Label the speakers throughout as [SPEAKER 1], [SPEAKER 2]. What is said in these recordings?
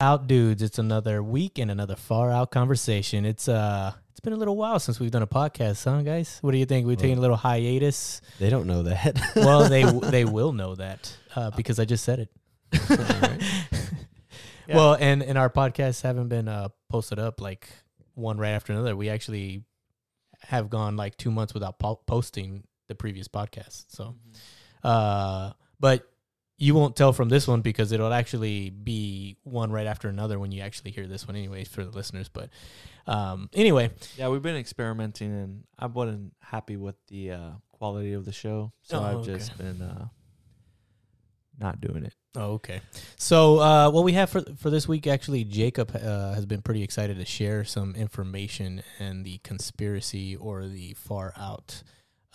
[SPEAKER 1] out dudes it's another week and another far out conversation it's uh it's been a little while since we've done a podcast huh guys what do you think we're taking a little hiatus
[SPEAKER 2] They don't know that.
[SPEAKER 1] well they they will know that uh, because i just said it
[SPEAKER 2] Yeah.
[SPEAKER 1] well and and our podcasts haven't been uh posted up like one right after another we actually have gone like two months without po- posting the previous podcast so
[SPEAKER 3] Mm-hmm.
[SPEAKER 1] uh but you won't tell from this one because it'll actually be one right after another when you actually hear this one anyway for the listeners but um anyway
[SPEAKER 3] Yeah, we've been experimenting, and I wasn't happy with the uh, quality of the show, so
[SPEAKER 1] Oh,
[SPEAKER 3] I've
[SPEAKER 1] okay.
[SPEAKER 3] just been uh, not doing it.
[SPEAKER 1] Oh, okay. So, uh, what we have for for this week, actually, Jacob uh, has been pretty excited to share some information and the conspiracy or the far out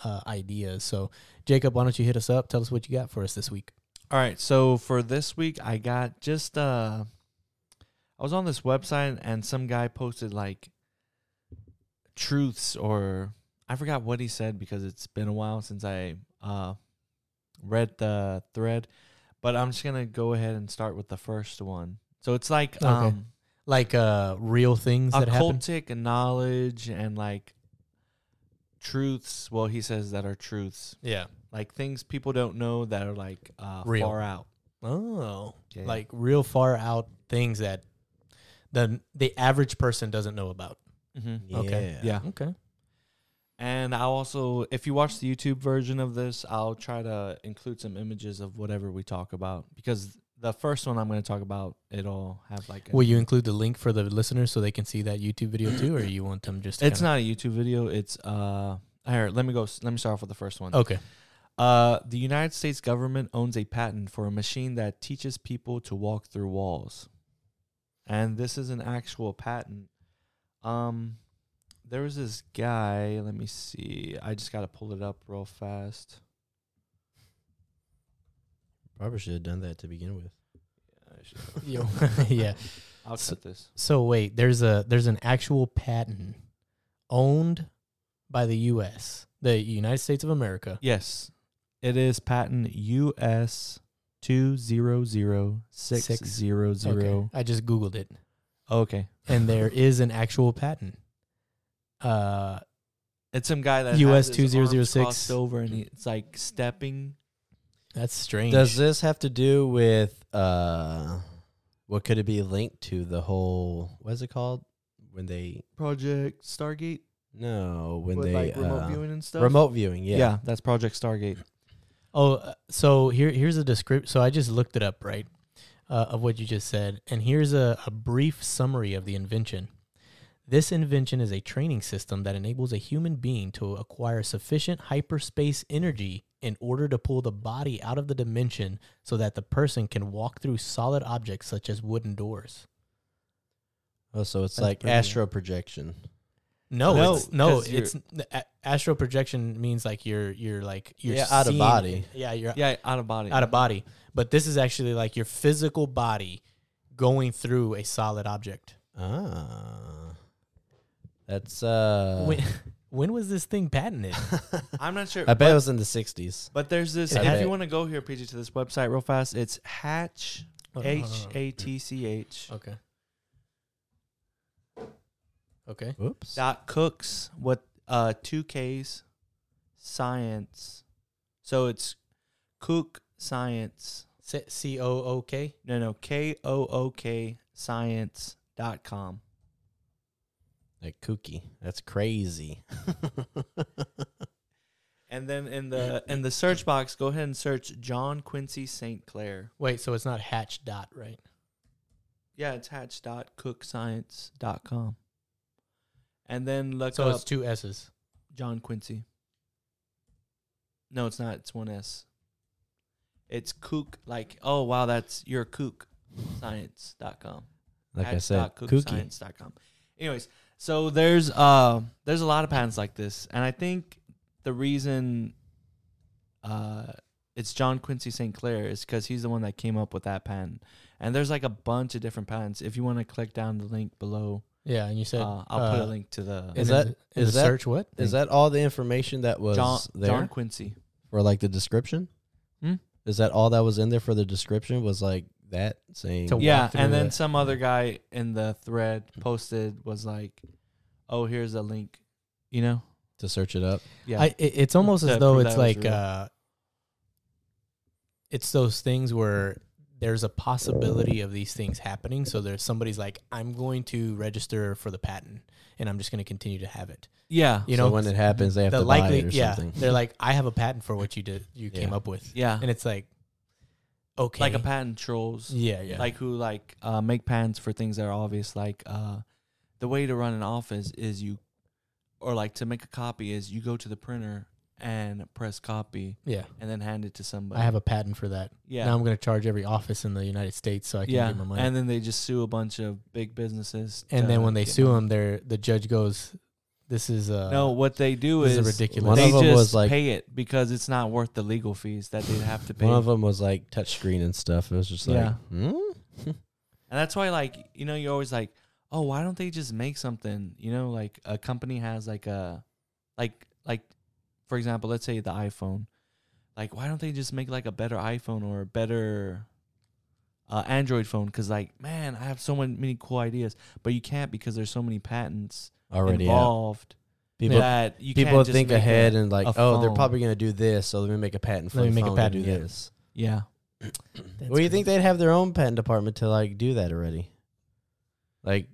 [SPEAKER 1] uh, ideas. So, Jacob, why don't you hit us up? Tell us what you got for us this week.
[SPEAKER 3] All right, so for this week, I got just uh, I was on this website, and some guy posted like truths, or I forgot what he said because it's been a while since I uh read the thread, but I'm just gonna go ahead and start with the first one. So it's like
[SPEAKER 1] Okay.
[SPEAKER 3] um.
[SPEAKER 1] Like uh, real things that happen.
[SPEAKER 3] occultic knowledge and like truths. Well, he says that are truths,
[SPEAKER 1] Yeah.
[SPEAKER 3] like things people don't know that are like uh,
[SPEAKER 1] Real.
[SPEAKER 3] far out.
[SPEAKER 1] Oh,
[SPEAKER 3] Yeah.
[SPEAKER 1] like real far out things that the the average person doesn't know about.
[SPEAKER 3] Mm-hmm.
[SPEAKER 1] Okay.
[SPEAKER 3] Yeah.
[SPEAKER 1] Okay.
[SPEAKER 3] And I'll also, if you watch the YouTube version of this, I'll try to include some images of whatever we talk about because the first one I'm going to talk about, it'll have like. an-
[SPEAKER 1] Will you include the link for the listeners so they can see that YouTube video too, or you want them just? to
[SPEAKER 3] it's
[SPEAKER 1] kinda-
[SPEAKER 3] not a YouTube video. It's uh. Here, let me go. s- Let me start off with the first one.
[SPEAKER 1] okay.
[SPEAKER 3] Uh, the United States government owns a patent for a machine that teaches people to walk through walls. And this is an actual patent. Um, there was this guy. Let me see. I just got to pull it up real fast.
[SPEAKER 2] Probably should have done that to begin with.
[SPEAKER 1] Yo. yeah.
[SPEAKER 3] I'll
[SPEAKER 1] So-
[SPEAKER 3] cut this.
[SPEAKER 1] So wait, there's a there's an actual patent owned by the U.S. the United States of America.
[SPEAKER 3] Yes, it is patent US two zero zero six
[SPEAKER 1] Six.
[SPEAKER 3] zero
[SPEAKER 1] Okay,
[SPEAKER 3] zero.
[SPEAKER 1] I just googled it,
[SPEAKER 3] Okay,
[SPEAKER 1] and there is an actual patent. Uh,
[SPEAKER 3] it's some guy that
[SPEAKER 1] US
[SPEAKER 3] has his arms
[SPEAKER 1] 2006.
[SPEAKER 3] crossed over, and he, it's like stepping.
[SPEAKER 1] that's strange.
[SPEAKER 2] Does this have to do with uh, what could it be linked to? The whole what is it called when they
[SPEAKER 3] Project Stargate.
[SPEAKER 2] no when
[SPEAKER 3] with
[SPEAKER 2] they
[SPEAKER 3] like remote
[SPEAKER 2] uh,
[SPEAKER 3] viewing and stuff.
[SPEAKER 2] remote viewing
[SPEAKER 3] yeah.
[SPEAKER 2] yeah
[SPEAKER 3] that's Project Stargate.
[SPEAKER 1] Oh, uh, so here here's a description. So I just looked it up, right, uh, of what you just said, and here's a, a brief summary of the invention. This invention is a training system that enables a human being to acquire sufficient hyperspace energy in order to pull the body out of the dimension so that the person can walk through solid objects such as wooden doors.
[SPEAKER 2] oh so it's
[SPEAKER 1] That's
[SPEAKER 2] like
[SPEAKER 1] pretty-
[SPEAKER 2] astro projection
[SPEAKER 1] No,
[SPEAKER 3] No,
[SPEAKER 1] it's, no,
[SPEAKER 3] 'cause you're-
[SPEAKER 1] it's a- astral projection means like you're you're like you're
[SPEAKER 2] Yeah, out of
[SPEAKER 1] seeing-
[SPEAKER 2] body.
[SPEAKER 1] Yeah, you're
[SPEAKER 3] Yeah, out of body.
[SPEAKER 1] out of body. But this is actually like your physical body going through a solid object.
[SPEAKER 2] ah that's uh
[SPEAKER 1] when, when was this thing patented?
[SPEAKER 3] I'm not sure.
[SPEAKER 2] I bet it was in the sixties
[SPEAKER 3] But there's this.
[SPEAKER 1] I
[SPEAKER 3] if
[SPEAKER 1] bet.
[SPEAKER 3] you want to go here, PG, to this website real fast, it's Hatch
[SPEAKER 1] Hold on,
[SPEAKER 3] H
[SPEAKER 1] hold on.
[SPEAKER 3] A T C H
[SPEAKER 1] Okay. Okay.
[SPEAKER 2] whoops
[SPEAKER 3] dot Cooks with uh two K's science. So it's Cook Science.
[SPEAKER 1] C O O K.
[SPEAKER 3] No, no, K O O K Science dot com.
[SPEAKER 2] like kooky that's crazy
[SPEAKER 3] And then in the in the search box, go ahead and search John Quincy St. Clair.
[SPEAKER 1] Wait, so it's not hatch dot, right?
[SPEAKER 3] Yeah, it's hatch.cookscience.com. And then look
[SPEAKER 1] So
[SPEAKER 3] up
[SPEAKER 1] it's two S's.
[SPEAKER 3] John Quincy. No, it's not. It's one S. It's kook, like, oh, wow, that's your kook science.com.
[SPEAKER 2] like I
[SPEAKER 3] Hatch
[SPEAKER 2] said
[SPEAKER 3] uh, dot
[SPEAKER 2] kooky
[SPEAKER 3] cookscience.com. Anyways, so there's uh, there's a lot of patents like this. And I think the reason uh, it's John Quincy St. Clair is because he's the one that came up with that patent. And there's like a bunch of different patents. If you want to click down the link below,
[SPEAKER 1] Yeah, and you said
[SPEAKER 3] uh, I'll put
[SPEAKER 1] uh,
[SPEAKER 3] a link to the
[SPEAKER 1] Is
[SPEAKER 2] Is
[SPEAKER 1] that
[SPEAKER 2] that-
[SPEAKER 1] is
[SPEAKER 2] is that-
[SPEAKER 1] search what?
[SPEAKER 2] is that all the information that was
[SPEAKER 3] John,
[SPEAKER 2] there
[SPEAKER 3] John Quincy.
[SPEAKER 2] for like the description
[SPEAKER 3] Hmm?
[SPEAKER 2] is that all that was in there for the description was like that saying
[SPEAKER 1] To-
[SPEAKER 3] yeah,
[SPEAKER 1] walk through
[SPEAKER 3] and then
[SPEAKER 1] that.
[SPEAKER 3] some other guy in the thread posted was like, "Oh, here's a link," you know?
[SPEAKER 2] to search it up?
[SPEAKER 3] Yeah,
[SPEAKER 1] I, it, it's almost as
[SPEAKER 3] That-
[SPEAKER 1] though
[SPEAKER 3] that
[SPEAKER 1] it's
[SPEAKER 3] was
[SPEAKER 1] like
[SPEAKER 3] real.
[SPEAKER 1] uh, it's those things where there's a possibility of these things happening. So there's somebody's like, I'm going to register for the patent, and I'm just going to continue to have it.
[SPEAKER 3] yeah,
[SPEAKER 1] You
[SPEAKER 2] so
[SPEAKER 1] know,
[SPEAKER 2] when it happens, they have
[SPEAKER 1] the
[SPEAKER 2] to buy
[SPEAKER 1] likely,
[SPEAKER 2] it or
[SPEAKER 1] yeah,
[SPEAKER 2] something.
[SPEAKER 1] they're like, I have a patent for what you did, you came
[SPEAKER 2] Yeah.
[SPEAKER 1] up with,
[SPEAKER 3] yeah,
[SPEAKER 1] and it's like, okay,
[SPEAKER 3] like a patent trolls,
[SPEAKER 1] yeah, yeah,
[SPEAKER 3] like who like uh, make patents for things that are obvious, like uh, the way to run an office is you, or like to make a copy is you go to the printer and press copy
[SPEAKER 1] yeah.
[SPEAKER 3] and then hand it to somebody.
[SPEAKER 1] I have a patent for that.
[SPEAKER 3] yeah.
[SPEAKER 1] Now I'm going to charge every office in the United States so I can get my money.
[SPEAKER 3] And uh, then they just sue a bunch of big businesses.
[SPEAKER 1] and then
[SPEAKER 3] to
[SPEAKER 1] when they
[SPEAKER 3] get
[SPEAKER 1] sue
[SPEAKER 3] money.
[SPEAKER 1] them, they're the judge goes, "This is uh,
[SPEAKER 3] no, what they do
[SPEAKER 1] this
[SPEAKER 3] is,
[SPEAKER 1] is ridiculous.
[SPEAKER 2] One
[SPEAKER 3] they
[SPEAKER 2] of 'em
[SPEAKER 3] just
[SPEAKER 2] was like-
[SPEAKER 3] pay it because it's not worth the legal fees that they'd have to pay.
[SPEAKER 2] One of them was like touchscreen and stuff. It was just like,
[SPEAKER 3] Yeah.
[SPEAKER 2] hmm?
[SPEAKER 3] and that's why, like, you know, you're always like, oh, why don't they just make something? You know, like a company has like a, like, like, for example, let's say the iPhone. Like, why don't they just make like a better iPhone or a better uh, Android phone? Because, like, man, I have so many- many cool ideas, but you can't because there's so many patents
[SPEAKER 2] already out.
[SPEAKER 3] involved
[SPEAKER 2] People
[SPEAKER 3] that you
[SPEAKER 2] people
[SPEAKER 3] can't just
[SPEAKER 2] think
[SPEAKER 3] make
[SPEAKER 2] ahead
[SPEAKER 3] a-
[SPEAKER 2] and like,
[SPEAKER 3] a
[SPEAKER 2] oh, they're
[SPEAKER 3] phone.
[SPEAKER 2] probably gonna do this, so let me make a patent for
[SPEAKER 1] Let
[SPEAKER 2] the
[SPEAKER 1] me make a
[SPEAKER 2] phone
[SPEAKER 1] patent,
[SPEAKER 2] to do
[SPEAKER 1] yeah.
[SPEAKER 2] this.
[SPEAKER 3] yeah
[SPEAKER 1] That's
[SPEAKER 2] well, you think
[SPEAKER 1] crazy.
[SPEAKER 2] they'd have their own patent department to like do that already, like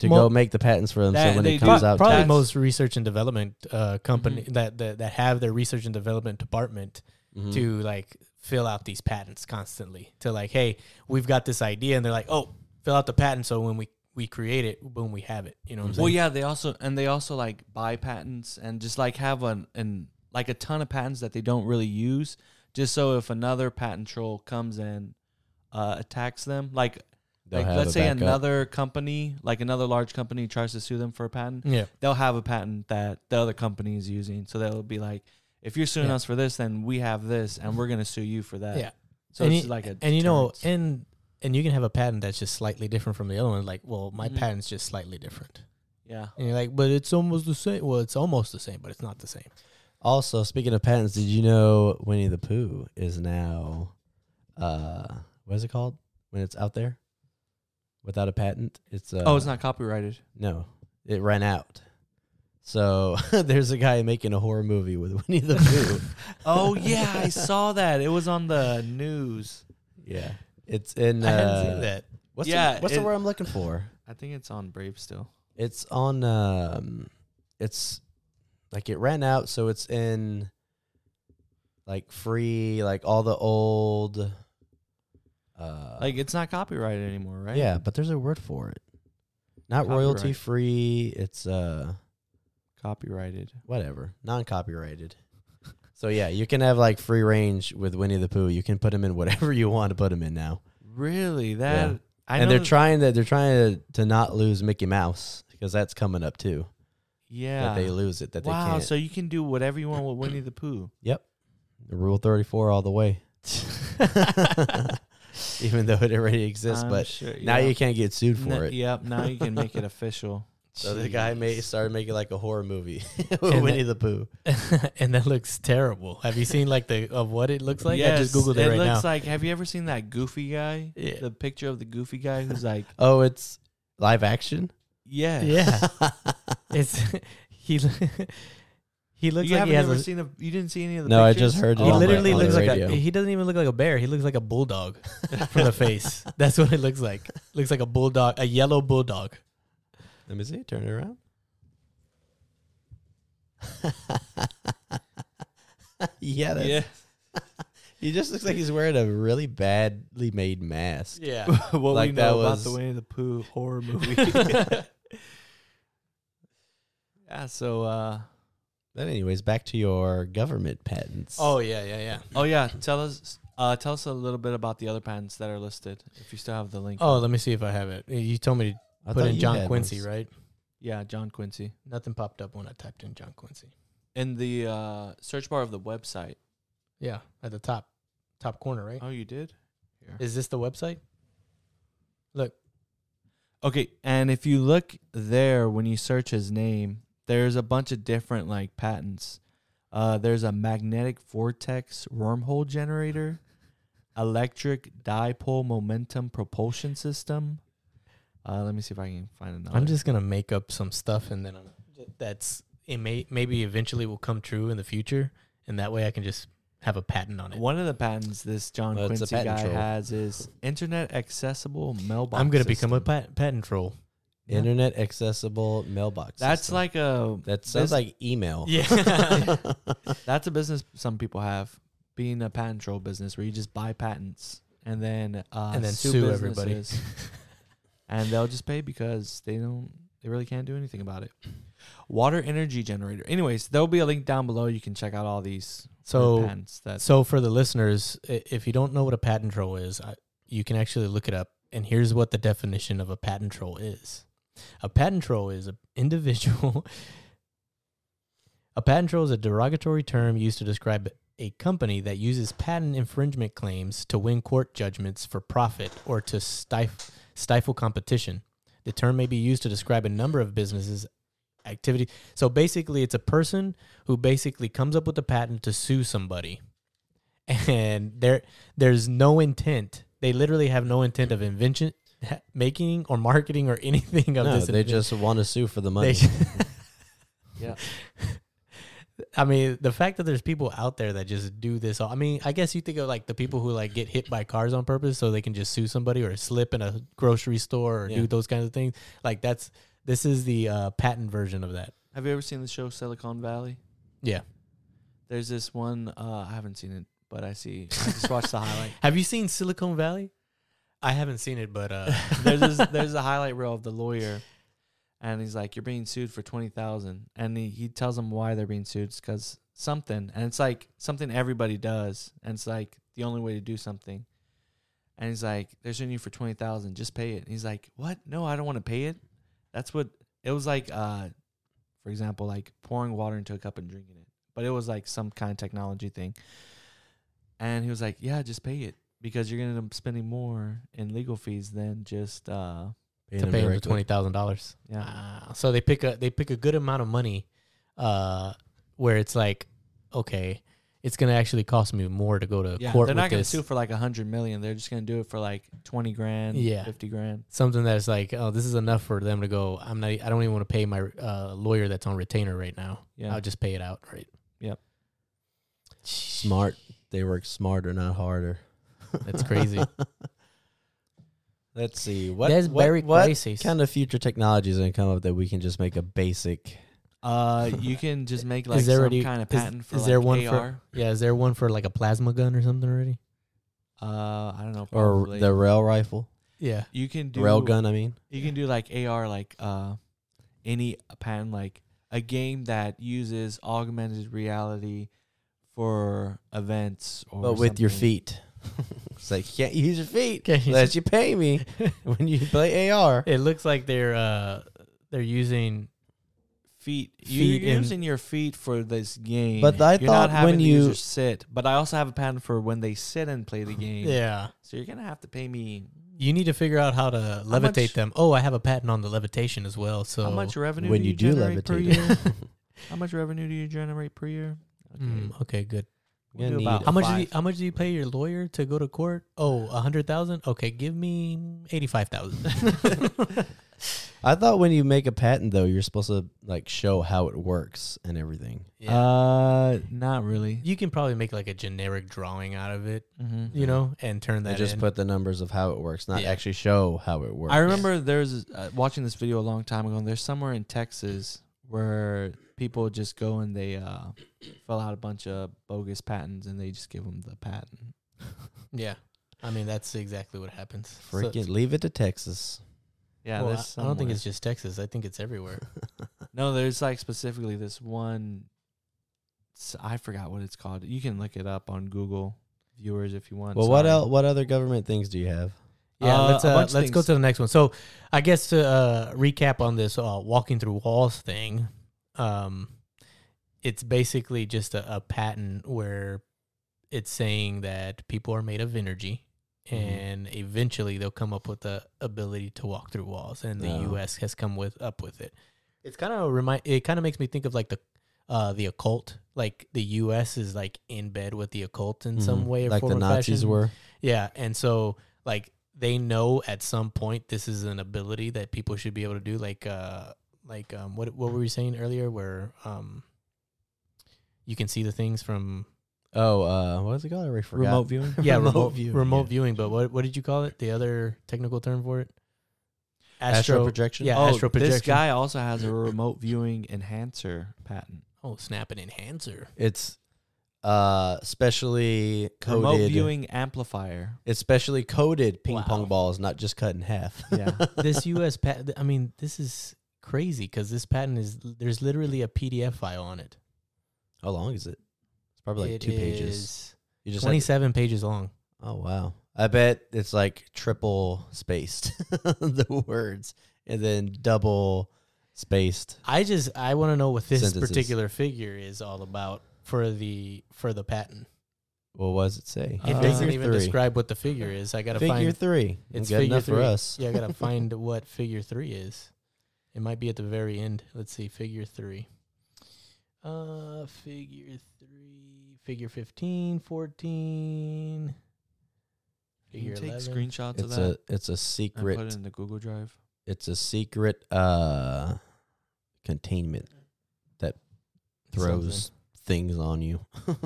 [SPEAKER 2] to
[SPEAKER 1] Well-
[SPEAKER 2] go make the patents for them.
[SPEAKER 3] That-
[SPEAKER 2] so when
[SPEAKER 3] they
[SPEAKER 2] it comes
[SPEAKER 3] do.
[SPEAKER 2] out,
[SPEAKER 1] probably
[SPEAKER 3] that's-
[SPEAKER 1] most research and development uh, company
[SPEAKER 3] Mhm.
[SPEAKER 1] that, that that have their research and development department
[SPEAKER 3] Mm-hmm.
[SPEAKER 2] Mhm.
[SPEAKER 1] to like fill out these patents constantly to like, hey, we've got this idea, and they're like, oh, fill out the patent so when we we create it, boom, we have it. You know what I'm saying?
[SPEAKER 3] well yeah they also and they also like buy patents and just like have an, an like a ton of patents that they don't really use just so if another patent troll comes and uh, attacks them like
[SPEAKER 2] They'll
[SPEAKER 3] like
[SPEAKER 2] have
[SPEAKER 3] let's
[SPEAKER 2] a
[SPEAKER 3] say
[SPEAKER 2] backup.
[SPEAKER 3] another company like another large company tries to sue them for a
[SPEAKER 2] Hmm.
[SPEAKER 3] patent
[SPEAKER 1] yeah.
[SPEAKER 3] they'll have a patent that the other company is using so they'll be like if you're suing
[SPEAKER 1] Yeah.
[SPEAKER 3] us for this then we have this and we're going to sue you for that
[SPEAKER 1] Yeah.
[SPEAKER 3] so
[SPEAKER 1] and
[SPEAKER 3] it's
[SPEAKER 1] you,
[SPEAKER 3] like a
[SPEAKER 1] and you know
[SPEAKER 3] deterrence.
[SPEAKER 1] and and you can have a patent that's just slightly different from the other one. Like, well, my
[SPEAKER 3] Mhm.
[SPEAKER 1] patent's just slightly different,
[SPEAKER 3] yeah
[SPEAKER 1] and you're like, but it's almost the same. Well, it's almost the same, but it's not the same.
[SPEAKER 2] Also, speaking of patents, did you know Winnie the Pooh is now, uh, what is it called when it's out there without a patent? It's uh,
[SPEAKER 3] oh it's not copyrighted
[SPEAKER 2] No, it ran out. So there's a guy making a horror movie with Winnie the Pooh.
[SPEAKER 3] Oh yeah, I saw that. It was on the news.
[SPEAKER 2] yeah, it's in. Uh,
[SPEAKER 1] I hadn't seen that.
[SPEAKER 2] What's
[SPEAKER 3] Yeah,
[SPEAKER 2] the, what's
[SPEAKER 3] it-
[SPEAKER 2] the word I'm looking for?
[SPEAKER 3] I think it's on Brave still.
[SPEAKER 2] It's on. Um, it's like it ran out, so it's in like free, like all the old. Uh,
[SPEAKER 3] Like it's not copyrighted anymore, right?
[SPEAKER 2] yeah, but there's a word for it. Not royalty
[SPEAKER 3] Copyright.
[SPEAKER 2] free. It's uh
[SPEAKER 3] copyrighted.
[SPEAKER 2] whatever, non copyrighted. so yeah, you can have like free range with Winnie the Pooh. You can put him in whatever you want to put him in now.
[SPEAKER 3] Really? That
[SPEAKER 2] Yeah.
[SPEAKER 3] I
[SPEAKER 2] and
[SPEAKER 3] know
[SPEAKER 2] they're
[SPEAKER 3] th-
[SPEAKER 2] trying to they're trying to, to not lose Mickey Mouse because that's coming up too.
[SPEAKER 3] Yeah.
[SPEAKER 2] That they lose it. That they
[SPEAKER 3] wow.
[SPEAKER 2] can't.
[SPEAKER 3] So you can do whatever you want with Winnie the Pooh.
[SPEAKER 2] Rule thirty four all the way. Even though it already exists,
[SPEAKER 3] I'm
[SPEAKER 2] but
[SPEAKER 3] sure-
[SPEAKER 2] now
[SPEAKER 3] yeah.
[SPEAKER 2] you can't get sued for
[SPEAKER 3] N-
[SPEAKER 2] it.
[SPEAKER 3] Yep. Now you can make it official.
[SPEAKER 2] So the guy made started making like a horror movie with
[SPEAKER 1] And
[SPEAKER 2] Winnie the Pooh.
[SPEAKER 1] and that looks terrible. Have you seen like the of what it looks like? I just
[SPEAKER 3] Yes,
[SPEAKER 1] googled it, right
[SPEAKER 3] looks
[SPEAKER 1] now.
[SPEAKER 3] like. Have you ever seen that goofy guy?
[SPEAKER 1] Yeah.
[SPEAKER 3] The picture of the goofy guy who's like,
[SPEAKER 2] Oh, it's live action.
[SPEAKER 3] yeah.
[SPEAKER 1] yeah, it's he. lo- He looks
[SPEAKER 3] you
[SPEAKER 1] like
[SPEAKER 3] haven't
[SPEAKER 1] he has
[SPEAKER 3] ever
[SPEAKER 1] a.
[SPEAKER 3] seen a. You didn't see any of the.
[SPEAKER 2] No, I
[SPEAKER 3] pictures? Oh
[SPEAKER 2] just heard it
[SPEAKER 1] he
[SPEAKER 2] on the-
[SPEAKER 1] literally
[SPEAKER 2] on the
[SPEAKER 1] looks like a,
[SPEAKER 2] radio.
[SPEAKER 1] he doesn't even look like a bear. He looks like a bulldog from the face. That's what it looks like. Looks like a bulldog, a yellow bulldog.
[SPEAKER 2] Let me see. Turn it around. yeah, that's,
[SPEAKER 3] Yeah.
[SPEAKER 2] he just looks like he's wearing a really badly made mask.
[SPEAKER 1] Yeah,
[SPEAKER 3] what
[SPEAKER 2] Like
[SPEAKER 3] we
[SPEAKER 2] that
[SPEAKER 3] know about
[SPEAKER 2] was-
[SPEAKER 3] the Winnie the Pooh horror movie. yeah. So, uh,
[SPEAKER 2] But anyways, back to your government patents.
[SPEAKER 1] Oh yeah, yeah, yeah.
[SPEAKER 3] oh yeah, tell us, uh, tell us a little bit about the other patents that are listed, if you still have the link.
[SPEAKER 1] Oh, let me see if I have it. You told me to
[SPEAKER 2] I
[SPEAKER 1] put
[SPEAKER 2] thought
[SPEAKER 1] in
[SPEAKER 2] you
[SPEAKER 1] John
[SPEAKER 2] had
[SPEAKER 1] Quincy,
[SPEAKER 2] those.
[SPEAKER 1] right?
[SPEAKER 3] yeah, John Quincy
[SPEAKER 1] Nothing popped up when I typed in John Quincy.
[SPEAKER 3] in the uh, search bar of the website.
[SPEAKER 1] Yeah, at the top, top corner, right?
[SPEAKER 3] Oh, you did. Here.
[SPEAKER 1] Is this the website?
[SPEAKER 3] Okay, and if you look there when you search his name, there's a bunch of different like patents. Uh, there's a magnetic vortex wormhole generator. electric dipole momentum propulsion system. Uh, let me see if I can find another.
[SPEAKER 1] I'm just gonna make up some stuff, and then I'm, uh, that's it. May maybe eventually will come true in the future, and that way I can just have a patent on it.
[SPEAKER 3] one of the patents this John
[SPEAKER 2] Well, it's a
[SPEAKER 3] Quincy
[SPEAKER 2] patent
[SPEAKER 3] guy
[SPEAKER 2] troll.
[SPEAKER 3] has is internet accessible mailbox.
[SPEAKER 1] I'm gonna become a
[SPEAKER 3] system.
[SPEAKER 1] pat- patent troll.
[SPEAKER 3] Yeah.
[SPEAKER 2] Internet accessible mailbox.
[SPEAKER 3] That's
[SPEAKER 2] system.
[SPEAKER 3] like a
[SPEAKER 2] that sounds
[SPEAKER 3] this-
[SPEAKER 2] like email.
[SPEAKER 1] Yeah.
[SPEAKER 3] that's a business some people have being a patent troll business where you just buy patents and then uh,
[SPEAKER 1] And then sue everybody.
[SPEAKER 3] businesses, and they'll just pay because they don't they really can't do anything about it. Water energy generator. Anyways, there'll be a link down below. You can check out all these
[SPEAKER 1] so
[SPEAKER 3] patents that
[SPEAKER 1] So for the listeners, i- if you don't know what a patent troll is, I, you can actually look it up. And here's what the definition of a patent troll is. A patent troll is an individual. a patent troll is a derogatory term used to describe a company that uses patent infringement claims to win court judgments for profit or to stif- stifle competition. The term may be used to describe a number of businesses activity. So basically, it's a person who basically comes up with a patent to sue somebody, and there there's no intent. They literally have no intent of invention, making or marketing or anything of
[SPEAKER 2] no,
[SPEAKER 1] this.
[SPEAKER 2] they
[SPEAKER 1] invention.
[SPEAKER 2] just want to sue for the
[SPEAKER 1] They
[SPEAKER 2] money.
[SPEAKER 3] Yeah.
[SPEAKER 1] I mean, the fact that there's people out there that just do this. all- I mean, I guess you think of like the people who like get hit by cars on purpose so they can just sue somebody or slip in a grocery store or
[SPEAKER 2] Yeah.
[SPEAKER 1] do those kinds of things. Like that's this is the uh, patent version of that.
[SPEAKER 3] Have you ever seen the show Silicon Valley?
[SPEAKER 1] Yeah.
[SPEAKER 3] There's this one uh, I haven't seen it, but I see. I just watched the highlight.
[SPEAKER 1] Have you seen Silicon Valley? I haven't seen it, but uh,
[SPEAKER 3] There's this, there's a highlight reel of the lawyer, and he's like, "You're being sued for twenty thousand, and he, he tells them why they're being sued. It's because something, and it's like something everybody does, and it's like the only way to do something. And he's like, "They're suing you for twenty thousand. Just pay it." And he's like, "What? No, I don't want to pay it. That's what it was like. Uh, for example, like pouring water into a cup and drinking it, but it was like some kind of technology thing." And he was like, "Yeah, just pay it." because you're gonna end up spending more in legal fees than just uh
[SPEAKER 1] to
[SPEAKER 2] Paying them
[SPEAKER 1] pay him the
[SPEAKER 2] directly.
[SPEAKER 1] twenty thousand dollars.
[SPEAKER 3] yeah
[SPEAKER 1] Ah, so they pick a they pick a good amount of money, uh, where it's like, okay, it's gonna actually cost me more to go to
[SPEAKER 3] yeah
[SPEAKER 1] court
[SPEAKER 3] they're
[SPEAKER 1] with
[SPEAKER 3] not gonna
[SPEAKER 1] this.
[SPEAKER 3] sue for like a hundred million they're just gonna do it for like 20 grand
[SPEAKER 1] Yeah.
[SPEAKER 3] 50 grand
[SPEAKER 1] Something that's like, oh, this is enough for them to go. I'm not. e, I don't even want to pay my uh, lawyer that's on retainer right now.
[SPEAKER 3] yeah
[SPEAKER 1] I'll just pay it out. Right.
[SPEAKER 3] Yep.
[SPEAKER 2] smart. They work smarter, not harder.
[SPEAKER 1] That's crazy.
[SPEAKER 2] Let's see what
[SPEAKER 1] that's
[SPEAKER 2] what,
[SPEAKER 1] very
[SPEAKER 2] what
[SPEAKER 1] crazy.
[SPEAKER 2] kind of future technology is going to come up that we can just make a basic.
[SPEAKER 3] uh you can just make like
[SPEAKER 1] there
[SPEAKER 3] some
[SPEAKER 1] already-
[SPEAKER 3] kind of
[SPEAKER 1] is-
[SPEAKER 3] patent for
[SPEAKER 1] is
[SPEAKER 3] like
[SPEAKER 1] there one for-
[SPEAKER 3] AR.
[SPEAKER 1] yeah. Is there one for like a plasma gun or something already?
[SPEAKER 3] uh i don't know
[SPEAKER 2] or
[SPEAKER 3] probably.
[SPEAKER 2] the rail rifle,
[SPEAKER 1] Yeah.
[SPEAKER 3] you can do
[SPEAKER 2] rail gun. I mean,
[SPEAKER 3] you can do like ar like uh any patent like a game that uses augmented reality for events or
[SPEAKER 2] but with your
[SPEAKER 3] something.
[SPEAKER 2] feet. it's like you can't use your feet
[SPEAKER 1] Okay.
[SPEAKER 2] unless you pay me when you play AR.
[SPEAKER 1] It looks like they're uh they're using
[SPEAKER 3] feet.
[SPEAKER 1] Feet
[SPEAKER 3] You're
[SPEAKER 1] in-
[SPEAKER 3] using your feet for this game.
[SPEAKER 2] But I
[SPEAKER 3] you're
[SPEAKER 2] thought
[SPEAKER 3] not having
[SPEAKER 2] when
[SPEAKER 3] the
[SPEAKER 2] you-
[SPEAKER 3] user sit. But I also have a patent for when they sit and play the game.
[SPEAKER 1] yeah.
[SPEAKER 3] So you're gonna have to pay me.
[SPEAKER 1] You need to figure out how to levitate
[SPEAKER 3] much-
[SPEAKER 1] them. Oh, I have a patent on the levitation as well. So
[SPEAKER 3] How much revenue
[SPEAKER 2] when
[SPEAKER 3] do
[SPEAKER 2] you
[SPEAKER 3] you,
[SPEAKER 2] do
[SPEAKER 3] generate per
[SPEAKER 2] levitate.
[SPEAKER 3] year? How much revenue do you generate per year? Okay.
[SPEAKER 1] Mm, okay, good.
[SPEAKER 2] Gonna
[SPEAKER 3] We'll do
[SPEAKER 2] need
[SPEAKER 3] about
[SPEAKER 1] How much? Do you,
[SPEAKER 3] five.
[SPEAKER 1] how much do you pay your lawyer to go to court? Oh, a hundred thousand. Okay, give me eighty-five thousand.
[SPEAKER 2] I thought when you make a patent though, you're supposed to like show how it works and everything.
[SPEAKER 1] Yeah.
[SPEAKER 3] Uh, not really.
[SPEAKER 1] you can probably make like a generic drawing out of it,
[SPEAKER 3] Mhm.
[SPEAKER 1] you know, and turn
[SPEAKER 2] Mm-hmm. They
[SPEAKER 1] that
[SPEAKER 2] just
[SPEAKER 1] in.
[SPEAKER 2] put the numbers of how it works, not
[SPEAKER 1] Yeah.
[SPEAKER 2] actually show how it works.
[SPEAKER 3] I remember there's uh, watching this video a long time ago, and there's somewhere in Texas where people just go and they uh, fill out a bunch of bogus patents, and they just give them the patent.
[SPEAKER 1] yeah, I mean that's exactly what happens. So-
[SPEAKER 2] Freaking leave it to Texas.
[SPEAKER 3] Yeah,
[SPEAKER 1] well,
[SPEAKER 3] there's
[SPEAKER 1] I, I don't think
[SPEAKER 3] somewhere.
[SPEAKER 1] it's just Texas. I think it's everywhere.
[SPEAKER 3] No, there's like specifically this one. s- I forgot what it's called. You can look it up on Google, viewers, if you want.
[SPEAKER 2] well, what
[SPEAKER 3] Sorry.
[SPEAKER 2] else? What other government things do you have?
[SPEAKER 1] Yeah,
[SPEAKER 3] Uh,
[SPEAKER 1] let's
[SPEAKER 3] a
[SPEAKER 1] uh,
[SPEAKER 3] bunch
[SPEAKER 1] let's
[SPEAKER 3] of
[SPEAKER 1] go
[SPEAKER 3] things.
[SPEAKER 1] to the next one. So, I guess to uh, recap on this uh, walking through walls thing, um, it's basically just a, a patent where it's saying that people are made of energy,
[SPEAKER 2] Mhm.
[SPEAKER 1] and eventually they'll come up with the ability to walk through walls, and the
[SPEAKER 2] Yeah.
[SPEAKER 1] U.S. has come with up with it. It's kind of remind. It kind of makes me think of like the uh, the occult. Like the U.S. is like in bed with the occult in some
[SPEAKER 2] Mhm.
[SPEAKER 1] way or
[SPEAKER 2] like
[SPEAKER 1] form
[SPEAKER 2] the
[SPEAKER 1] or
[SPEAKER 2] Nazis
[SPEAKER 1] fashion.
[SPEAKER 2] were.
[SPEAKER 1] Yeah, and so like they know at some point this is an ability that people should be able to do. Like uh, like um, what what were you saying earlier? Where um, you can see the things from
[SPEAKER 2] Oh, uh, what was it called? I already forgot.
[SPEAKER 3] Remote viewing.
[SPEAKER 1] yeah
[SPEAKER 2] Remote
[SPEAKER 1] remote
[SPEAKER 2] viewing,
[SPEAKER 1] remote
[SPEAKER 2] yeah.
[SPEAKER 1] viewing. But what what did you call it? The other technical term for it?
[SPEAKER 2] astro projection.
[SPEAKER 1] yeah.
[SPEAKER 3] oh,
[SPEAKER 1] astral
[SPEAKER 3] this
[SPEAKER 1] projection.
[SPEAKER 3] guy also has a remote viewing enhancer patent.
[SPEAKER 1] Oh, snap an enhancer.
[SPEAKER 2] It's uh specially coded.
[SPEAKER 3] Remote viewing amplifier.
[SPEAKER 2] It's specially coded ping
[SPEAKER 1] Wow.
[SPEAKER 2] pong balls, not just cut in half.
[SPEAKER 3] Yeah.
[SPEAKER 1] this U.S. patent. I mean, this is crazy because this patent is there's literally a PDF file on it.
[SPEAKER 2] How long is it? It's probably like
[SPEAKER 1] It
[SPEAKER 2] two pages.
[SPEAKER 1] is
[SPEAKER 2] You just had to-
[SPEAKER 1] Twenty-seven pages long.
[SPEAKER 2] Oh wow. I bet it's like triple spaced the words and then double spaced.
[SPEAKER 1] I just I want to know what this
[SPEAKER 2] Sentences.
[SPEAKER 1] particular figure is all about for the for the patent.
[SPEAKER 2] What was it say?
[SPEAKER 1] It
[SPEAKER 3] Uh,
[SPEAKER 1] doesn't
[SPEAKER 2] Figure
[SPEAKER 1] even
[SPEAKER 2] three.
[SPEAKER 1] describe what the figure is. I gotta
[SPEAKER 2] Figure
[SPEAKER 1] find.
[SPEAKER 2] three.
[SPEAKER 1] It's
[SPEAKER 2] It's good
[SPEAKER 1] figure
[SPEAKER 2] enough
[SPEAKER 1] three.
[SPEAKER 2] for us.
[SPEAKER 1] yeah, I gotta find what figure three is. It might be at the very end. Let's see, figure three. Uh, figure three, figure 15, 14.
[SPEAKER 3] Can
[SPEAKER 1] Figure
[SPEAKER 3] you
[SPEAKER 1] 11.
[SPEAKER 3] take screenshots of
[SPEAKER 2] It's
[SPEAKER 3] that
[SPEAKER 2] a it's a
[SPEAKER 3] and put it
[SPEAKER 2] secret
[SPEAKER 3] in the Google Drive?
[SPEAKER 2] it's a secret uh containment that throws things on you.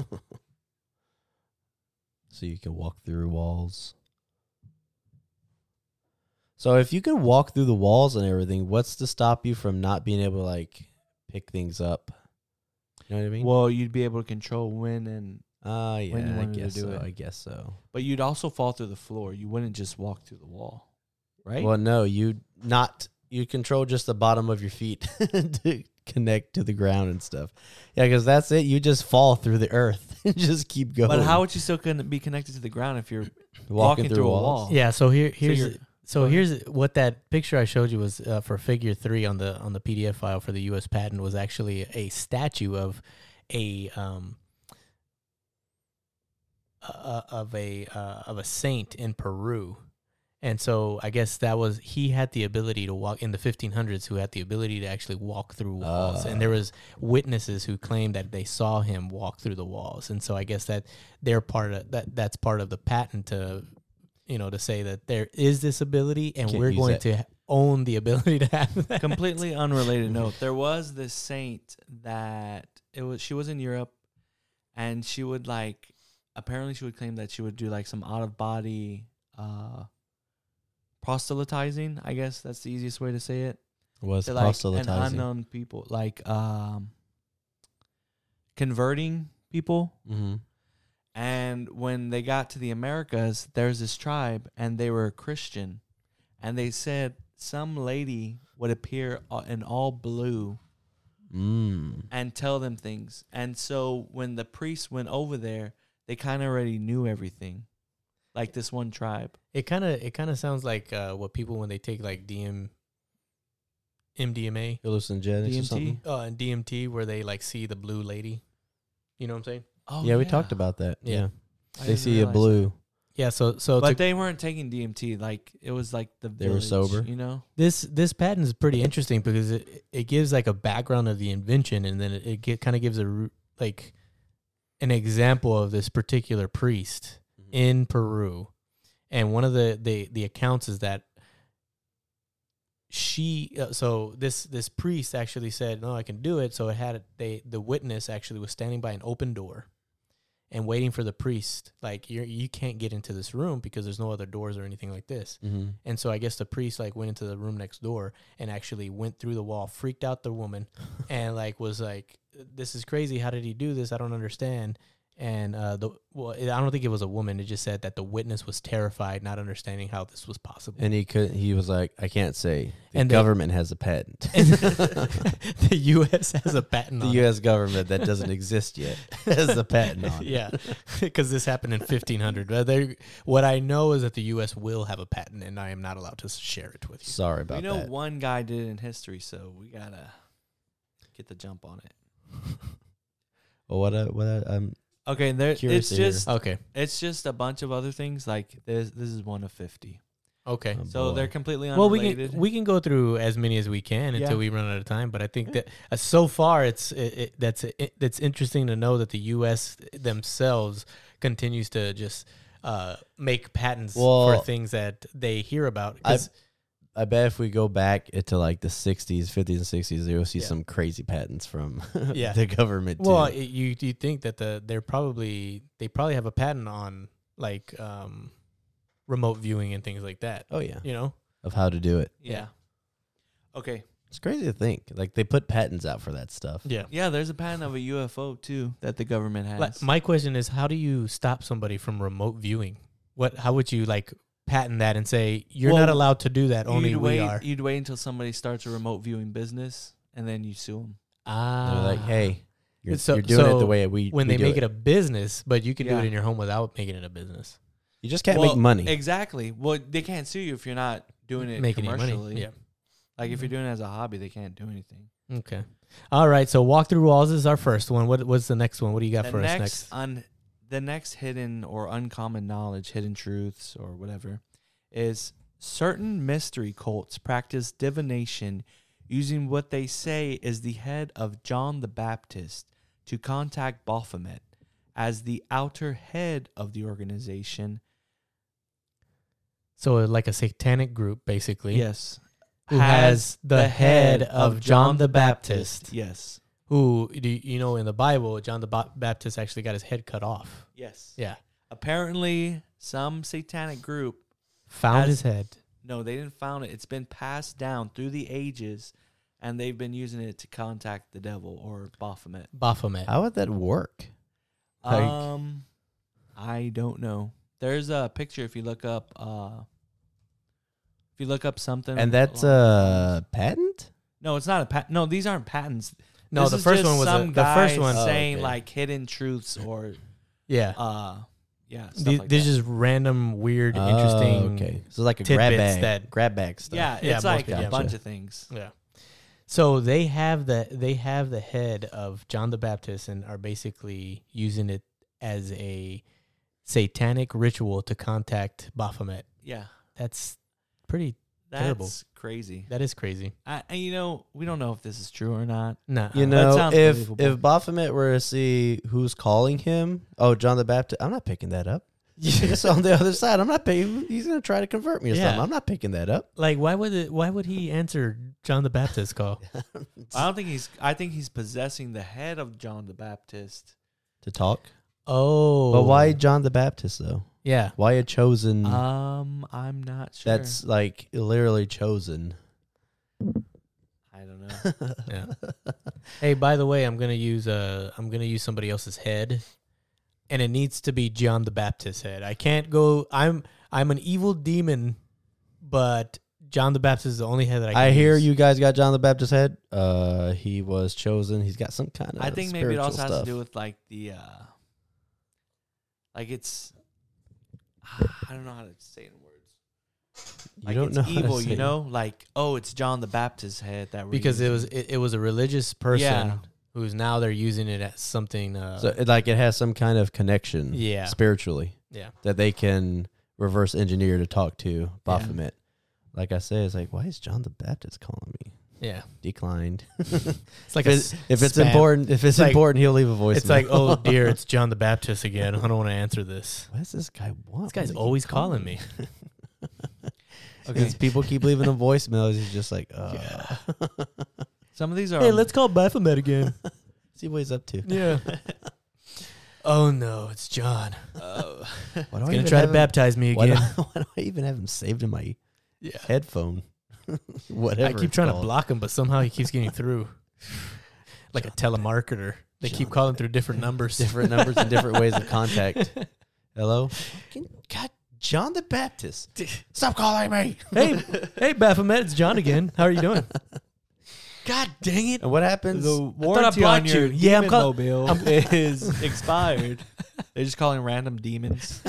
[SPEAKER 2] so you can walk through walls. So if you can walk through the walls and everything, what's to stop you from not being able to like pick things up? You know what I mean?
[SPEAKER 3] Well, you'd be able to control when and
[SPEAKER 2] Ah, yeah,
[SPEAKER 3] you
[SPEAKER 2] I
[SPEAKER 3] wanted to
[SPEAKER 2] guess
[SPEAKER 3] do
[SPEAKER 2] so.
[SPEAKER 3] it.
[SPEAKER 2] I guess so.
[SPEAKER 3] but you'd also fall through the floor. You wouldn't just walk through the wall. Right?
[SPEAKER 2] Well, no, you not you control just the bottom of your feet to connect to the ground and stuff. Yeah, because that's it. You just fall through the earth and just keep going.
[SPEAKER 3] but how would you still con- be connected to the ground if you're
[SPEAKER 2] walking,
[SPEAKER 3] through a wall.
[SPEAKER 1] Yeah. So here
[SPEAKER 3] so
[SPEAKER 1] here's
[SPEAKER 3] you're-
[SPEAKER 1] So
[SPEAKER 3] Go ahead.
[SPEAKER 1] here's what that picture I showed you was uh, for Figure Three on the on the PDF file for the U.S. patent was actually a statue of a um uh, of a uh, of a saint in Peru, and so I guess that was he had the ability to walk in the 1500s who had the ability to actually walk through walls, and
[SPEAKER 3] Ah.
[SPEAKER 1] there was witnesses who claimed that they saw him walk through the walls, and so I guess that they're part of that that's part of the patent to you know, to say that there is this ability and
[SPEAKER 2] Can't
[SPEAKER 1] we're
[SPEAKER 2] use
[SPEAKER 1] going
[SPEAKER 2] that.
[SPEAKER 1] to ha- own the ability to have that.
[SPEAKER 3] completely unrelated note there was this saint that it was she was in europe and she would like apparently she would claim that she would do like some out of body uh proselytizing i guess that's the easiest way to say it
[SPEAKER 2] was
[SPEAKER 3] to like an
[SPEAKER 2] proselytizing.
[SPEAKER 3] unknown people like um converting people
[SPEAKER 2] mm-hmm.
[SPEAKER 3] and when they got to the Americas, there's this tribe, and they were Christian, and they said some lady would appear a- in all blue
[SPEAKER 2] Mm.
[SPEAKER 3] and tell them things. And so when the priests went over there, they kind of already knew everything, like this one tribe.
[SPEAKER 1] It kind of it kind of sounds like uh, what people when they take like DM, MDMA,
[SPEAKER 2] Hallucinogenics or
[SPEAKER 3] DMT?
[SPEAKER 2] something.
[SPEAKER 1] uh, and DMT, where they like see the blue lady. You know what I'm saying?
[SPEAKER 3] Oh,
[SPEAKER 2] yeah, we talked about that.
[SPEAKER 1] Yeah.
[SPEAKER 2] Yeah,
[SPEAKER 3] I
[SPEAKER 2] they
[SPEAKER 3] didn't
[SPEAKER 2] see a
[SPEAKER 3] realize
[SPEAKER 2] blue.
[SPEAKER 3] that.
[SPEAKER 1] Yeah. So so
[SPEAKER 3] but
[SPEAKER 1] to-
[SPEAKER 3] they weren't taking DMT. Like it was like the
[SPEAKER 2] They were
[SPEAKER 3] village,
[SPEAKER 2] sober?
[SPEAKER 3] you know.
[SPEAKER 1] this this patent is pretty interesting because it it gives like a background of the invention and then it, it get, kind of gives a ru- like an example of this particular priest in Peru, and one of the the the accounts is that she uh, so this this priest actually said no I can do it so it had they the witness actually was standing by an open door and waiting for the priest like you you can't get into this room because there's no other doors or anything like this
[SPEAKER 2] Mm-hmm.
[SPEAKER 1] and so I guess the priest like went into the room next door and actually went through the wall, freaked out the woman, and like was like, "This is crazy. How did he do this? I don't understand." And uh, the well, it, I don't think it was a woman. It just said that the witness was terrified, not understanding how this was possible.
[SPEAKER 2] And he could. He was like, I can't say. The
[SPEAKER 1] And the-
[SPEAKER 2] government has a patent.
[SPEAKER 1] And the U.S. has a patent.
[SPEAKER 2] the
[SPEAKER 1] on
[SPEAKER 2] U.S. government that doesn't exist yet has a patent on.
[SPEAKER 1] it.
[SPEAKER 2] it.
[SPEAKER 1] yeah, because this happened in 1500. But they- What I know is that the U.S. will have a patent, and I am not allowed to share it with you.
[SPEAKER 2] Sorry about
[SPEAKER 3] we know
[SPEAKER 2] that.
[SPEAKER 3] one guy did it in history, so we gotta get the jump on it.
[SPEAKER 2] Well, what? I, what? I, um,
[SPEAKER 3] Okay, there.
[SPEAKER 2] Curious
[SPEAKER 3] it's
[SPEAKER 2] to hear.
[SPEAKER 3] just
[SPEAKER 1] Okay.
[SPEAKER 3] It's just a bunch of other things. Like this, this is one of fifty.
[SPEAKER 1] Okay.
[SPEAKER 2] Oh,
[SPEAKER 3] So
[SPEAKER 2] boy.
[SPEAKER 3] they're completely
[SPEAKER 1] Well, we
[SPEAKER 3] unrelated.
[SPEAKER 1] can we can go through as many as we can
[SPEAKER 3] Yeah.
[SPEAKER 1] until we run out of time. But I think
[SPEAKER 3] Yeah.
[SPEAKER 1] that uh, so far it's it, it, that's it, that's interesting to know that the U.S. themselves continues to just uh, make patents
[SPEAKER 2] Well,
[SPEAKER 1] for things that they hear about.
[SPEAKER 2] I-
[SPEAKER 1] 'Cause-
[SPEAKER 2] I bet if we go back into like the 60s, 50s, and 60s, you'll see
[SPEAKER 1] Yeah.
[SPEAKER 2] some crazy patents from
[SPEAKER 1] Yeah.
[SPEAKER 2] the government. Too.
[SPEAKER 1] well, it, you you think that the they're probably they probably have a patent on like um, remote viewing and things like that.
[SPEAKER 2] oh yeah,
[SPEAKER 1] You know,
[SPEAKER 2] of how to do it.
[SPEAKER 3] yeah. Okay.
[SPEAKER 2] It's crazy to think. Like they put patents out for that stuff.
[SPEAKER 1] yeah.
[SPEAKER 3] Yeah, there's a patent of a UFO too that the government has.
[SPEAKER 1] Like, my question is, how do you stop somebody from remote viewing? What? How would you like patent that and say you're not
[SPEAKER 3] Well,
[SPEAKER 1] allowed to do that?
[SPEAKER 3] you'd
[SPEAKER 1] Only we
[SPEAKER 3] wait,
[SPEAKER 1] are.
[SPEAKER 3] You'd wait until somebody starts a remote viewing business and then you sue them.
[SPEAKER 1] Ah,
[SPEAKER 2] They're like, hey, you're,
[SPEAKER 1] So-
[SPEAKER 2] you're doing it the
[SPEAKER 1] so
[SPEAKER 2] way we
[SPEAKER 1] when
[SPEAKER 2] we
[SPEAKER 1] they
[SPEAKER 2] do
[SPEAKER 1] make it. a business, but you can do
[SPEAKER 3] Yeah.
[SPEAKER 1] it in your home without making it a business.
[SPEAKER 2] you just can't
[SPEAKER 3] Well,
[SPEAKER 2] make money.
[SPEAKER 3] Exactly. Well, they can't sue you if you're not doing it
[SPEAKER 1] making any
[SPEAKER 3] commercially.
[SPEAKER 1] money. Yeah. Mm-hmm.
[SPEAKER 3] Like if you're doing it as a hobby, they can't do anything.
[SPEAKER 1] Okay. All right. So walk through walls is our first one. What? What's the next one? What do you got
[SPEAKER 3] the
[SPEAKER 1] for
[SPEAKER 3] next,
[SPEAKER 1] us next?
[SPEAKER 3] Un, the next hidden or uncommon knowledge, hidden truths or whatever, is certain mystery cults practice divination using what they say is the head of John the Baptist to contact Baphomet as the outer head of the organization.
[SPEAKER 1] So uh, like a satanic group, basically.
[SPEAKER 3] Yes.
[SPEAKER 1] Who has the, head of John the Baptist?
[SPEAKER 3] Yes.
[SPEAKER 1] Who do you- you know in the Bible? John the Ba- Baptist actually got his head cut off.
[SPEAKER 3] Yes.
[SPEAKER 1] Yeah.
[SPEAKER 3] Apparently, some satanic group
[SPEAKER 1] Found
[SPEAKER 3] As-
[SPEAKER 1] his head.
[SPEAKER 3] No, they didn't found it. It's been passed down through the ages, and they've been using it to contact the devil or Baphomet.
[SPEAKER 1] Baphomet.
[SPEAKER 2] how would that work? Like-
[SPEAKER 3] Um, I don't know. There's a picture if you look up. Uh, if you look up something,
[SPEAKER 2] And that's
[SPEAKER 3] along those
[SPEAKER 2] a patent.
[SPEAKER 3] lines. no, it's not a patent. No, these aren't patents.
[SPEAKER 1] No,
[SPEAKER 3] This
[SPEAKER 1] the
[SPEAKER 3] is
[SPEAKER 1] first
[SPEAKER 3] just
[SPEAKER 1] one was a-
[SPEAKER 3] some
[SPEAKER 1] the first
[SPEAKER 3] guy
[SPEAKER 1] one-
[SPEAKER 2] Oh,
[SPEAKER 3] saying
[SPEAKER 2] okay.
[SPEAKER 3] like hidden truths or
[SPEAKER 1] Yeah.
[SPEAKER 3] uh, yeah, stuff
[SPEAKER 1] These,
[SPEAKER 3] like
[SPEAKER 1] these
[SPEAKER 3] that.
[SPEAKER 1] just random, weird,
[SPEAKER 2] Oh,
[SPEAKER 1] interesting.
[SPEAKER 2] okay, so like a grab
[SPEAKER 1] tidbits
[SPEAKER 2] bag,
[SPEAKER 1] that-
[SPEAKER 2] grab bag stuff.
[SPEAKER 3] yeah,
[SPEAKER 1] Yeah, most
[SPEAKER 3] it's like
[SPEAKER 1] people-
[SPEAKER 3] a
[SPEAKER 1] yeah.
[SPEAKER 3] bunch of things.
[SPEAKER 1] Yeah. So they have the they have the head of John the Baptist and are basically using it as a satanic ritual to contact Baphomet.
[SPEAKER 3] Yeah,
[SPEAKER 1] That's pretty.
[SPEAKER 3] that's
[SPEAKER 1] Terrible.
[SPEAKER 3] crazy.
[SPEAKER 1] That is crazy.
[SPEAKER 3] I, and you know, we don't know if this is true or not.
[SPEAKER 1] Nah.
[SPEAKER 2] You
[SPEAKER 3] That
[SPEAKER 2] know,
[SPEAKER 3] sounds
[SPEAKER 2] if
[SPEAKER 3] believable.
[SPEAKER 2] if Baphomet were to see who's calling him, oh John the Baptist, I'm not picking that up. it's on the other side. I'm not picking. He's gonna try to convert me or
[SPEAKER 1] Yeah.
[SPEAKER 2] something. I'm not picking that up.
[SPEAKER 1] like why would it? Why would he answer John the Baptist call?
[SPEAKER 3] I don't think he's. I think he's possessing the head of John the Baptist.
[SPEAKER 2] to talk.
[SPEAKER 1] Oh,
[SPEAKER 2] But why John the Baptist though?
[SPEAKER 1] Yeah.
[SPEAKER 2] Why a chosen?
[SPEAKER 1] Uh,
[SPEAKER 3] Um, I'm not sure.
[SPEAKER 2] Hmm. that's like literally chosen.
[SPEAKER 3] I don't know.
[SPEAKER 1] Yeah. hey, by the way, I'm gonna use uh I'm gonna use somebody else's head, and it needs to be John the Baptist's head. I can't go. I'm I'm an evil demon, but John the Baptist is the only head that I. Can
[SPEAKER 2] I, hear
[SPEAKER 1] use.
[SPEAKER 2] you guys got John the Baptist head. Uh, he was chosen. He's got some kind of.
[SPEAKER 3] I think maybe it also
[SPEAKER 2] spiritual
[SPEAKER 3] has to
[SPEAKER 2] stuff.
[SPEAKER 3] do with like the, uh like it's. I don't know how to say it in words.
[SPEAKER 2] You
[SPEAKER 3] Like
[SPEAKER 2] don't
[SPEAKER 3] it's
[SPEAKER 2] know how to
[SPEAKER 3] evil,
[SPEAKER 2] say
[SPEAKER 3] you
[SPEAKER 2] it.
[SPEAKER 3] know, like oh, it's John the Baptist's head that we're
[SPEAKER 1] because it
[SPEAKER 3] using.
[SPEAKER 1] was it, it was a religious person
[SPEAKER 3] Yeah.
[SPEAKER 1] who's now they're using it as something. Uh,
[SPEAKER 2] So it, like it has some kind of connection.
[SPEAKER 1] Yeah.
[SPEAKER 2] Spiritually,
[SPEAKER 1] yeah,
[SPEAKER 2] that they can reverse engineer to talk to Baphomet. Like I said, it's like why is John the Baptist calling me?
[SPEAKER 1] yeah.
[SPEAKER 2] Declined.
[SPEAKER 1] It's like
[SPEAKER 2] if, it's,
[SPEAKER 1] a s-
[SPEAKER 2] if it's
[SPEAKER 1] spam.
[SPEAKER 2] important, if it's,
[SPEAKER 1] like-
[SPEAKER 2] important, he'll leave a voice.
[SPEAKER 1] It's like, oh dear, it's John the Baptist again. I don't want to answer this.
[SPEAKER 2] What does this guy want?
[SPEAKER 1] This guy's
[SPEAKER 2] Why is he
[SPEAKER 1] always calling me.
[SPEAKER 3] Okay.
[SPEAKER 2] It's people keep leaving them voicemails. He's just like, uh,
[SPEAKER 3] Some of these are.
[SPEAKER 1] Hey, let's call Baphomet again.
[SPEAKER 2] see what he's up to.
[SPEAKER 1] Yeah. oh no, it's John.
[SPEAKER 3] uh,
[SPEAKER 2] Why do
[SPEAKER 1] He's
[SPEAKER 2] I
[SPEAKER 1] gonna
[SPEAKER 2] even
[SPEAKER 1] try to
[SPEAKER 2] have him-
[SPEAKER 1] baptize me
[SPEAKER 2] Why do,
[SPEAKER 1] again.
[SPEAKER 2] why do I even have him saved in my
[SPEAKER 1] Yeah.
[SPEAKER 2] headphone? Whatever.
[SPEAKER 1] I keep
[SPEAKER 2] it's
[SPEAKER 1] trying to
[SPEAKER 2] called.
[SPEAKER 1] block him, but somehow he keeps getting through. like a telemarketer. They keep
[SPEAKER 2] John.
[SPEAKER 1] calling through different numbers.
[SPEAKER 2] different numbers and different ways of contact. Hello, Fucking God, John the Baptist. Stop calling me.
[SPEAKER 1] hey, hey, Baphomet, it's John again. How are you doing? God dang it.
[SPEAKER 2] And what happens?
[SPEAKER 3] the
[SPEAKER 1] warranty
[SPEAKER 3] warranty
[SPEAKER 1] on
[SPEAKER 3] on
[SPEAKER 1] your
[SPEAKER 3] your yeah, I'm
[SPEAKER 1] demon
[SPEAKER 3] call- is expired. They're just calling random demons.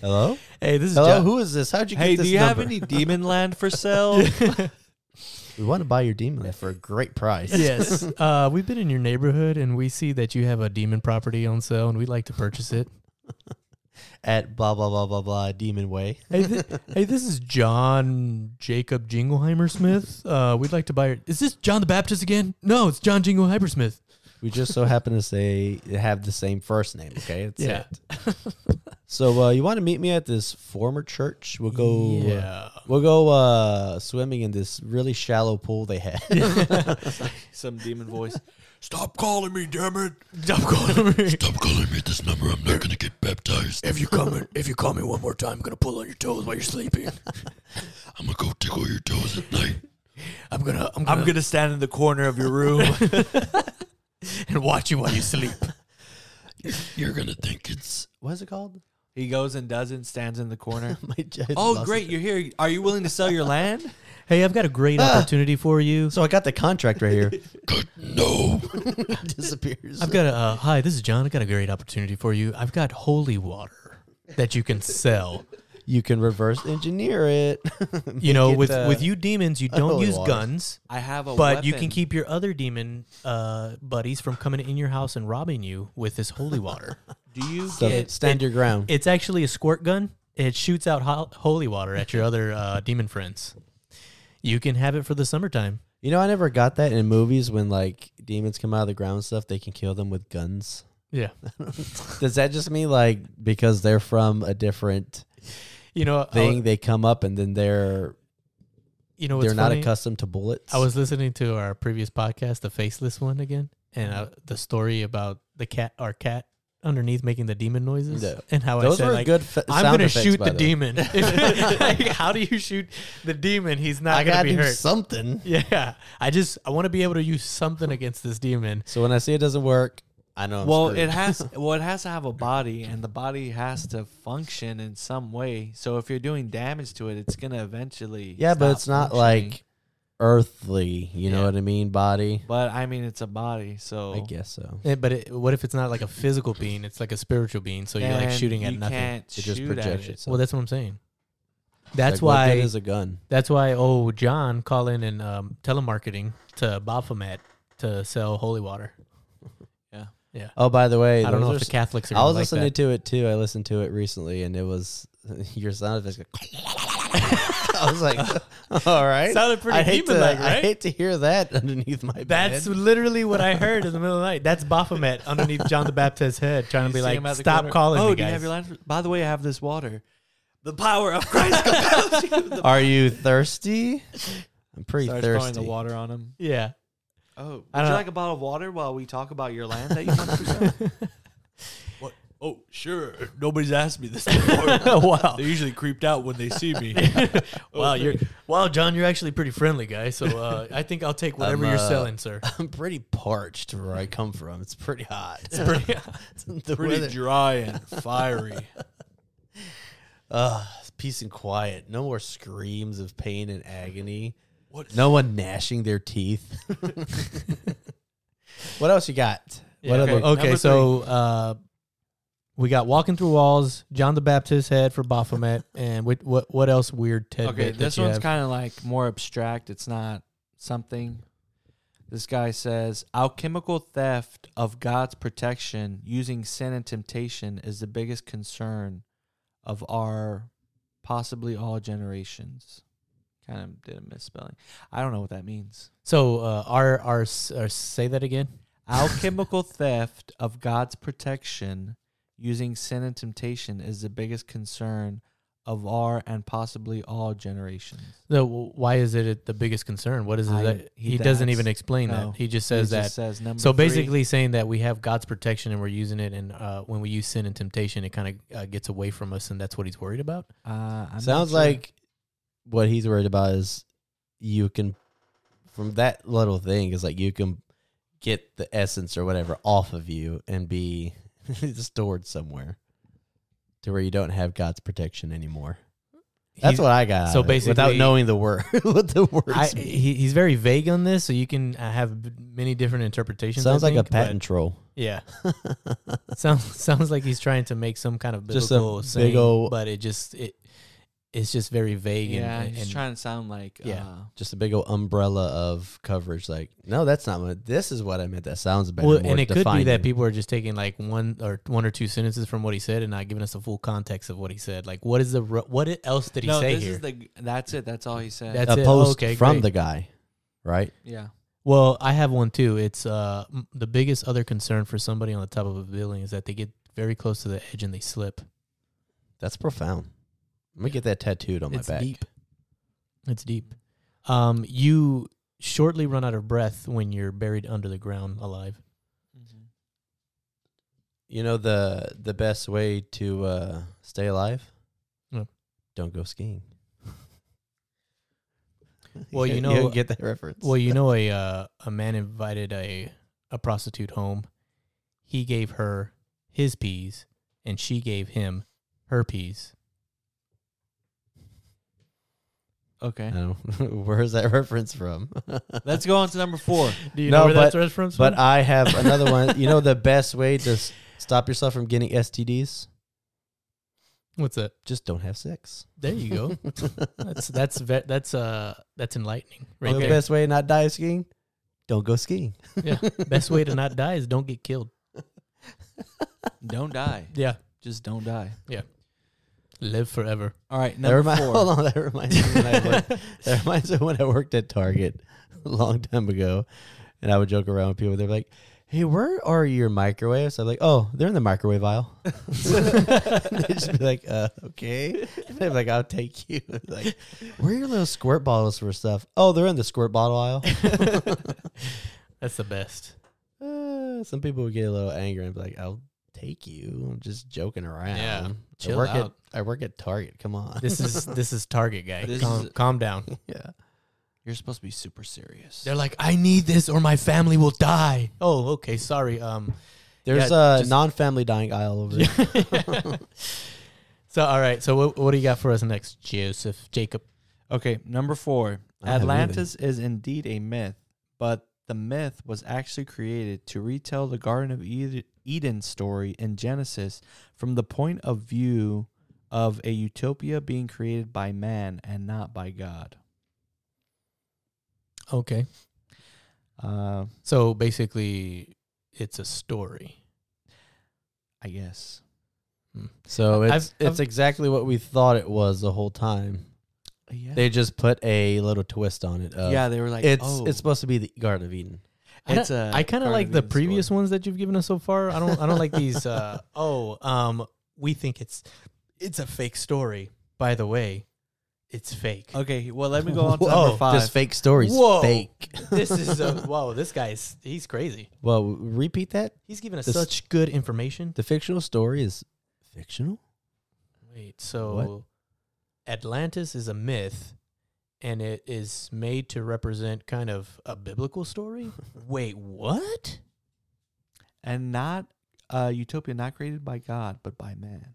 [SPEAKER 2] Hello,
[SPEAKER 1] Hey, this is
[SPEAKER 2] hello.
[SPEAKER 1] John.
[SPEAKER 2] Who is this? How'd you
[SPEAKER 3] Hey,
[SPEAKER 2] get this
[SPEAKER 3] do you
[SPEAKER 2] number?
[SPEAKER 3] have any demon land for sale?
[SPEAKER 2] we want to buy your demon for a great price.
[SPEAKER 1] Yes. Uh, we've been in your neighborhood and we see that you have a demon property on sale and we'd like to purchase it.
[SPEAKER 2] at blah blah blah blah blah Demon Way.
[SPEAKER 1] Hey, thi- hey, this is John Jacob Jingleheimer Smith. Uh, we'd like to buy. Your- is this John the Baptist again? No, it's John Jingleheimer Smith.
[SPEAKER 2] We just so happen to say have the same first name. Okay, that's
[SPEAKER 1] Yeah.
[SPEAKER 2] it. so uh, you want to meet me at this former church? We'll go. uh,
[SPEAKER 1] Yeah.
[SPEAKER 2] We'll go uh, swimming in this really shallow pool they had.
[SPEAKER 3] Some demon voice.
[SPEAKER 4] Stop calling me, damn it!
[SPEAKER 1] Stop calling me.
[SPEAKER 4] Stop calling me at this number. I'm not gonna get baptized.
[SPEAKER 1] If you come, in- if you call me one more time, I'm gonna pull on your toes while you're sleeping.
[SPEAKER 4] I'm gonna go tickle your toes at night.
[SPEAKER 1] I'm gonna, I'm gonna,
[SPEAKER 3] I'm gonna stand in the corner of your room.
[SPEAKER 1] and watch you while you sleep.
[SPEAKER 4] You're gonna think it's
[SPEAKER 2] what is it called?
[SPEAKER 3] he goes and doesn't stands in the corner.
[SPEAKER 2] My j- I
[SPEAKER 3] Oh,
[SPEAKER 2] lost
[SPEAKER 3] great,
[SPEAKER 2] it.
[SPEAKER 3] you're here. Are you willing to sell your land?
[SPEAKER 1] hey, I've got a great opportunity for you.
[SPEAKER 2] So I got the contract right here.
[SPEAKER 4] good. No,
[SPEAKER 2] Disappears.
[SPEAKER 1] I've got a uh, hi. This is John. I've got a great opportunity for you. I've got holy water that you can sell.
[SPEAKER 2] you can reverse engineer it.
[SPEAKER 1] you know,
[SPEAKER 2] Make it,
[SPEAKER 1] with
[SPEAKER 2] uh,
[SPEAKER 1] with you demons, you don't
[SPEAKER 2] holy
[SPEAKER 1] use
[SPEAKER 2] water.
[SPEAKER 1] guns,
[SPEAKER 3] I have a
[SPEAKER 1] but you can
[SPEAKER 3] weapon.
[SPEAKER 1] keep your other demon uh, buddies from coming in your house and robbing you with this holy water.
[SPEAKER 3] Do you
[SPEAKER 2] so
[SPEAKER 3] get
[SPEAKER 2] stand your ground.
[SPEAKER 1] it's actually a squirt gun. It shoots out ho- holy water at your other uh, demon friends. You can have it for the summertime.
[SPEAKER 2] you know, I never got that in movies when like demons come out of the ground and stuff. They can kill them with guns.
[SPEAKER 1] Yeah.
[SPEAKER 2] Does that just mean like because they're from a different
[SPEAKER 1] You know, I
[SPEAKER 2] thing,
[SPEAKER 1] wa-
[SPEAKER 2] they come up and then they're
[SPEAKER 1] you know, what's
[SPEAKER 2] they're not
[SPEAKER 1] funny?
[SPEAKER 2] accustomed to bullets?
[SPEAKER 1] I was listening to our previous podcast, the faceless one again, and uh, the story about the cat, our cat underneath making the demon noises,
[SPEAKER 2] Yeah.
[SPEAKER 1] and how
[SPEAKER 2] those
[SPEAKER 1] oh, I said
[SPEAKER 2] were
[SPEAKER 1] like,
[SPEAKER 2] good. F-
[SPEAKER 1] "I'm
[SPEAKER 2] sound
[SPEAKER 1] gonna
[SPEAKER 2] effects,
[SPEAKER 1] shoot
[SPEAKER 2] by
[SPEAKER 1] the
[SPEAKER 2] way.
[SPEAKER 1] demon." Like, how do you shoot the demon? He's not
[SPEAKER 2] I
[SPEAKER 1] gonna
[SPEAKER 2] gotta
[SPEAKER 1] be
[SPEAKER 2] do
[SPEAKER 1] hurt.
[SPEAKER 2] something.
[SPEAKER 1] yeah, I just I want to be able to use something against this demon.
[SPEAKER 2] So when I see it doesn't work, I know. I'm
[SPEAKER 3] well,
[SPEAKER 2] screwed.
[SPEAKER 3] it has well, it has to have a body, and the body has to function in some way. So if you're doing damage to it, it's gonna eventually.
[SPEAKER 2] yeah, but
[SPEAKER 3] stop
[SPEAKER 2] it's not
[SPEAKER 3] functioning.
[SPEAKER 2] like earthly. You know
[SPEAKER 3] Yeah.
[SPEAKER 2] what I mean? Body.
[SPEAKER 3] But I mean, it's a body, so
[SPEAKER 2] I guess so.
[SPEAKER 1] Eh, but it, what if it's not like a physical being? It's like a spiritual being. So you're like
[SPEAKER 3] and
[SPEAKER 1] shooting at
[SPEAKER 3] you
[SPEAKER 1] nothing.
[SPEAKER 3] Can't
[SPEAKER 2] It just
[SPEAKER 3] shoot at
[SPEAKER 2] projects
[SPEAKER 3] it.
[SPEAKER 2] itself.
[SPEAKER 1] Well, that's what I'm saying. That's
[SPEAKER 2] Like, what
[SPEAKER 1] why
[SPEAKER 2] good is a gun.
[SPEAKER 1] That's why, oh, John, call in and um, telemarketing to Baphomet to sell holy water.
[SPEAKER 3] Yeah.
[SPEAKER 1] Yeah.
[SPEAKER 2] Oh, by the way,
[SPEAKER 1] I don't
[SPEAKER 2] those
[SPEAKER 1] know
[SPEAKER 2] are
[SPEAKER 1] if the
[SPEAKER 2] s-
[SPEAKER 1] Catholics are
[SPEAKER 2] I
[SPEAKER 1] gonna
[SPEAKER 2] was
[SPEAKER 1] like
[SPEAKER 2] listening
[SPEAKER 1] that.
[SPEAKER 2] to it too. I listened to it recently, and it was your sound effects. go- I was like, all right.
[SPEAKER 1] Sounded pretty
[SPEAKER 2] I hate, to,
[SPEAKER 1] demon-like,
[SPEAKER 2] I
[SPEAKER 1] right?
[SPEAKER 2] hate to hear that underneath my
[SPEAKER 1] That's
[SPEAKER 2] bed.
[SPEAKER 1] literally what I heard in the middle of the night. That's Baphomet underneath John the Baptist's head trying to be
[SPEAKER 3] See
[SPEAKER 1] like,
[SPEAKER 3] him at the
[SPEAKER 1] stop
[SPEAKER 3] corner.
[SPEAKER 1] calling
[SPEAKER 3] Oh,
[SPEAKER 1] me,
[SPEAKER 3] do you
[SPEAKER 1] guys.
[SPEAKER 3] have your line? By the way, I have this water. The power of Christ compels you. The
[SPEAKER 2] Are you thirsty? I'm pretty
[SPEAKER 3] Starts throwing
[SPEAKER 2] thirsty.
[SPEAKER 3] the water on him.
[SPEAKER 1] yeah.
[SPEAKER 3] Oh, would
[SPEAKER 1] I
[SPEAKER 3] you
[SPEAKER 1] don't-
[SPEAKER 3] like a bottle of water while we talk about your land that you want to sell?
[SPEAKER 4] What? Oh, sure. Nobody's asked me this before.
[SPEAKER 1] wow.
[SPEAKER 4] usually creeped out when they see me.
[SPEAKER 1] Wow, you're wow, John. You're actually pretty friendly, guy. So uh, I think I'll take whatever
[SPEAKER 2] I'm,
[SPEAKER 1] you're
[SPEAKER 2] uh,
[SPEAKER 1] selling, sir.
[SPEAKER 2] I'm pretty parched where I come from. It's pretty hot. It's
[SPEAKER 1] Pretty-
[SPEAKER 2] the
[SPEAKER 4] Pretty
[SPEAKER 2] weather-
[SPEAKER 4] dry and fiery.
[SPEAKER 2] Ugh, it's peace and quiet. No more screams of pain and agony.
[SPEAKER 4] What?
[SPEAKER 2] No one gnashing their teeth. what else you got? What
[SPEAKER 1] Yeah.
[SPEAKER 2] other-
[SPEAKER 1] okay,
[SPEAKER 3] Number three.
[SPEAKER 1] so uh, we got walking through walls, John the Baptist head for Baphomet, and what what what else weird tidbit?
[SPEAKER 3] Okay,
[SPEAKER 1] that
[SPEAKER 3] this
[SPEAKER 1] you
[SPEAKER 3] one's
[SPEAKER 1] have?
[SPEAKER 3] kind of like more abstract. It's not something. This guy says alchemical theft of God's protection using sin and temptation is the biggest concern of our possibly all generations. Kind of did a misspelling. I don't know what that means.
[SPEAKER 1] so uh, our, our s- our say that again.
[SPEAKER 3] Alchemical theft of God's protection using sin and temptation is the biggest concern of our and possibly all generations.
[SPEAKER 1] The, why is it it the biggest concern? What is it
[SPEAKER 3] I-
[SPEAKER 1] that
[SPEAKER 3] he-
[SPEAKER 1] he, doesn't
[SPEAKER 3] that's-
[SPEAKER 1] even explain
[SPEAKER 3] no.
[SPEAKER 1] that? He just
[SPEAKER 3] He
[SPEAKER 1] says that.
[SPEAKER 3] just says number
[SPEAKER 1] so
[SPEAKER 3] three.
[SPEAKER 1] basically, saying that we have God's protection and we're using it, and uh, when we use sin and temptation, it kind of uh, gets away from us, and that's what he's worried about.
[SPEAKER 3] uh, I'm not
[SPEAKER 2] Sounds
[SPEAKER 3] sure.
[SPEAKER 2] like what he's worried about is you can, from that little thing, is like you can get the essence or whatever off of you and be stored somewhere to where you don't have God's protection anymore. That's
[SPEAKER 1] He's-
[SPEAKER 2] what I got.
[SPEAKER 1] so
[SPEAKER 2] So basically, without
[SPEAKER 1] basically-
[SPEAKER 2] knowing the word, what the words
[SPEAKER 1] I,
[SPEAKER 2] mean.
[SPEAKER 1] he, he's very vague on this, so you can uh, have b- many different interpretations. I
[SPEAKER 2] sounds like a
[SPEAKER 1] think, but-
[SPEAKER 2] patent troll.
[SPEAKER 1] Yeah. sounds sounds like he's trying to make some kind of
[SPEAKER 2] Just a
[SPEAKER 1] biblical
[SPEAKER 2] big
[SPEAKER 1] saying,
[SPEAKER 2] ol'
[SPEAKER 1] but it just it it's just very vague.
[SPEAKER 3] yeah,
[SPEAKER 1] and,
[SPEAKER 3] he's
[SPEAKER 1] and-
[SPEAKER 3] trying to sound like
[SPEAKER 1] Yeah.
[SPEAKER 3] uh,
[SPEAKER 2] Just a big old umbrella of coverage. Like, no, that's not what. This is what I meant. That sounds better.
[SPEAKER 1] well,
[SPEAKER 2] more
[SPEAKER 1] and it could be that
[SPEAKER 2] defining.
[SPEAKER 1] people are just taking like one or one or two sentences from what he said and not giving us the full context of what he said. Like, what is the ru- what i- else did he
[SPEAKER 3] no,
[SPEAKER 1] say
[SPEAKER 3] this
[SPEAKER 1] here?
[SPEAKER 3] is the that's it. That's all he said.
[SPEAKER 1] That's-
[SPEAKER 2] a
[SPEAKER 1] it.
[SPEAKER 2] post
[SPEAKER 1] "Oh, Okay,
[SPEAKER 2] from
[SPEAKER 1] great.
[SPEAKER 2] the guy, right?
[SPEAKER 3] yeah.
[SPEAKER 1] Well, I have one too. It's uh m- the biggest other concern for somebody on the top of a building is that they get very close to the edge and they slip.
[SPEAKER 2] That's profound. I'm gonna get that tattooed on my
[SPEAKER 1] it's
[SPEAKER 2] back.
[SPEAKER 1] deep. It's deep. Um, you shortly run out of breath when you're buried under the ground alive.
[SPEAKER 3] Mm-hmm.
[SPEAKER 2] You know the the best way to uh, stay alive?
[SPEAKER 1] No.
[SPEAKER 2] Don't go skiing.
[SPEAKER 1] Well, you
[SPEAKER 2] you
[SPEAKER 1] know-
[SPEAKER 2] don't get that reference.
[SPEAKER 1] Well, you know, a uh, a man invited a a prostitute home. He gave her his peas, and she gave him her peas.
[SPEAKER 3] Okay,
[SPEAKER 2] I don't- where is that reference from?
[SPEAKER 3] let's go on to number four.
[SPEAKER 1] Do you
[SPEAKER 2] No,
[SPEAKER 1] know where
[SPEAKER 2] but-
[SPEAKER 1] that's that from?
[SPEAKER 2] but I have another one. You know the best way to s- stop yourself from getting STDs?
[SPEAKER 1] What's that?
[SPEAKER 2] Just don't have sex.
[SPEAKER 1] There you go. that's that's ve- that's uh that's enlightening. Right
[SPEAKER 2] the
[SPEAKER 1] there.
[SPEAKER 2] best way to not die skiing? Don't go skiing.
[SPEAKER 1] Yeah. Best way to not die is don't get killed.
[SPEAKER 3] Don't die.
[SPEAKER 1] Yeah.
[SPEAKER 3] Just don't die.
[SPEAKER 1] Live forever.
[SPEAKER 3] All right,
[SPEAKER 2] That
[SPEAKER 3] number
[SPEAKER 2] remi-
[SPEAKER 3] four.
[SPEAKER 2] hold on, that reminds me when I worked, that reminds me when I worked at Target a long time ago, and I would joke around with people. They're like, "Hey, where are your microwaves?" I'm like, "Oh, they're in the microwave aisle." They'd just be like, uh, "Okay," and I'm like, "I'll take you." like, where are your little squirt bottles for stuff? Oh, they're in the squirt bottle aisle.
[SPEAKER 1] That's the best.
[SPEAKER 2] Uh, some people would get a little angry and be like, "I'll take you." I'm just joking around.
[SPEAKER 1] Yeah,
[SPEAKER 2] I
[SPEAKER 1] chill
[SPEAKER 2] work
[SPEAKER 1] out.
[SPEAKER 2] at I work at Target. Come on.
[SPEAKER 1] This is this is Target guy.
[SPEAKER 3] This
[SPEAKER 1] Calm,
[SPEAKER 3] is-
[SPEAKER 1] calm down.
[SPEAKER 2] yeah.
[SPEAKER 3] You're supposed to be super serious.
[SPEAKER 1] They're like, I need this or my family will die. Oh, okay, sorry. Um,
[SPEAKER 2] There's
[SPEAKER 1] Yeah,
[SPEAKER 2] a
[SPEAKER 1] just-
[SPEAKER 2] non-family dying aisle over there.
[SPEAKER 1] so all right. So what, what do you got for us next, Joseph Jacob?
[SPEAKER 3] Okay, number four.
[SPEAKER 2] I don't have
[SPEAKER 3] Atlantis is indeed a myth, but the myth was actually created to retell the Garden of Ed- Eden story in Genesis from the point of view of a utopia being created by man and not by God.
[SPEAKER 1] Okay.
[SPEAKER 3] Uh,
[SPEAKER 1] So basically, it's a story. Hmm.
[SPEAKER 3] I guess.
[SPEAKER 2] So
[SPEAKER 1] I've-
[SPEAKER 2] it's it's
[SPEAKER 1] I've-
[SPEAKER 2] exactly what we thought it was the whole time.
[SPEAKER 3] Yeah.
[SPEAKER 2] They just put a little twist on it. Of,
[SPEAKER 3] yeah, they were like,
[SPEAKER 2] it's
[SPEAKER 3] oh,
[SPEAKER 2] it's supposed to be the Garden of Eden.
[SPEAKER 1] I
[SPEAKER 3] It's
[SPEAKER 1] don't-
[SPEAKER 3] a
[SPEAKER 1] I kind of
[SPEAKER 3] Garden
[SPEAKER 1] like
[SPEAKER 3] of
[SPEAKER 1] the
[SPEAKER 3] Eden story.
[SPEAKER 1] previous ones that you've given us so far. I don't. I don't like these. Uh, oh, um, we think it's it's a fake story. By the way, it's fake.
[SPEAKER 3] Okay, well, let me go on to
[SPEAKER 2] Whoa,
[SPEAKER 3] number five.
[SPEAKER 2] Just fake stories.
[SPEAKER 1] Whoa.
[SPEAKER 2] Fake.
[SPEAKER 1] this is a, whoa. This guy's he's crazy.
[SPEAKER 2] Well, repeat that.
[SPEAKER 1] He's giving us
[SPEAKER 2] This-
[SPEAKER 1] such good information.
[SPEAKER 2] The fictional story is fictional.
[SPEAKER 1] Wait, so Atlantis is a myth, and it is made to represent kind of a biblical story. Wait, what?
[SPEAKER 3] and not a utopia not created by God, but by man.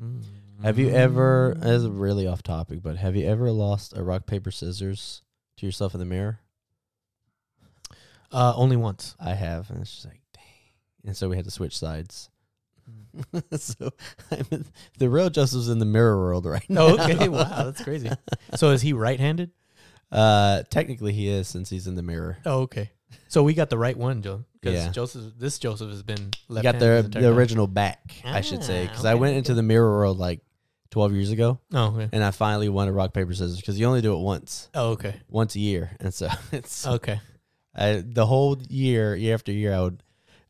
[SPEAKER 2] Mm. Have you ever? This is really off topic, but have you ever lost a rock paper scissors to yourself in the mirror?
[SPEAKER 1] Uh, only once.
[SPEAKER 2] I have, and it's just like, dang. And so we had to switch sides. so I'm in, the real Joseph's in the mirror world right now.
[SPEAKER 1] Oh, Okay, wow, that's crazy. So is he right-handed?
[SPEAKER 2] Uh, technically, he is since he's in the mirror.
[SPEAKER 1] Oh, okay. So we got the right one, John. Because
[SPEAKER 2] Yeah.
[SPEAKER 1] Joseph, this Joseph has been
[SPEAKER 2] You
[SPEAKER 1] left.
[SPEAKER 2] got the the original back, I should say, because I
[SPEAKER 1] Ah,
[SPEAKER 2] went
[SPEAKER 1] okay.
[SPEAKER 2] into the mirror world like 12 years ago,
[SPEAKER 1] Oh, okay.
[SPEAKER 2] and I finally won a rock paper scissors because you only do it once,
[SPEAKER 1] Oh, okay.
[SPEAKER 2] once a year, and so it's
[SPEAKER 1] Okay.
[SPEAKER 2] I, the whole year, year after year, I would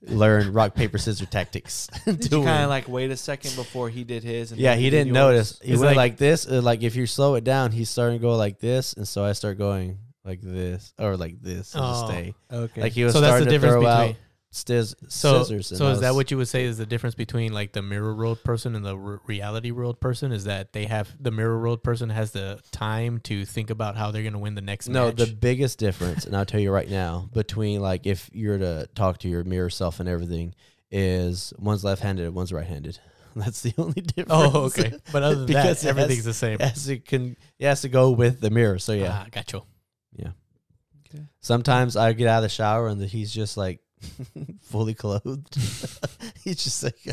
[SPEAKER 2] learn rock paper scissors tactics.
[SPEAKER 3] Did you kind of like wait a second before he did his? And
[SPEAKER 2] Yeah,
[SPEAKER 3] then
[SPEAKER 2] he
[SPEAKER 3] did
[SPEAKER 2] didn't
[SPEAKER 3] yours?
[SPEAKER 2] notice. He
[SPEAKER 1] It's
[SPEAKER 2] went
[SPEAKER 1] like-
[SPEAKER 2] like, this. uh, Like if you slow it down, he's starting to go like this, and so I start going like this or like this and just
[SPEAKER 1] Oh,
[SPEAKER 2] stay.
[SPEAKER 3] Okay.
[SPEAKER 2] Like he was
[SPEAKER 1] So that's the
[SPEAKER 2] starting to
[SPEAKER 1] difference
[SPEAKER 2] throw out
[SPEAKER 1] between.
[SPEAKER 2] stiz-
[SPEAKER 1] So,
[SPEAKER 2] scissors. and
[SPEAKER 1] so
[SPEAKER 2] I
[SPEAKER 1] is that
[SPEAKER 2] was-
[SPEAKER 1] what you would say is the difference between like the mirror world person and the r- reality world person? Is that they have the mirror world person has the time to think about how they're going to win the next
[SPEAKER 2] No,
[SPEAKER 1] match?
[SPEAKER 2] the biggest difference, and I'll tell you right now, between like if you're to talk to your mirror self and everything, is one's left-handed and one's right-handed. That's the only difference.
[SPEAKER 1] oh, okay. But other than
[SPEAKER 2] Because
[SPEAKER 1] that,
[SPEAKER 2] it
[SPEAKER 1] everything's
[SPEAKER 2] has-
[SPEAKER 1] the same.
[SPEAKER 2] It has to can it has to go with the mirror. So yeah,
[SPEAKER 1] Ah, gotcha.
[SPEAKER 2] Sometimes I get out of the shower and he's just like fully clothed. He's just like,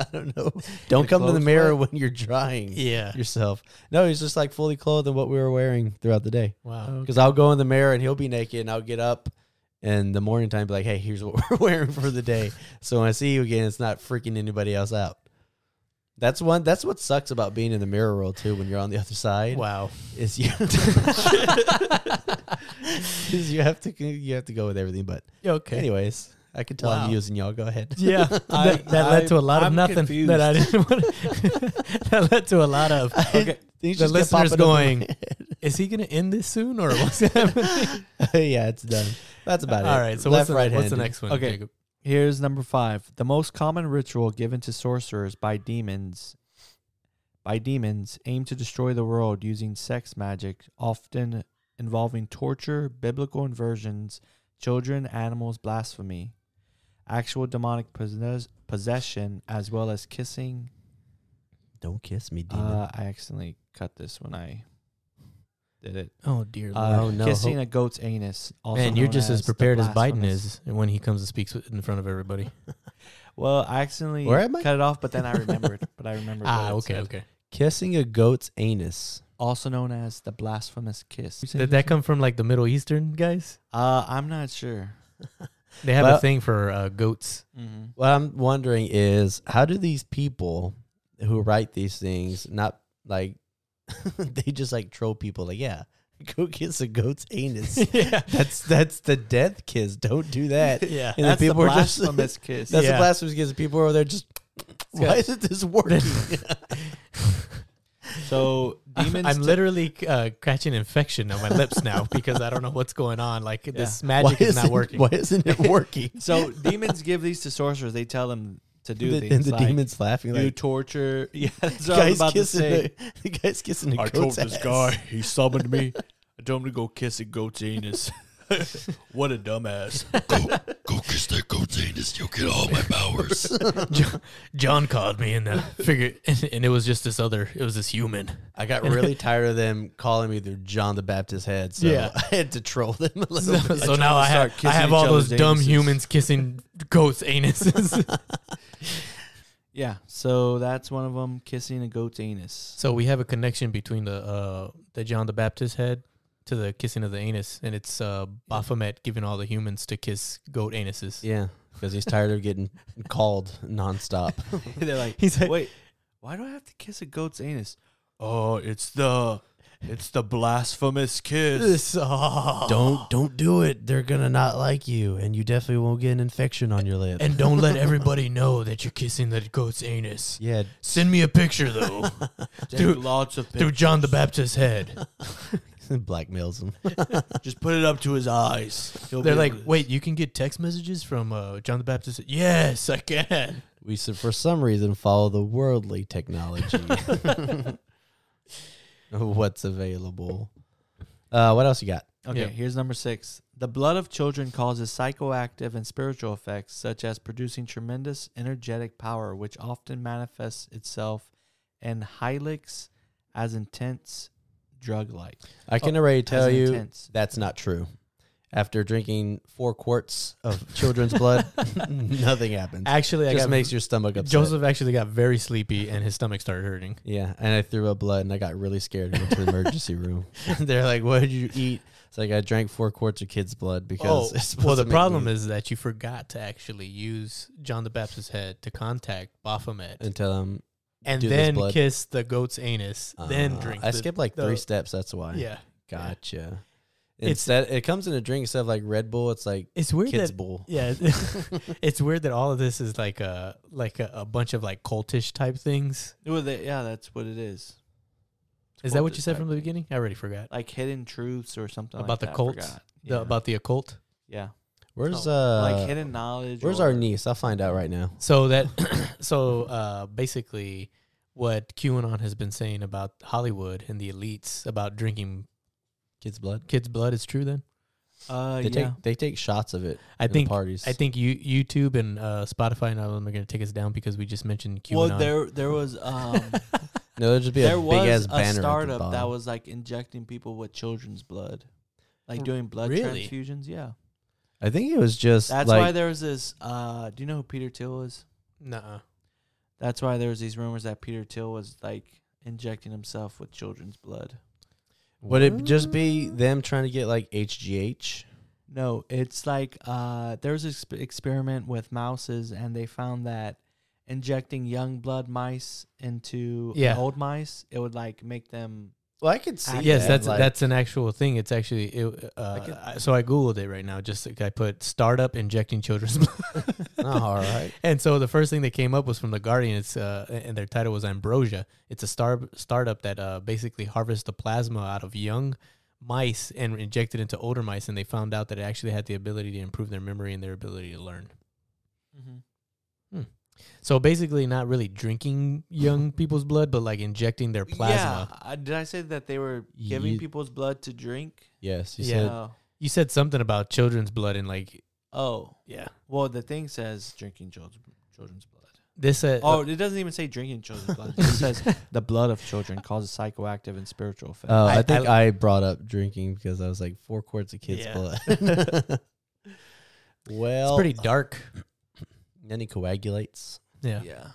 [SPEAKER 2] I don't know. Don't come to the
[SPEAKER 3] clothes
[SPEAKER 2] mirror when you're drying
[SPEAKER 1] Yeah.
[SPEAKER 2] yourself. No, he's just like fully clothed in what we were wearing throughout the day.
[SPEAKER 1] Wow.
[SPEAKER 2] Because I'll go in the mirror and he'll be naked, and I'll get up in the morning time, be like, "Hey, here's what we're wearing for the day." So when I see you again, it's not freaking anybody else out. That's one. That's what sucks about being in the mirror world too. When you're on the other side,
[SPEAKER 1] Wow.
[SPEAKER 2] is you is you have to you have to go with everything. But
[SPEAKER 1] Okay.
[SPEAKER 2] anyways, I can tell
[SPEAKER 1] Wow.
[SPEAKER 2] I'm using y'all. Go ahead.
[SPEAKER 1] Yeah,
[SPEAKER 4] I-
[SPEAKER 1] that, that led
[SPEAKER 4] I-
[SPEAKER 1] to a lot of
[SPEAKER 4] I'm
[SPEAKER 1] nothing
[SPEAKER 4] confused.
[SPEAKER 1] that I didn't want. that led to a lot of.
[SPEAKER 2] Okay. Things
[SPEAKER 1] The
[SPEAKER 2] just kept
[SPEAKER 1] listener's
[SPEAKER 2] popping up in
[SPEAKER 1] going. Is he going to end this soon or what's happening?
[SPEAKER 2] my- yeah, it's done. That's about it.
[SPEAKER 1] All right. So what's,
[SPEAKER 2] left,
[SPEAKER 1] the,
[SPEAKER 2] right,
[SPEAKER 1] what's the
[SPEAKER 2] handed.
[SPEAKER 1] next one?
[SPEAKER 3] Okay.
[SPEAKER 1] Jacob?
[SPEAKER 3] Here's number five. The most common ritual given to sorcerers by demons by demons aim to destroy the world using sex magic, often involving torture, biblical inversions, children, animals, blasphemy, actual demonic possess- possession, as well as kissing.
[SPEAKER 2] Don't kiss me, demon.
[SPEAKER 3] Uh, I accidentally cut this when I did it.
[SPEAKER 1] Oh dear. Lord.
[SPEAKER 3] Uh,
[SPEAKER 2] Oh, no.
[SPEAKER 3] Kissing a goat's anus. Also
[SPEAKER 1] Man, you're
[SPEAKER 3] known
[SPEAKER 1] just as
[SPEAKER 3] the
[SPEAKER 1] prepared as Biden
[SPEAKER 3] blasphemous-
[SPEAKER 1] is when he comes and speaks in front of everybody.
[SPEAKER 3] Well, I accidentally
[SPEAKER 2] Where am I?
[SPEAKER 3] cut it off, but then I remembered. but I remembered.
[SPEAKER 1] ah,
[SPEAKER 3] what it
[SPEAKER 1] okay,
[SPEAKER 3] said.
[SPEAKER 1] okay.
[SPEAKER 2] Kissing a goat's anus.
[SPEAKER 3] Also known as the blasphemous kiss.
[SPEAKER 1] Did that come from like the Middle Eastern guys?
[SPEAKER 3] Uh, I'm not sure.
[SPEAKER 1] They have a
[SPEAKER 2] Well-
[SPEAKER 1] thing for uh, goats.
[SPEAKER 3] Mm-hmm.
[SPEAKER 2] What I'm wondering is how do these people who write these things not like they just like troll people like yeah go kiss a goat's anus
[SPEAKER 1] yeah,
[SPEAKER 2] that's that's the death kiss don't do that
[SPEAKER 1] yeah.
[SPEAKER 2] And then
[SPEAKER 3] That's the
[SPEAKER 2] people were just-
[SPEAKER 3] blasphemous kiss.
[SPEAKER 2] that's
[SPEAKER 1] Yeah.
[SPEAKER 2] the blasphemous kiss people over there just why isn't this working
[SPEAKER 3] So demons.
[SPEAKER 1] I'm
[SPEAKER 3] t-
[SPEAKER 1] literally uh, catching infection on my lips now because I don't know what's going on. Like this
[SPEAKER 2] why
[SPEAKER 1] magic is not
[SPEAKER 2] isn't-
[SPEAKER 1] working.
[SPEAKER 2] why isn't it working
[SPEAKER 3] so demons give these to sorcerers. They tell them to do
[SPEAKER 2] The-
[SPEAKER 3] things.
[SPEAKER 2] and the
[SPEAKER 3] like,
[SPEAKER 2] demons laughing
[SPEAKER 3] You
[SPEAKER 2] like
[SPEAKER 3] torture. Yeah, that's what I was
[SPEAKER 2] guys
[SPEAKER 3] about to
[SPEAKER 2] kissing
[SPEAKER 3] say.
[SPEAKER 2] the, the guys kissing the
[SPEAKER 4] I told
[SPEAKER 2] goat's
[SPEAKER 4] this
[SPEAKER 2] ass.
[SPEAKER 4] guy he summoned me. I told him to go kiss a goat's anus. what a dumbass! go, go kiss that goat's anus. You'll get all my powers.
[SPEAKER 1] Jo- John called me and uh, figured, and, and it was just this other. It was this human.
[SPEAKER 2] I got really tired of them calling me the John the Baptist head, so
[SPEAKER 1] Yeah.
[SPEAKER 2] I had to troll them a little
[SPEAKER 1] So,
[SPEAKER 2] bit.
[SPEAKER 1] so now I
[SPEAKER 4] start
[SPEAKER 1] have I
[SPEAKER 4] kissing
[SPEAKER 1] have
[SPEAKER 4] each
[SPEAKER 1] all those
[SPEAKER 4] other's
[SPEAKER 1] dumb
[SPEAKER 4] anuses.
[SPEAKER 1] humans kissing goats' anuses.
[SPEAKER 3] Yeah. So that's one of them. Kissing a goat's anus.
[SPEAKER 1] so we have a connection between the uh, the John the Baptist head to the kissing of the anus, and it's uh, Baphomet giving all the humans to kiss goat anuses.
[SPEAKER 2] Yeah, because he's tired of getting called nonstop.
[SPEAKER 3] They're like,
[SPEAKER 1] He's like,
[SPEAKER 3] wait, why do I have to kiss a goat's anus?
[SPEAKER 4] oh, it's the, it's the blasphemous kiss.
[SPEAKER 1] this, oh.
[SPEAKER 2] don't don't do it. They're gonna not like you, and you definitely won't get an infection on your lip.
[SPEAKER 1] and don't let everybody know that you're kissing the goat's anus.
[SPEAKER 2] yeah,
[SPEAKER 1] Send me a picture though
[SPEAKER 4] Take
[SPEAKER 1] Dude,
[SPEAKER 4] lots of
[SPEAKER 1] through
[SPEAKER 4] pictures.
[SPEAKER 1] John the Baptist's head.
[SPEAKER 2] blackmails him.
[SPEAKER 4] Just put it up to his eyes. He'll
[SPEAKER 1] They're
[SPEAKER 4] be
[SPEAKER 1] like,
[SPEAKER 4] able to-
[SPEAKER 1] wait, you can get text messages from uh, John the Baptist. Yes, I can.
[SPEAKER 2] We should, for some reason, follow the worldly technology. What's available? Uh, what else you got?
[SPEAKER 3] Okay,
[SPEAKER 1] Yeah.
[SPEAKER 3] here's number six. The blood of children causes psychoactive and spiritual effects, such as producing tremendous energetic power, which often manifests itself in Hylix as intense drug like.
[SPEAKER 2] I
[SPEAKER 1] Oh,
[SPEAKER 2] can already tell
[SPEAKER 3] as
[SPEAKER 2] you
[SPEAKER 3] intense.
[SPEAKER 2] that's not true. After drinking four quarts of children's blood, nothing happens.
[SPEAKER 1] Actually, I
[SPEAKER 2] Just
[SPEAKER 1] got
[SPEAKER 2] makes your stomach upset.
[SPEAKER 1] Joseph actually got very sleepy and his stomach started hurting.
[SPEAKER 2] Yeah, and I threw up blood, and I got really scared and went to the emergency room. They're like, "What did you eat?" It's like I drank four quarts of kids' blood because. it's
[SPEAKER 1] Oh, well, the problem is that you forgot to actually use John the Baptist's head to contact Baphomet
[SPEAKER 2] and tell them.
[SPEAKER 1] and
[SPEAKER 2] do this
[SPEAKER 1] then
[SPEAKER 2] blood. Ah,
[SPEAKER 1] kiss the goat's anus, then drink.
[SPEAKER 2] uh, I
[SPEAKER 1] the-
[SPEAKER 2] skipped like
[SPEAKER 1] the-
[SPEAKER 2] three steps. That's why.
[SPEAKER 1] Yeah,
[SPEAKER 2] Gotcha.
[SPEAKER 1] It's-
[SPEAKER 2] Instead, it comes in a drink instead of like Red Bull. It's like
[SPEAKER 1] it's weird
[SPEAKER 2] kids'
[SPEAKER 1] that
[SPEAKER 2] bull.
[SPEAKER 1] yeah, it's weird that all of this is like a like a, a bunch of like cultish type things.
[SPEAKER 3] Well, they, yeah, that's what it is. It's
[SPEAKER 1] Is that what
[SPEAKER 3] cultish
[SPEAKER 1] you said
[SPEAKER 3] type
[SPEAKER 1] from the
[SPEAKER 3] thing.
[SPEAKER 1] beginning? I already forgot
[SPEAKER 3] Like hidden truths or something
[SPEAKER 1] About
[SPEAKER 3] like
[SPEAKER 1] the
[SPEAKER 3] that, I
[SPEAKER 1] cults?
[SPEAKER 3] forgot.
[SPEAKER 1] The-
[SPEAKER 3] Yeah.
[SPEAKER 1] about the occult.
[SPEAKER 3] yeah,
[SPEAKER 2] Where's
[SPEAKER 1] oh,
[SPEAKER 2] uh?
[SPEAKER 3] like hidden knowledge.
[SPEAKER 2] where's
[SPEAKER 3] or-
[SPEAKER 2] our niece? I'll find out right now.
[SPEAKER 1] So that so uh, basically what QAnon has been saying about Hollywood and the elites about drinking
[SPEAKER 2] Kids' blood.
[SPEAKER 1] kids' blood is true. Then Oh,
[SPEAKER 3] Uh,
[SPEAKER 2] They
[SPEAKER 3] yeah.
[SPEAKER 2] take they take shots of it.
[SPEAKER 1] I
[SPEAKER 2] in the
[SPEAKER 1] think
[SPEAKER 2] parties.
[SPEAKER 1] I think you YouTube and uh, Spotify and all of them are going to take us down because we just mentioned QAnon.
[SPEAKER 3] well, there there was um
[SPEAKER 2] no, there'd just be a
[SPEAKER 3] there
[SPEAKER 2] big
[SPEAKER 3] was
[SPEAKER 2] ass
[SPEAKER 3] a
[SPEAKER 2] banner. at the
[SPEAKER 3] startup
[SPEAKER 2] bottom.
[SPEAKER 3] that was like injecting people with children's blood, like doing blood
[SPEAKER 1] Really?
[SPEAKER 3] transfusions. Yeah.
[SPEAKER 2] I think it was just
[SPEAKER 3] That's
[SPEAKER 2] like
[SPEAKER 3] why there was this. Uh, do you know who Peter Thiel is?
[SPEAKER 1] Nuh-uh.
[SPEAKER 3] That's why there was these rumors that Peter Thiel was like injecting himself with children's blood.
[SPEAKER 2] would it just
[SPEAKER 1] Mm.
[SPEAKER 2] be them trying to get like HGH?
[SPEAKER 3] No, it's like uh, there was an exp- experiment with mouses, and they found that injecting young blood mice into
[SPEAKER 1] Yeah.
[SPEAKER 3] old mice, it would like make them.
[SPEAKER 2] Well, I could see.
[SPEAKER 1] Yes,
[SPEAKER 2] that,
[SPEAKER 1] that's
[SPEAKER 2] like-
[SPEAKER 1] that's an actual thing. It's actually it, uh,
[SPEAKER 2] could-
[SPEAKER 1] I- so I googled it right now. Just like I put startup injecting children's blood.
[SPEAKER 2] Oh, all right.
[SPEAKER 1] And so the first thing that came up was from the Guardian. It's uh, and their title was Ambrosia. It's a star startup that uh, basically harvests the plasma out of young mice and inject it into older mice, and they found out that it actually had the ability to improve their memory and their ability to learn. So basically, not really drinking young people's blood, but like injecting their plasma.
[SPEAKER 3] Yeah, uh, did I say that they were giving
[SPEAKER 2] You-
[SPEAKER 3] people's blood to drink?
[SPEAKER 2] Yes, you
[SPEAKER 1] Yeah.
[SPEAKER 2] said
[SPEAKER 3] No.
[SPEAKER 1] You said something about children's blood and like
[SPEAKER 3] Oh,
[SPEAKER 1] yeah.
[SPEAKER 3] well, the thing says drinking children, children's blood.
[SPEAKER 1] This uh,
[SPEAKER 3] Oh, it doesn't even say drinking children's blood. It just says the blood of children causes psychoactive and spiritual effects.
[SPEAKER 2] Oh, I,
[SPEAKER 1] I-
[SPEAKER 2] think I, brought up drinking because I was like four quarts of kids'
[SPEAKER 1] Yeah.
[SPEAKER 2] blood. well,
[SPEAKER 1] it's pretty dark.
[SPEAKER 2] Then he coagulates.
[SPEAKER 1] Yeah.
[SPEAKER 3] yeah.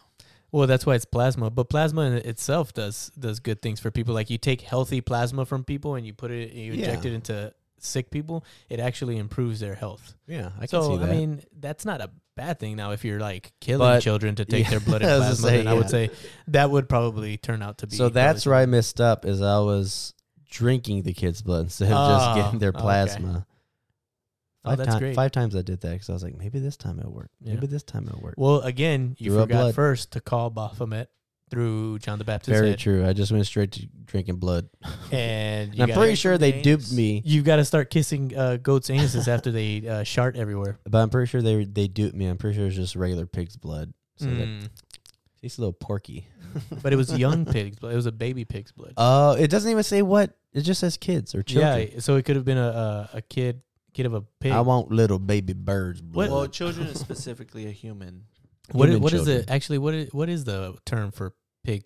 [SPEAKER 1] Well, that's why it's plasma. But plasma in itself does does good things for people. Like you take healthy plasma from people and you put it, you inject
[SPEAKER 2] Yeah.
[SPEAKER 1] it into sick people. It actually improves their health.
[SPEAKER 2] Yeah, I
[SPEAKER 1] so
[SPEAKER 2] can see that.
[SPEAKER 1] I mean, that's not a bad thing. Now, if you're like killing
[SPEAKER 2] But-
[SPEAKER 1] children to take
[SPEAKER 2] Yeah,
[SPEAKER 1] their blood and
[SPEAKER 2] I
[SPEAKER 1] plasma,
[SPEAKER 2] was gonna say,
[SPEAKER 1] then I would
[SPEAKER 2] yeah.
[SPEAKER 1] say that would probably turn out to be.
[SPEAKER 2] so that's where
[SPEAKER 1] probably-
[SPEAKER 2] I messed up is I was drinking the kids' blood instead of
[SPEAKER 1] Ah,
[SPEAKER 2] just getting their
[SPEAKER 1] okay.
[SPEAKER 2] plasma.
[SPEAKER 1] Oh,
[SPEAKER 2] Five
[SPEAKER 1] that's
[SPEAKER 2] ti-
[SPEAKER 1] great.
[SPEAKER 2] Five times I did that because I was like, maybe this time it'll work.
[SPEAKER 1] Yeah.
[SPEAKER 2] Maybe this time it'll work.
[SPEAKER 1] Well, again, you
[SPEAKER 2] Threw up
[SPEAKER 1] forgot
[SPEAKER 2] blood.
[SPEAKER 1] first to call Baphomet through John the Baptist,
[SPEAKER 2] Very true. I just went straight to drinking blood.
[SPEAKER 1] and
[SPEAKER 2] And
[SPEAKER 1] you
[SPEAKER 2] I'm pretty
[SPEAKER 1] gotta,
[SPEAKER 2] sure they duped
[SPEAKER 3] Names.
[SPEAKER 2] me,
[SPEAKER 1] you've got to start kissing uh, goats' anuses after they uh, shart everywhere.
[SPEAKER 2] but I'm pretty sure they they duped me. I'm pretty sure it's just regular pig's blood. So that
[SPEAKER 1] Mm.
[SPEAKER 2] tastes a little porky.
[SPEAKER 1] but it was young pig's blood. It was a baby pig's blood.
[SPEAKER 2] Oh, it doesn't even say what. It just says kids or children.
[SPEAKER 1] Yeah, so it could have been a, a a kid kid of a pig.
[SPEAKER 2] I want little baby birds.
[SPEAKER 1] What-
[SPEAKER 2] Blood.
[SPEAKER 3] Well, children is specifically a human.
[SPEAKER 1] what i-
[SPEAKER 2] human
[SPEAKER 1] what is
[SPEAKER 2] children.
[SPEAKER 1] it actually? What is, what is the term for pig?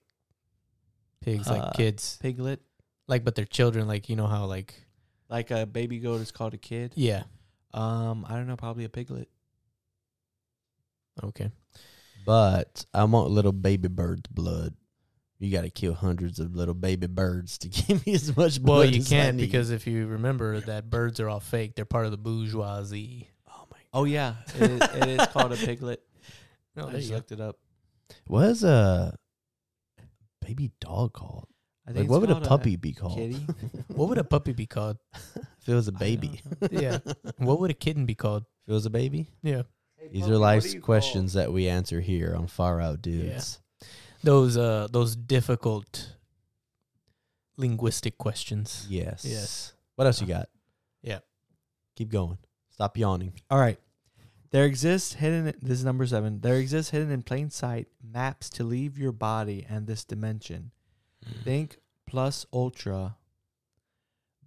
[SPEAKER 1] Pigs
[SPEAKER 3] Uh,
[SPEAKER 1] like kids,
[SPEAKER 3] Piglet,
[SPEAKER 1] like but they're children. Like you know how like
[SPEAKER 3] like a baby goat is called a kid.
[SPEAKER 1] yeah
[SPEAKER 3] Um, I don't know, probably a piglet.
[SPEAKER 1] okay.
[SPEAKER 2] But I want little baby birds blood. You got to kill hundreds of little baby birds to give me as much blood.
[SPEAKER 1] Well, you
[SPEAKER 2] as I
[SPEAKER 1] can't
[SPEAKER 2] need.
[SPEAKER 1] because if you remember that birds are all fake. They're part of the bourgeoisie.
[SPEAKER 2] Oh my.
[SPEAKER 3] Oh yeah, it is, it is called a piglet.
[SPEAKER 1] No,
[SPEAKER 2] Oh,
[SPEAKER 3] I just looked it up.
[SPEAKER 2] What is a baby dog called?
[SPEAKER 3] I
[SPEAKER 2] Like,
[SPEAKER 3] it's
[SPEAKER 2] what would a
[SPEAKER 3] called
[SPEAKER 2] puppy be called?
[SPEAKER 3] kitty?
[SPEAKER 1] What would a puppy be called?
[SPEAKER 2] if it was a baby.
[SPEAKER 1] Yeah. what would a kitten be called?
[SPEAKER 2] If it was a baby.
[SPEAKER 1] Yeah.
[SPEAKER 2] These are life's questions that we answer here on Far Out Dudes.
[SPEAKER 1] Those uh those difficult linguistic questions.
[SPEAKER 2] Yes.
[SPEAKER 1] Yes.
[SPEAKER 2] What else you got?
[SPEAKER 1] Yeah.
[SPEAKER 2] Keep going. Stop yawning.
[SPEAKER 3] All right. There exists hidden. This is number seven. There exists hidden in plain sight maps to leave your body and this dimension.
[SPEAKER 1] Mm.
[SPEAKER 3] Think plus ultra,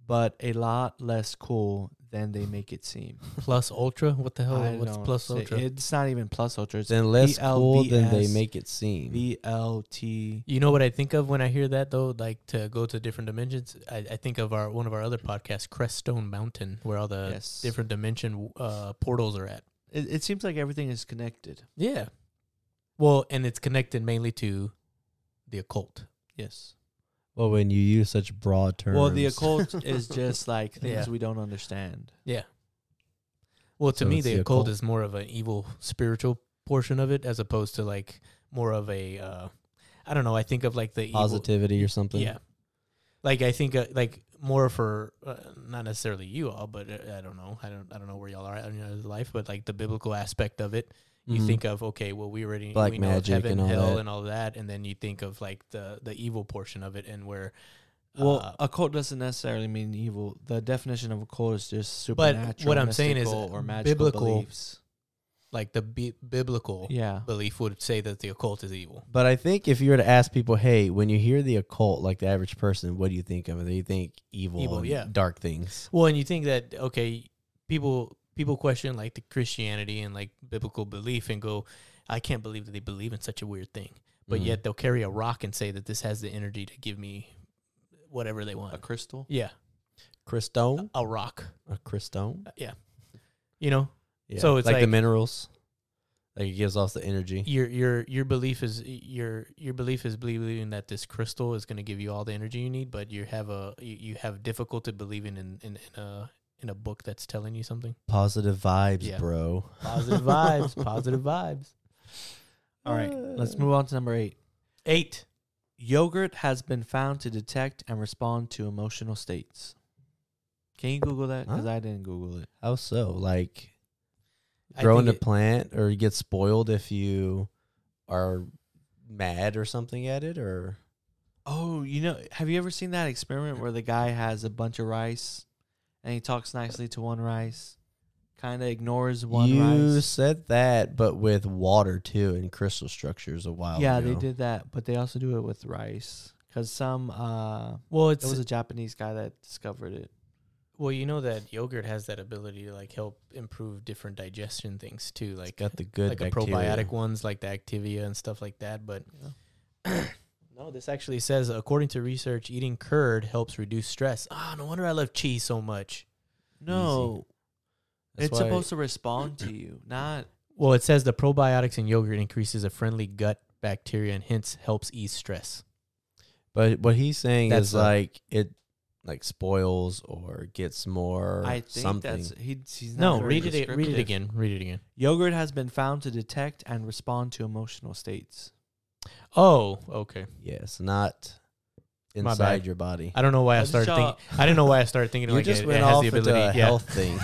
[SPEAKER 3] but a lot less cool than they make it seem.
[SPEAKER 1] Plus ultra. What the hell?
[SPEAKER 3] I
[SPEAKER 1] Oh, What's
[SPEAKER 3] don't
[SPEAKER 1] plus
[SPEAKER 3] say-
[SPEAKER 1] ultra?
[SPEAKER 3] It's not even plus ultra. It's
[SPEAKER 2] Then less cool than they
[SPEAKER 3] BLVS.
[SPEAKER 2] make it
[SPEAKER 1] Mm.
[SPEAKER 2] seem.
[SPEAKER 3] VLT.
[SPEAKER 1] You know what I think of when I hear that though, like to go to different dimensions. I, I think of our one of our other podcasts, Creststone Mountain, where all the
[SPEAKER 3] yes.
[SPEAKER 1] Uh, different dimension uh, portals are at.
[SPEAKER 3] It, it seems like everything is connected.
[SPEAKER 1] Yeah. Well, and it's connected mainly to the occult.
[SPEAKER 3] Yes.
[SPEAKER 2] Well, when you use such broad terms.
[SPEAKER 3] Well, the occult is just like things
[SPEAKER 1] Yeah.
[SPEAKER 3] we don't understand.
[SPEAKER 1] Well, to
[SPEAKER 2] So
[SPEAKER 1] me,
[SPEAKER 2] it's
[SPEAKER 1] the,
[SPEAKER 2] the
[SPEAKER 1] occult,
[SPEAKER 2] occult.
[SPEAKER 1] is more of an evil spiritual portion of it, as opposed to like more of a, uh, I don't know. I think of like the evil,
[SPEAKER 2] positivity or something.
[SPEAKER 1] Yeah. Like I think uh, like more for uh, not necessarily you all, but uh, I don't know. I don't I don't know where y'all are in your life, but like the biblical aspect of it, you
[SPEAKER 2] Mhm.
[SPEAKER 1] think of okay, well we already
[SPEAKER 2] Black
[SPEAKER 1] we know of
[SPEAKER 2] magic
[SPEAKER 1] heaven,
[SPEAKER 2] and all
[SPEAKER 1] hell,
[SPEAKER 2] that.
[SPEAKER 1] and all that, and then you think of like the the evil portion of it, and where
[SPEAKER 3] Well,
[SPEAKER 1] uh,
[SPEAKER 3] occult doesn't necessarily mean evil. The definition of occult is just
[SPEAKER 1] But
[SPEAKER 3] supernatural.
[SPEAKER 1] what I'm saying is
[SPEAKER 3] mystical, or magical
[SPEAKER 1] biblical-
[SPEAKER 3] beliefs.
[SPEAKER 1] like the bi- biblical
[SPEAKER 3] Yeah.
[SPEAKER 1] belief would say that the occult is evil.
[SPEAKER 2] But I think if you were to ask people, hey, when you hear the occult, like the average person, what do you think of it? They think evil,
[SPEAKER 1] Evil,
[SPEAKER 2] and
[SPEAKER 1] yeah.
[SPEAKER 2] dark things.
[SPEAKER 1] Well, and you think that okay, people people question like the Christianity and like biblical belief and go, I can't believe that they believe in such a weird thing. But
[SPEAKER 2] Mhm.
[SPEAKER 1] yet they'll carry a rock and say that this has the energy to give me whatever they want.
[SPEAKER 3] A crystal.
[SPEAKER 1] Yeah,
[SPEAKER 2] Christone,
[SPEAKER 1] a rock.
[SPEAKER 2] a Christone.
[SPEAKER 1] Yeah. You know,
[SPEAKER 2] Yeah.
[SPEAKER 1] So it's
[SPEAKER 2] the
[SPEAKER 1] like-
[SPEAKER 2] minerals. Like it gives off the energy.
[SPEAKER 1] your your your belief is your your belief is believing that this crystal is going to give you all the energy you need, but you have a you, you have difficulty believing in, in in a in a book that's telling you something.
[SPEAKER 2] Positive vibes,
[SPEAKER 1] Yeah.
[SPEAKER 2] bro.
[SPEAKER 1] Positive vibes, positive vibes. Uh,
[SPEAKER 3] All right, let's move on to number eight.
[SPEAKER 1] Eight.
[SPEAKER 3] Yogurt has been found to detect and respond to emotional states. Can you Google that? Because I didn't Google it.
[SPEAKER 2] How so? Like
[SPEAKER 1] I
[SPEAKER 2] growing a
[SPEAKER 1] think it-
[SPEAKER 2] plant or you get spoiled if you are mad or something at it or
[SPEAKER 3] Oh, you know, have you ever seen that experiment where the guy has a bunch of rice and he talks nicely to one rice, kind of ignores one
[SPEAKER 2] you
[SPEAKER 3] rice?
[SPEAKER 2] said that but with water too and crystal structures a while
[SPEAKER 3] Oh, Yeah, they
[SPEAKER 2] ago.
[SPEAKER 3] did that, but they also do it with rice because some uh,
[SPEAKER 1] Well,
[SPEAKER 3] it
[SPEAKER 1] it's
[SPEAKER 3] was a Japanese guy that discovered it.
[SPEAKER 1] well, you know that yogurt has that ability to like help improve different digestion things too, like uh,
[SPEAKER 2] got the good
[SPEAKER 1] like
[SPEAKER 2] bacteria.
[SPEAKER 1] a probiotic ones, like the Activia and stuff like that. But no, this actually says according to research, eating curd helps reduce stress. Ah, no wonder I love cheese so much.
[SPEAKER 3] No,
[SPEAKER 2] That's
[SPEAKER 3] it's
[SPEAKER 2] why-
[SPEAKER 3] supposed to respond to you, not
[SPEAKER 1] Well, it says the probiotics in yogurt increases a friendly gut bacteria and hence helps ease stress.
[SPEAKER 2] But what he's saying
[SPEAKER 1] That's
[SPEAKER 2] is
[SPEAKER 1] a-
[SPEAKER 2] like it like spoils or gets more
[SPEAKER 3] I think
[SPEAKER 2] something.
[SPEAKER 3] that's he, he's not
[SPEAKER 1] No,
[SPEAKER 3] very
[SPEAKER 1] read it. Read
[SPEAKER 3] descriptive.
[SPEAKER 1] it again. Read it again.
[SPEAKER 3] Yogurt has been found to detect and respond to emotional states.
[SPEAKER 1] Oh, okay.
[SPEAKER 2] yes, not
[SPEAKER 1] My
[SPEAKER 2] inside
[SPEAKER 1] bad.
[SPEAKER 2] your body.
[SPEAKER 1] I don't know why I
[SPEAKER 3] That's
[SPEAKER 1] started
[SPEAKER 3] y'all-
[SPEAKER 1] thinking. I didn't know why I started thinking
[SPEAKER 2] You
[SPEAKER 1] like
[SPEAKER 2] just
[SPEAKER 1] it,
[SPEAKER 2] went
[SPEAKER 1] it has
[SPEAKER 2] off
[SPEAKER 1] the
[SPEAKER 2] into
[SPEAKER 1] ability.
[SPEAKER 2] a
[SPEAKER 1] yeah.
[SPEAKER 2] health thing.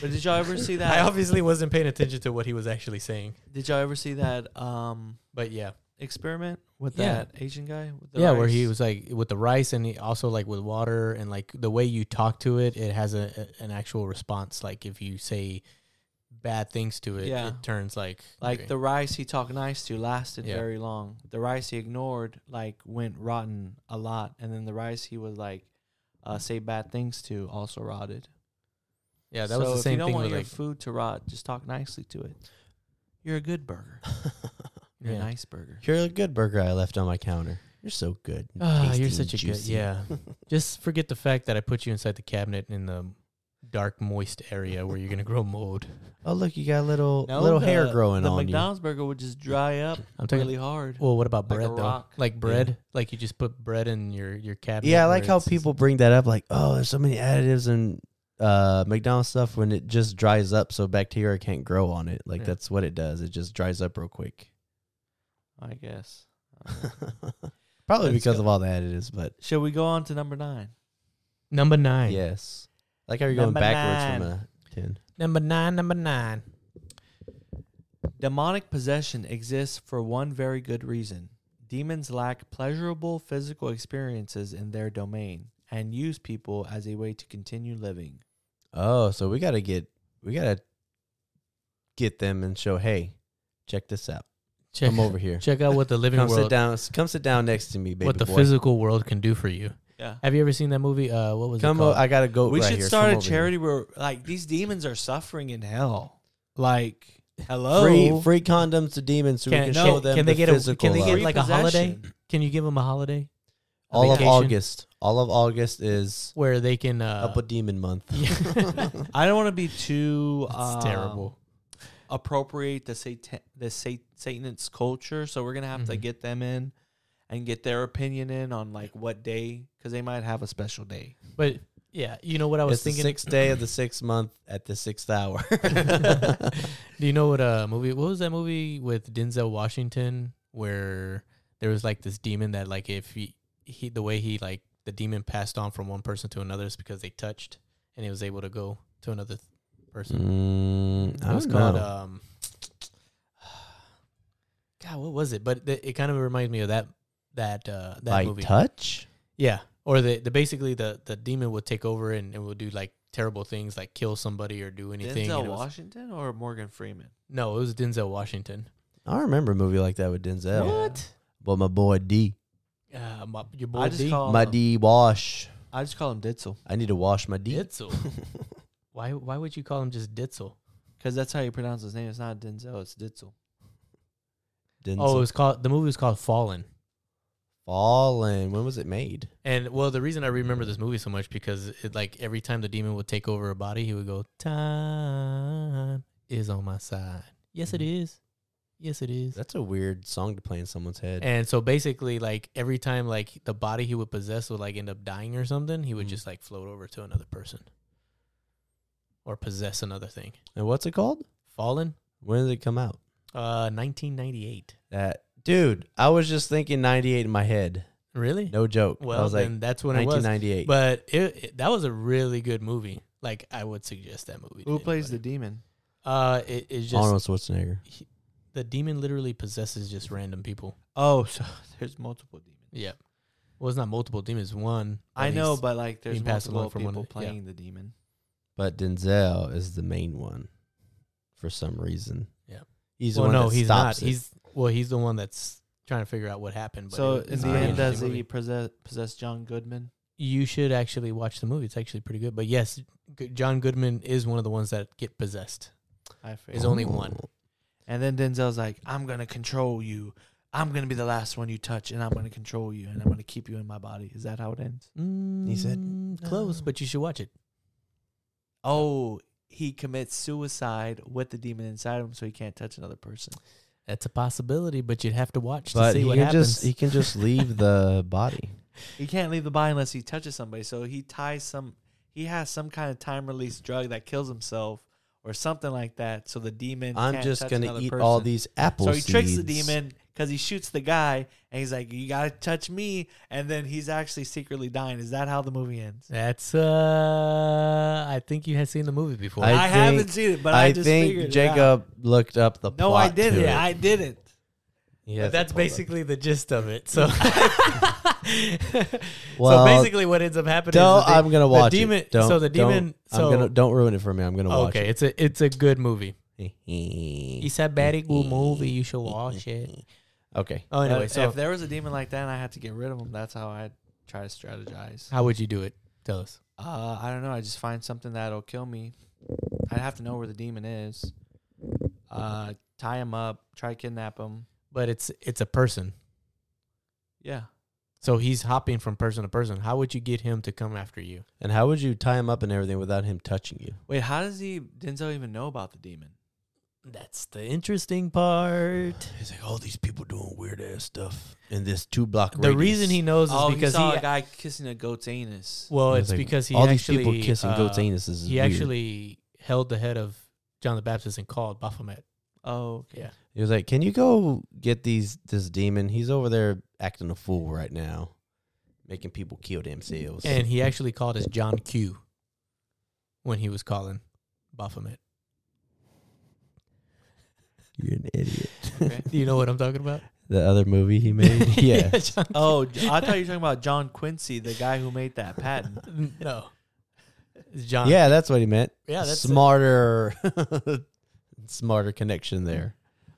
[SPEAKER 3] But did y'all ever see
[SPEAKER 1] I
[SPEAKER 3] that?
[SPEAKER 1] obviously wasn't paying attention to what he was actually saying.
[SPEAKER 3] did y'all ever see that um
[SPEAKER 1] But yeah,
[SPEAKER 3] experiment with
[SPEAKER 1] Yeah.
[SPEAKER 3] that Asian guy? With the
[SPEAKER 1] yeah, where he
[SPEAKER 3] rice?
[SPEAKER 1] was like with the rice and he also like with water and like the way you talk to it, it has a, a- an actual response. Like if you say bad things to it,
[SPEAKER 3] Yeah.
[SPEAKER 1] it turns like
[SPEAKER 3] like
[SPEAKER 1] green.
[SPEAKER 3] the rice he talked nice to lasted
[SPEAKER 1] Yeah.
[SPEAKER 3] very long. The rice he ignored like went rotten a lot, and then the rice he would like uh, say bad things to also rotted.
[SPEAKER 1] yeah. That
[SPEAKER 3] So
[SPEAKER 1] was the
[SPEAKER 3] if you
[SPEAKER 1] same
[SPEAKER 3] don't
[SPEAKER 1] thing
[SPEAKER 3] want
[SPEAKER 1] with
[SPEAKER 3] your
[SPEAKER 1] like
[SPEAKER 3] food to rot, just talk nicely to it. You're a good burger. You're
[SPEAKER 1] Yeah.
[SPEAKER 3] a nice burger.
[SPEAKER 2] You're a good burger I left on my counter. You're so good. and
[SPEAKER 1] Ah, you're
[SPEAKER 2] tasty and
[SPEAKER 1] such a good
[SPEAKER 2] juicy.
[SPEAKER 1] yeah. Just forget the fact that I put you inside the cabinet in the dark, moist area where you're gonna grow mold.
[SPEAKER 2] Oh look, you got a little little
[SPEAKER 3] the-
[SPEAKER 2] hair growing
[SPEAKER 3] the
[SPEAKER 2] on
[SPEAKER 3] McDonald's burger would just dry up
[SPEAKER 1] I'm talking.
[SPEAKER 3] really hard.
[SPEAKER 1] well, what about
[SPEAKER 3] like a
[SPEAKER 1] bread though?
[SPEAKER 3] rock.
[SPEAKER 1] Like bread, like you just put bread in your your cabinet.
[SPEAKER 2] you. Yeah, I
[SPEAKER 1] where
[SPEAKER 2] like how
[SPEAKER 1] it's-
[SPEAKER 2] people bring that up. Like, oh, there's so many additives and uh, McDonald's stuff when it just dries up, so bacteria can't grow on it. Like
[SPEAKER 1] Yeah.
[SPEAKER 2] that's what it does. It just dries up real quick.
[SPEAKER 3] I guess.
[SPEAKER 2] Probably
[SPEAKER 3] Let's
[SPEAKER 2] because
[SPEAKER 3] go.
[SPEAKER 2] of all the additives, but
[SPEAKER 3] Shall we go on to number nine?
[SPEAKER 1] Number nine.
[SPEAKER 2] yes. Like how you're going
[SPEAKER 3] Number
[SPEAKER 2] backwards from a ten.
[SPEAKER 1] Number nine. Number nine.
[SPEAKER 3] Demonic possession exists for one very good reason. Demons lack pleasurable physical experiences in their domain and use people as a way to continue living.
[SPEAKER 2] Oh, so we gotta get we gotta get them and show, hey, check this out.
[SPEAKER 1] Check
[SPEAKER 2] I'm over here.
[SPEAKER 1] Check out what the living
[SPEAKER 2] Come sit
[SPEAKER 1] world,
[SPEAKER 2] down. Come sit down next to me, baby
[SPEAKER 1] what the
[SPEAKER 2] boy.
[SPEAKER 1] physical world can do for you.
[SPEAKER 3] Yeah.
[SPEAKER 1] Have you ever seen that movie? Uh, what was
[SPEAKER 2] Come.
[SPEAKER 1] it
[SPEAKER 2] O-
[SPEAKER 1] called?
[SPEAKER 2] I gotta go.
[SPEAKER 3] We
[SPEAKER 2] right
[SPEAKER 3] should
[SPEAKER 2] here.
[SPEAKER 3] start
[SPEAKER 2] Come
[SPEAKER 3] a
[SPEAKER 2] over
[SPEAKER 3] charity where like these demons are suffering in hell. Like
[SPEAKER 2] here.
[SPEAKER 3] hello.
[SPEAKER 2] Free free condoms to demons, so we
[SPEAKER 1] Oh. Can-
[SPEAKER 2] can
[SPEAKER 1] no,
[SPEAKER 2] show them.
[SPEAKER 1] can they
[SPEAKER 2] the
[SPEAKER 1] get a-
[SPEAKER 2] physical
[SPEAKER 1] can they get,
[SPEAKER 2] love.
[SPEAKER 1] like, a holiday?
[SPEAKER 3] possession.
[SPEAKER 1] can you give them a holiday? A
[SPEAKER 2] all of
[SPEAKER 1] vacation
[SPEAKER 2] August? All of August is
[SPEAKER 1] where they can. Uh,
[SPEAKER 2] up a demon month.
[SPEAKER 1] yeah.
[SPEAKER 3] I don't want to be too
[SPEAKER 1] it's
[SPEAKER 3] um,
[SPEAKER 1] terrible.
[SPEAKER 3] appropriate the satan the sat- satanist culture so we're gonna have
[SPEAKER 2] Mm-hmm.
[SPEAKER 3] to
[SPEAKER 1] Mhm.
[SPEAKER 3] get them in and get their opinion in on like what day because they might have a special day
[SPEAKER 1] But yeah, you know what I was
[SPEAKER 2] It's the
[SPEAKER 1] thinking.
[SPEAKER 2] sixth day of the sixth month at the sixth hour.
[SPEAKER 1] Do you know what uh movie? What was that movie with Denzel Washington where there was like this demon that like if he, he the way he like the demon passed on from one person to another is because they touched and he was able to go to another th- person.
[SPEAKER 2] Mm, I
[SPEAKER 1] it was
[SPEAKER 2] don't
[SPEAKER 1] called
[SPEAKER 2] know.
[SPEAKER 1] um. God, what was it? But th- it kind of reminds me of that that uh that
[SPEAKER 2] like
[SPEAKER 1] movie.
[SPEAKER 2] touch.
[SPEAKER 1] Yeah, or the the basically the the demon would take over and, and would do like terrible things like kill somebody or do anything.
[SPEAKER 3] denzel
[SPEAKER 1] and it was-
[SPEAKER 3] washington or morgan freeman
[SPEAKER 1] no, it was Denzel Washington.
[SPEAKER 2] I remember a movie like that with Denzel.
[SPEAKER 3] What?
[SPEAKER 2] But my boy D,
[SPEAKER 1] Uh, my, your boy
[SPEAKER 3] i just
[SPEAKER 1] D.
[SPEAKER 3] call
[SPEAKER 2] my
[SPEAKER 3] him,
[SPEAKER 2] D wash.
[SPEAKER 3] i just call him ditzel
[SPEAKER 2] I need to wash my D.
[SPEAKER 1] Ditzel. why why would you call him just Ditzel?
[SPEAKER 3] because that's how you pronounce his name it's not denzel it's ditzel
[SPEAKER 2] Denzel.
[SPEAKER 1] Oh, it was called the movie was called Fallen.
[SPEAKER 2] Fallen. When was it made?
[SPEAKER 1] And well, the reason I remember this movie so much because it like every time the demon would take over a body, he would go, "Time is on my side." Yes, it
[SPEAKER 3] Mm-hmm.
[SPEAKER 1] is. Yes, it is.
[SPEAKER 2] That's a weird song to play in someone's head.
[SPEAKER 1] And so basically, like every time, like the body he would possess would like end up dying or something, he
[SPEAKER 3] Mm-hmm.
[SPEAKER 1] would
[SPEAKER 2] Mm.
[SPEAKER 1] just like float over to another person or possess another thing.
[SPEAKER 2] and what's it called?
[SPEAKER 1] Fallen,
[SPEAKER 2] When did it come out?
[SPEAKER 1] uh, 1998.
[SPEAKER 2] That dude, I was just thinking 98 in my head.
[SPEAKER 1] Really?
[SPEAKER 2] No joke. I
[SPEAKER 1] Well,
[SPEAKER 2] was like
[SPEAKER 1] then that's when it was.
[SPEAKER 2] 1998.
[SPEAKER 1] But it, it- that was a really good movie. Like I would suggest that movie. to
[SPEAKER 3] Who plays the
[SPEAKER 1] anybody.
[SPEAKER 3] demon?
[SPEAKER 1] Uh, it is just
[SPEAKER 2] Arnold Schwarzenegger.
[SPEAKER 1] he- the demon literally possesses just random people.
[SPEAKER 3] Oh, so there's multiple demons.
[SPEAKER 1] Yeah. Well, it's not multiple demons. One.
[SPEAKER 3] I
[SPEAKER 1] he's-
[SPEAKER 3] know, but like there's
[SPEAKER 1] being passed
[SPEAKER 3] multiple
[SPEAKER 1] along from one
[SPEAKER 3] people
[SPEAKER 1] to- yeah.
[SPEAKER 3] playing the demon.
[SPEAKER 2] But Denzel is the main one for some reason.
[SPEAKER 1] Yeah.
[SPEAKER 2] He's the
[SPEAKER 1] well,
[SPEAKER 2] one
[SPEAKER 1] no,
[SPEAKER 2] that
[SPEAKER 1] he's
[SPEAKER 2] stops
[SPEAKER 1] not.
[SPEAKER 2] it.
[SPEAKER 1] He's well, he's the one that's trying to figure out what happened. But
[SPEAKER 3] So
[SPEAKER 1] it-
[SPEAKER 3] in
[SPEAKER 1] it's
[SPEAKER 3] the
[SPEAKER 1] a
[SPEAKER 2] not
[SPEAKER 1] pretty
[SPEAKER 3] end, does
[SPEAKER 1] interesting
[SPEAKER 3] he
[SPEAKER 1] movie.
[SPEAKER 3] possess, possess John Goodman?
[SPEAKER 1] You should actually watch the movie. It's actually pretty good. But yes, G- John Goodman is one of the ones that get possessed.
[SPEAKER 3] I
[SPEAKER 1] There's
[SPEAKER 3] forget.
[SPEAKER 1] only one.
[SPEAKER 3] And then Denzel's like, "I'm gonna control you. I'm gonna be the last one you touch, and I'm gonna control you, and I'm gonna keep you in my body." Is that how it ends?
[SPEAKER 1] Mm,
[SPEAKER 2] said,
[SPEAKER 1] close,
[SPEAKER 2] "No."
[SPEAKER 1] but you should watch it.
[SPEAKER 3] Oh, he commits suicide with the demon inside him, so he can't touch another person.
[SPEAKER 1] That's a possibility, but you'd have to watch
[SPEAKER 2] But
[SPEAKER 1] to see
[SPEAKER 2] he
[SPEAKER 1] what
[SPEAKER 2] can
[SPEAKER 1] happens.
[SPEAKER 2] just he can just leave the body.
[SPEAKER 3] He can't leave the body unless he touches somebody. So he ties some. He has some kind of time release drug that kills himself or something like that. So the demon.
[SPEAKER 2] I'm
[SPEAKER 3] can't
[SPEAKER 2] just
[SPEAKER 3] touch
[SPEAKER 2] gonna
[SPEAKER 3] another
[SPEAKER 2] eat
[SPEAKER 3] person.
[SPEAKER 2] all these apples.
[SPEAKER 3] So he tricks the demon because he shoots the guy, and he's like, "You gotta touch me," and then he's actually secretly dying. Is that how the movie ends?
[SPEAKER 1] That's uh, I think you had seen the movie before.
[SPEAKER 2] I
[SPEAKER 3] I,
[SPEAKER 2] think-
[SPEAKER 3] haven't seen it, but I,
[SPEAKER 2] I
[SPEAKER 3] just
[SPEAKER 2] think
[SPEAKER 3] figured
[SPEAKER 2] Jacob
[SPEAKER 3] It out.
[SPEAKER 2] looked up the
[SPEAKER 3] No,
[SPEAKER 2] plot
[SPEAKER 3] I didn't.
[SPEAKER 2] to it.
[SPEAKER 3] I didn't.
[SPEAKER 2] He
[SPEAKER 1] But
[SPEAKER 2] has it
[SPEAKER 1] that's
[SPEAKER 2] pulled up.
[SPEAKER 1] basically the gist of it. So, so
[SPEAKER 2] Well,
[SPEAKER 1] basically, what ends up happening?
[SPEAKER 2] Don't,
[SPEAKER 1] is the de-
[SPEAKER 2] I'm gonna watch
[SPEAKER 1] demon-
[SPEAKER 2] it. Don't,
[SPEAKER 1] so the
[SPEAKER 2] don't-
[SPEAKER 1] demon-
[SPEAKER 2] I'm
[SPEAKER 1] so-
[SPEAKER 2] gonna- don't ruin it for me. I'm gonna watch
[SPEAKER 1] okay, it's a it's a good movie.
[SPEAKER 2] it.
[SPEAKER 1] It's a very good movie. You should watch it.
[SPEAKER 2] Okay.
[SPEAKER 1] Oh, anyway,
[SPEAKER 3] If-
[SPEAKER 1] so
[SPEAKER 3] if there was a demon like that, and I had to get rid of him. That's how I try to strategize.
[SPEAKER 1] how would you do it? Tell us.
[SPEAKER 3] Uh, I don't know. I just find something that'll kill me. I'd have to know where the demon is. Uh, tie him up. Try to kidnap him.
[SPEAKER 1] But it's it's a person,
[SPEAKER 3] Yeah.
[SPEAKER 1] so he's hopping from person to person. How would you get him to come after you?
[SPEAKER 2] And how would you tie him up and everything without him touching you?
[SPEAKER 3] Wait, how does he Denzel even know about the demon?
[SPEAKER 1] That's the interesting part.
[SPEAKER 2] He's like, all these people doing weird ass stuff in this two block.
[SPEAKER 1] The reason he knows is
[SPEAKER 3] Oh,
[SPEAKER 1] because
[SPEAKER 3] he saw
[SPEAKER 1] he.
[SPEAKER 3] a guy kissing a goat's anus.
[SPEAKER 1] well,
[SPEAKER 2] I
[SPEAKER 1] it's
[SPEAKER 2] was like,
[SPEAKER 1] because he
[SPEAKER 2] all
[SPEAKER 1] actually,
[SPEAKER 2] these people kissing goats'
[SPEAKER 1] uh,
[SPEAKER 2] anuses is
[SPEAKER 1] He
[SPEAKER 2] weird."
[SPEAKER 1] actually held the head of John the Baptist and called Baphomet.
[SPEAKER 3] Oh, okay.
[SPEAKER 1] Yeah.
[SPEAKER 2] He was like, "Can you go get these this demon? He's over there acting a fool right now, making people kill themselves."
[SPEAKER 1] And he actually called as John Q when he was calling Baphomet.
[SPEAKER 2] You're an idiot.
[SPEAKER 3] Okay.
[SPEAKER 1] Do you know what I'm talking about?
[SPEAKER 2] the other movie he made, yeah.
[SPEAKER 1] John Q.
[SPEAKER 3] Oh, J- I thought you were talking about John Quincy, the guy who made that patent.
[SPEAKER 1] no. It's John.
[SPEAKER 2] Yeah, that's what he meant.
[SPEAKER 1] Yeah, that's it.
[SPEAKER 2] smarter, smarter connection there.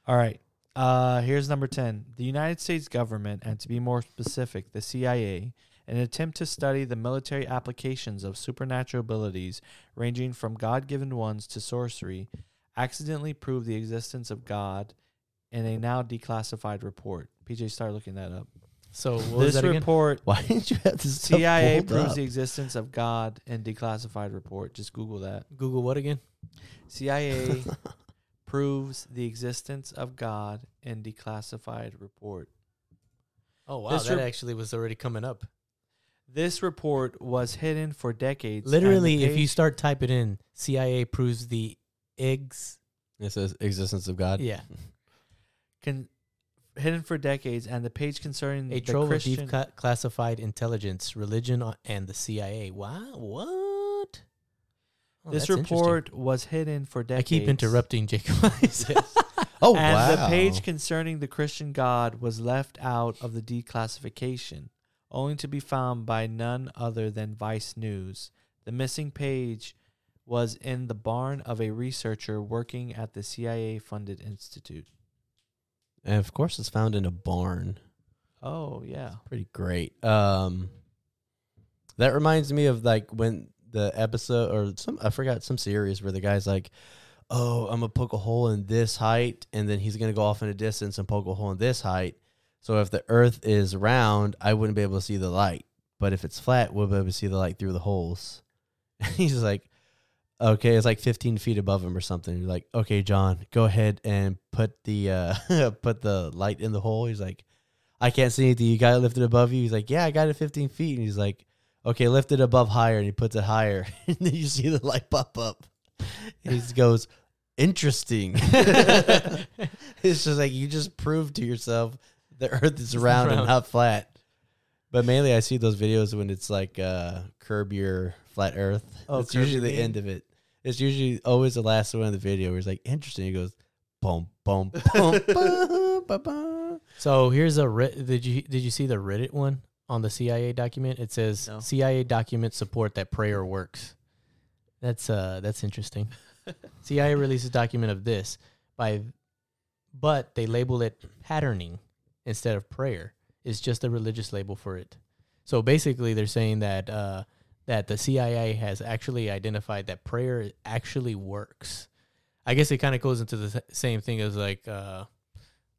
[SPEAKER 3] All right. Uh, here's number 10. The United States government, and to be more specific, the CIA, in an attempt to study the military applications of supernatural abilities, ranging from God given ones to sorcery, accidentally proved the existence of God in a now declassified report. PJ, start looking that up.
[SPEAKER 1] So what was
[SPEAKER 3] this
[SPEAKER 1] that again?
[SPEAKER 3] report,
[SPEAKER 2] Why didn't you have this? stuff
[SPEAKER 3] CIA
[SPEAKER 2] pulled
[SPEAKER 3] proves
[SPEAKER 2] up?
[SPEAKER 3] the existence of God in declassified report. Just Google that.
[SPEAKER 1] Google what again?
[SPEAKER 3] CIA proves the existence of God in declassified report.
[SPEAKER 1] Oh wow,
[SPEAKER 3] This
[SPEAKER 1] that
[SPEAKER 3] rep-
[SPEAKER 1] actually was already coming up.
[SPEAKER 3] This report was hidden for decades. and the
[SPEAKER 1] Literally, if you
[SPEAKER 3] page-
[SPEAKER 1] start typing in CIA proves the eggs.
[SPEAKER 2] It says existence of God.
[SPEAKER 1] Yeah.
[SPEAKER 3] con- hidden for decades, and the page concerning
[SPEAKER 1] A
[SPEAKER 3] Mm, the
[SPEAKER 1] trove of
[SPEAKER 3] Christian,
[SPEAKER 1] deep cla- classified intelligence, religion, uh, and the CIA. Wow, what? Oh,
[SPEAKER 3] this
[SPEAKER 1] that's interesting.
[SPEAKER 3] report was hidden for
[SPEAKER 1] I
[SPEAKER 3] decades.
[SPEAKER 1] keep interrupting Jacob.
[SPEAKER 2] Oh
[SPEAKER 3] and
[SPEAKER 2] wow.
[SPEAKER 3] the page concerning the Christian God was left out of the declassification, only to be found by none other than Vice News. The missing page was in the barn of a researcher working at the CIA funded institute.
[SPEAKER 2] and of course, it's found in a barn.
[SPEAKER 3] Oh, yeah.
[SPEAKER 2] Pretty great. Um, that reminds me of like when the episode or some I forgot some series where the guy's like, "Oh, I'm gonna poke a hole in this height," and then he's gonna go off in a distance and poke a hole in this height. So if the Earth is round, I wouldn't be able to see the light. But if it's flat, we'll be able to see the light through the holes. He's just like, okay, it's like 15 feet above him or something. You're like, okay, John, go ahead and put the uh, put the light in the hole. He's like, I can't see anything. You got it lifted above you. He's like, yeah, I got it 15 feet. And he's like, okay, lift it above higher. And he puts it higher, and then you see the light pop up. And he just goes, interesting. it's just like you just proved to yourself the Earth is round, and
[SPEAKER 1] round.
[SPEAKER 2] not flat. But mainly, I see those videos when it's like uh, curb your flat Earth.
[SPEAKER 1] Oh,
[SPEAKER 2] it's
[SPEAKER 1] Curb
[SPEAKER 2] usually
[SPEAKER 1] Your
[SPEAKER 2] the
[SPEAKER 1] Name?
[SPEAKER 2] end of it. It's usually always the last one of the video where it's like interesting. He goes, boom, boom, boom, boom, ba, ba.
[SPEAKER 1] So here's a Re- did you did you see the Reddit one on the CIA document? It says
[SPEAKER 2] No.
[SPEAKER 1] CIA documents support that prayer works. That's uh that's interesting. CIA releases document of this by, but they label it patterning instead of prayer. It's just a religious label for it. So basically, they're saying that uh, that the CIA has actually identified that prayer actually works. I guess it kind of goes into the s- same thing as like uh,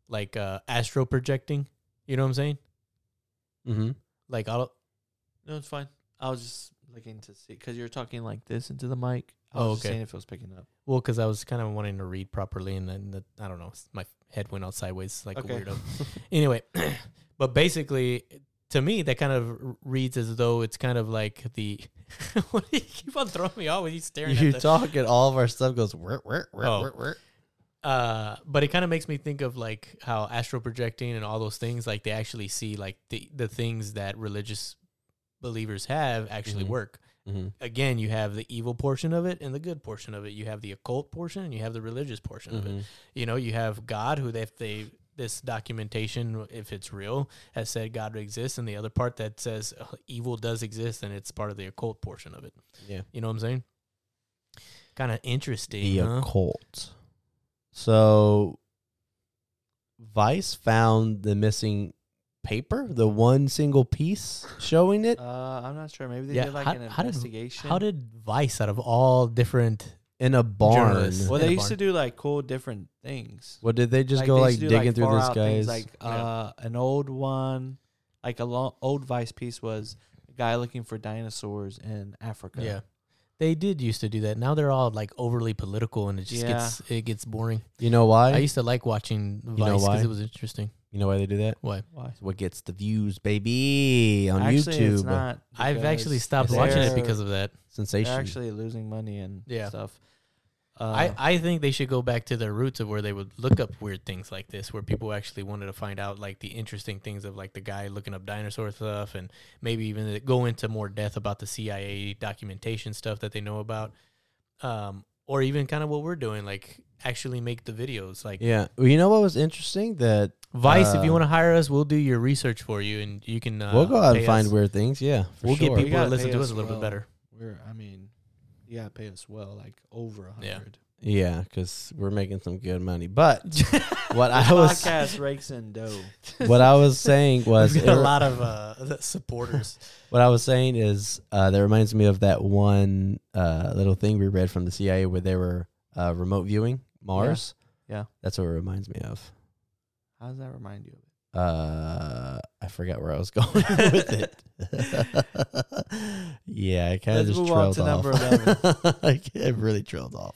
[SPEAKER 1] like uh, astro projecting. You know what I'm saying?
[SPEAKER 2] Mm-hmm.
[SPEAKER 1] Like all.
[SPEAKER 3] No, it's fine. I was just looking to see because you're talking like this into the mic. I was
[SPEAKER 1] Oh,
[SPEAKER 3] just
[SPEAKER 1] okay.
[SPEAKER 3] seeing if it was picking up.
[SPEAKER 1] Well, because I was kind of wanting to read properly, and then the, I don't know, s- my head went out sideways like
[SPEAKER 3] Okay.
[SPEAKER 1] a weirdo. anyway, but basically, to me, that kind of r- reads as though it's kind of like the. what do you keep on throwing me off when you staring
[SPEAKER 2] You
[SPEAKER 1] at the,
[SPEAKER 2] talk and all of our stuff goes. Wurt, wurt, wurt,
[SPEAKER 1] Oh.
[SPEAKER 2] wurt, wurt.
[SPEAKER 1] uh but it kind of makes me think of like how astral projecting and all those things like they actually see like the the things that religious believers have actually
[SPEAKER 2] Mhm.
[SPEAKER 1] work
[SPEAKER 2] Mhm.
[SPEAKER 1] again you have the evil portion of it and the good portion of it you have the occult portion and you have the religious portion of it
[SPEAKER 2] Mhm.
[SPEAKER 1] you know you have god who they, if they this documentation if it's real has said god exists and the other part that says uh, evil does exist and it's part of the occult portion of it
[SPEAKER 2] Yeah.
[SPEAKER 1] you know what i'm saying kind of interesting
[SPEAKER 2] the
[SPEAKER 1] huh?
[SPEAKER 2] occult. So, Vice found the missing paper, the one single piece showing it,
[SPEAKER 3] Uh, I'm not sure. Maybe they
[SPEAKER 1] Yeah,
[SPEAKER 3] did like
[SPEAKER 1] how-
[SPEAKER 3] an
[SPEAKER 1] how did-
[SPEAKER 3] investigation.
[SPEAKER 1] How did Vice, out of all different,
[SPEAKER 2] in a barn.
[SPEAKER 1] Journalists.
[SPEAKER 3] Well,
[SPEAKER 1] in
[SPEAKER 3] they
[SPEAKER 1] a
[SPEAKER 3] used to
[SPEAKER 1] barn?
[SPEAKER 3] do like cool different things.
[SPEAKER 2] What did they just
[SPEAKER 3] they
[SPEAKER 2] go like
[SPEAKER 3] used to do,
[SPEAKER 2] digging through
[SPEAKER 3] far
[SPEAKER 2] this
[SPEAKER 3] out things,
[SPEAKER 2] guy's?
[SPEAKER 3] like
[SPEAKER 1] Yeah.
[SPEAKER 3] uh, an old one, like a long old Vice piece was a guy looking for dinosaurs in Africa.
[SPEAKER 1] yeah, they did used to do that. Now they're all like overly political, and it just
[SPEAKER 3] Yeah.
[SPEAKER 1] gets it gets boring.
[SPEAKER 2] you know
[SPEAKER 1] I,
[SPEAKER 2] why?
[SPEAKER 1] used to like watching Vice
[SPEAKER 2] know why?
[SPEAKER 1] because it was interesting.
[SPEAKER 2] you know why they do that?
[SPEAKER 1] Why?
[SPEAKER 3] Why?
[SPEAKER 2] It's what gets the views, baby, on
[SPEAKER 3] Actually,
[SPEAKER 2] YouTube.
[SPEAKER 3] it's not.
[SPEAKER 1] I've actually
[SPEAKER 3] because
[SPEAKER 1] stopped
[SPEAKER 2] it's
[SPEAKER 1] watching it
[SPEAKER 3] there.
[SPEAKER 1] because of that.
[SPEAKER 2] Sensation.
[SPEAKER 3] They're actually losing money and
[SPEAKER 1] Yeah.
[SPEAKER 3] stuff. Uh,
[SPEAKER 1] I, I think they should go back to their roots of where they would look up weird things like this, where people actually wanted to find out like the interesting things of like the guy looking up dinosaur stuff, and maybe even go into more depth about the CIA documentation stuff that they know about, um, or even kind of what we're doing, like actually make the videos, like
[SPEAKER 2] yeah. Well, you know what was interesting that
[SPEAKER 1] Vice, if
[SPEAKER 2] Uh,
[SPEAKER 1] you want to hire us, we'll do your research for you, and you can. Uh,
[SPEAKER 2] we'll go out and
[SPEAKER 1] pay
[SPEAKER 2] find
[SPEAKER 1] us.
[SPEAKER 2] weird things. Yeah, for
[SPEAKER 1] We'll
[SPEAKER 2] sure.
[SPEAKER 1] get people to
[SPEAKER 3] gotta
[SPEAKER 1] listen
[SPEAKER 3] pay
[SPEAKER 1] to
[SPEAKER 3] us
[SPEAKER 1] us a little
[SPEAKER 3] well.
[SPEAKER 1] bit better.
[SPEAKER 3] we're. I mean, you gotta pay us well, like over a
[SPEAKER 1] Yeah.
[SPEAKER 3] hundred.
[SPEAKER 2] Yeah, because we're making some good money. But what I was
[SPEAKER 3] Podcast rakes in dough.
[SPEAKER 2] what I was saying was
[SPEAKER 1] We've got a
[SPEAKER 2] it-
[SPEAKER 1] lot of uh, supporters.
[SPEAKER 2] What I was saying is uh, that reminds me of that one uh, little thing we read from the CIA where they were uh, remote viewing Mars.
[SPEAKER 3] Yeah.
[SPEAKER 2] that's what it reminds me of.
[SPEAKER 3] How does that remind you? of
[SPEAKER 2] Uh, I forgot where I was going with it. yeah, I kind of just
[SPEAKER 3] Let's move
[SPEAKER 2] trailed
[SPEAKER 3] on to
[SPEAKER 2] off.
[SPEAKER 3] number 11.
[SPEAKER 2] I I really trailed off.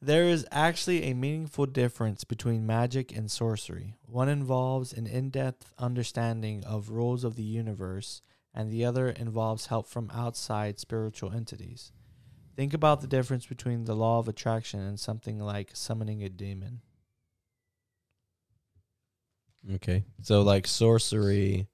[SPEAKER 3] There is actually a meaningful difference between magic and sorcery. One involves an in depth understanding of rules of the universe, and the other involves help from outside spiritual entities. Think about the difference between the law of attraction and something like summoning a demon.
[SPEAKER 2] Okay, so like sorcery,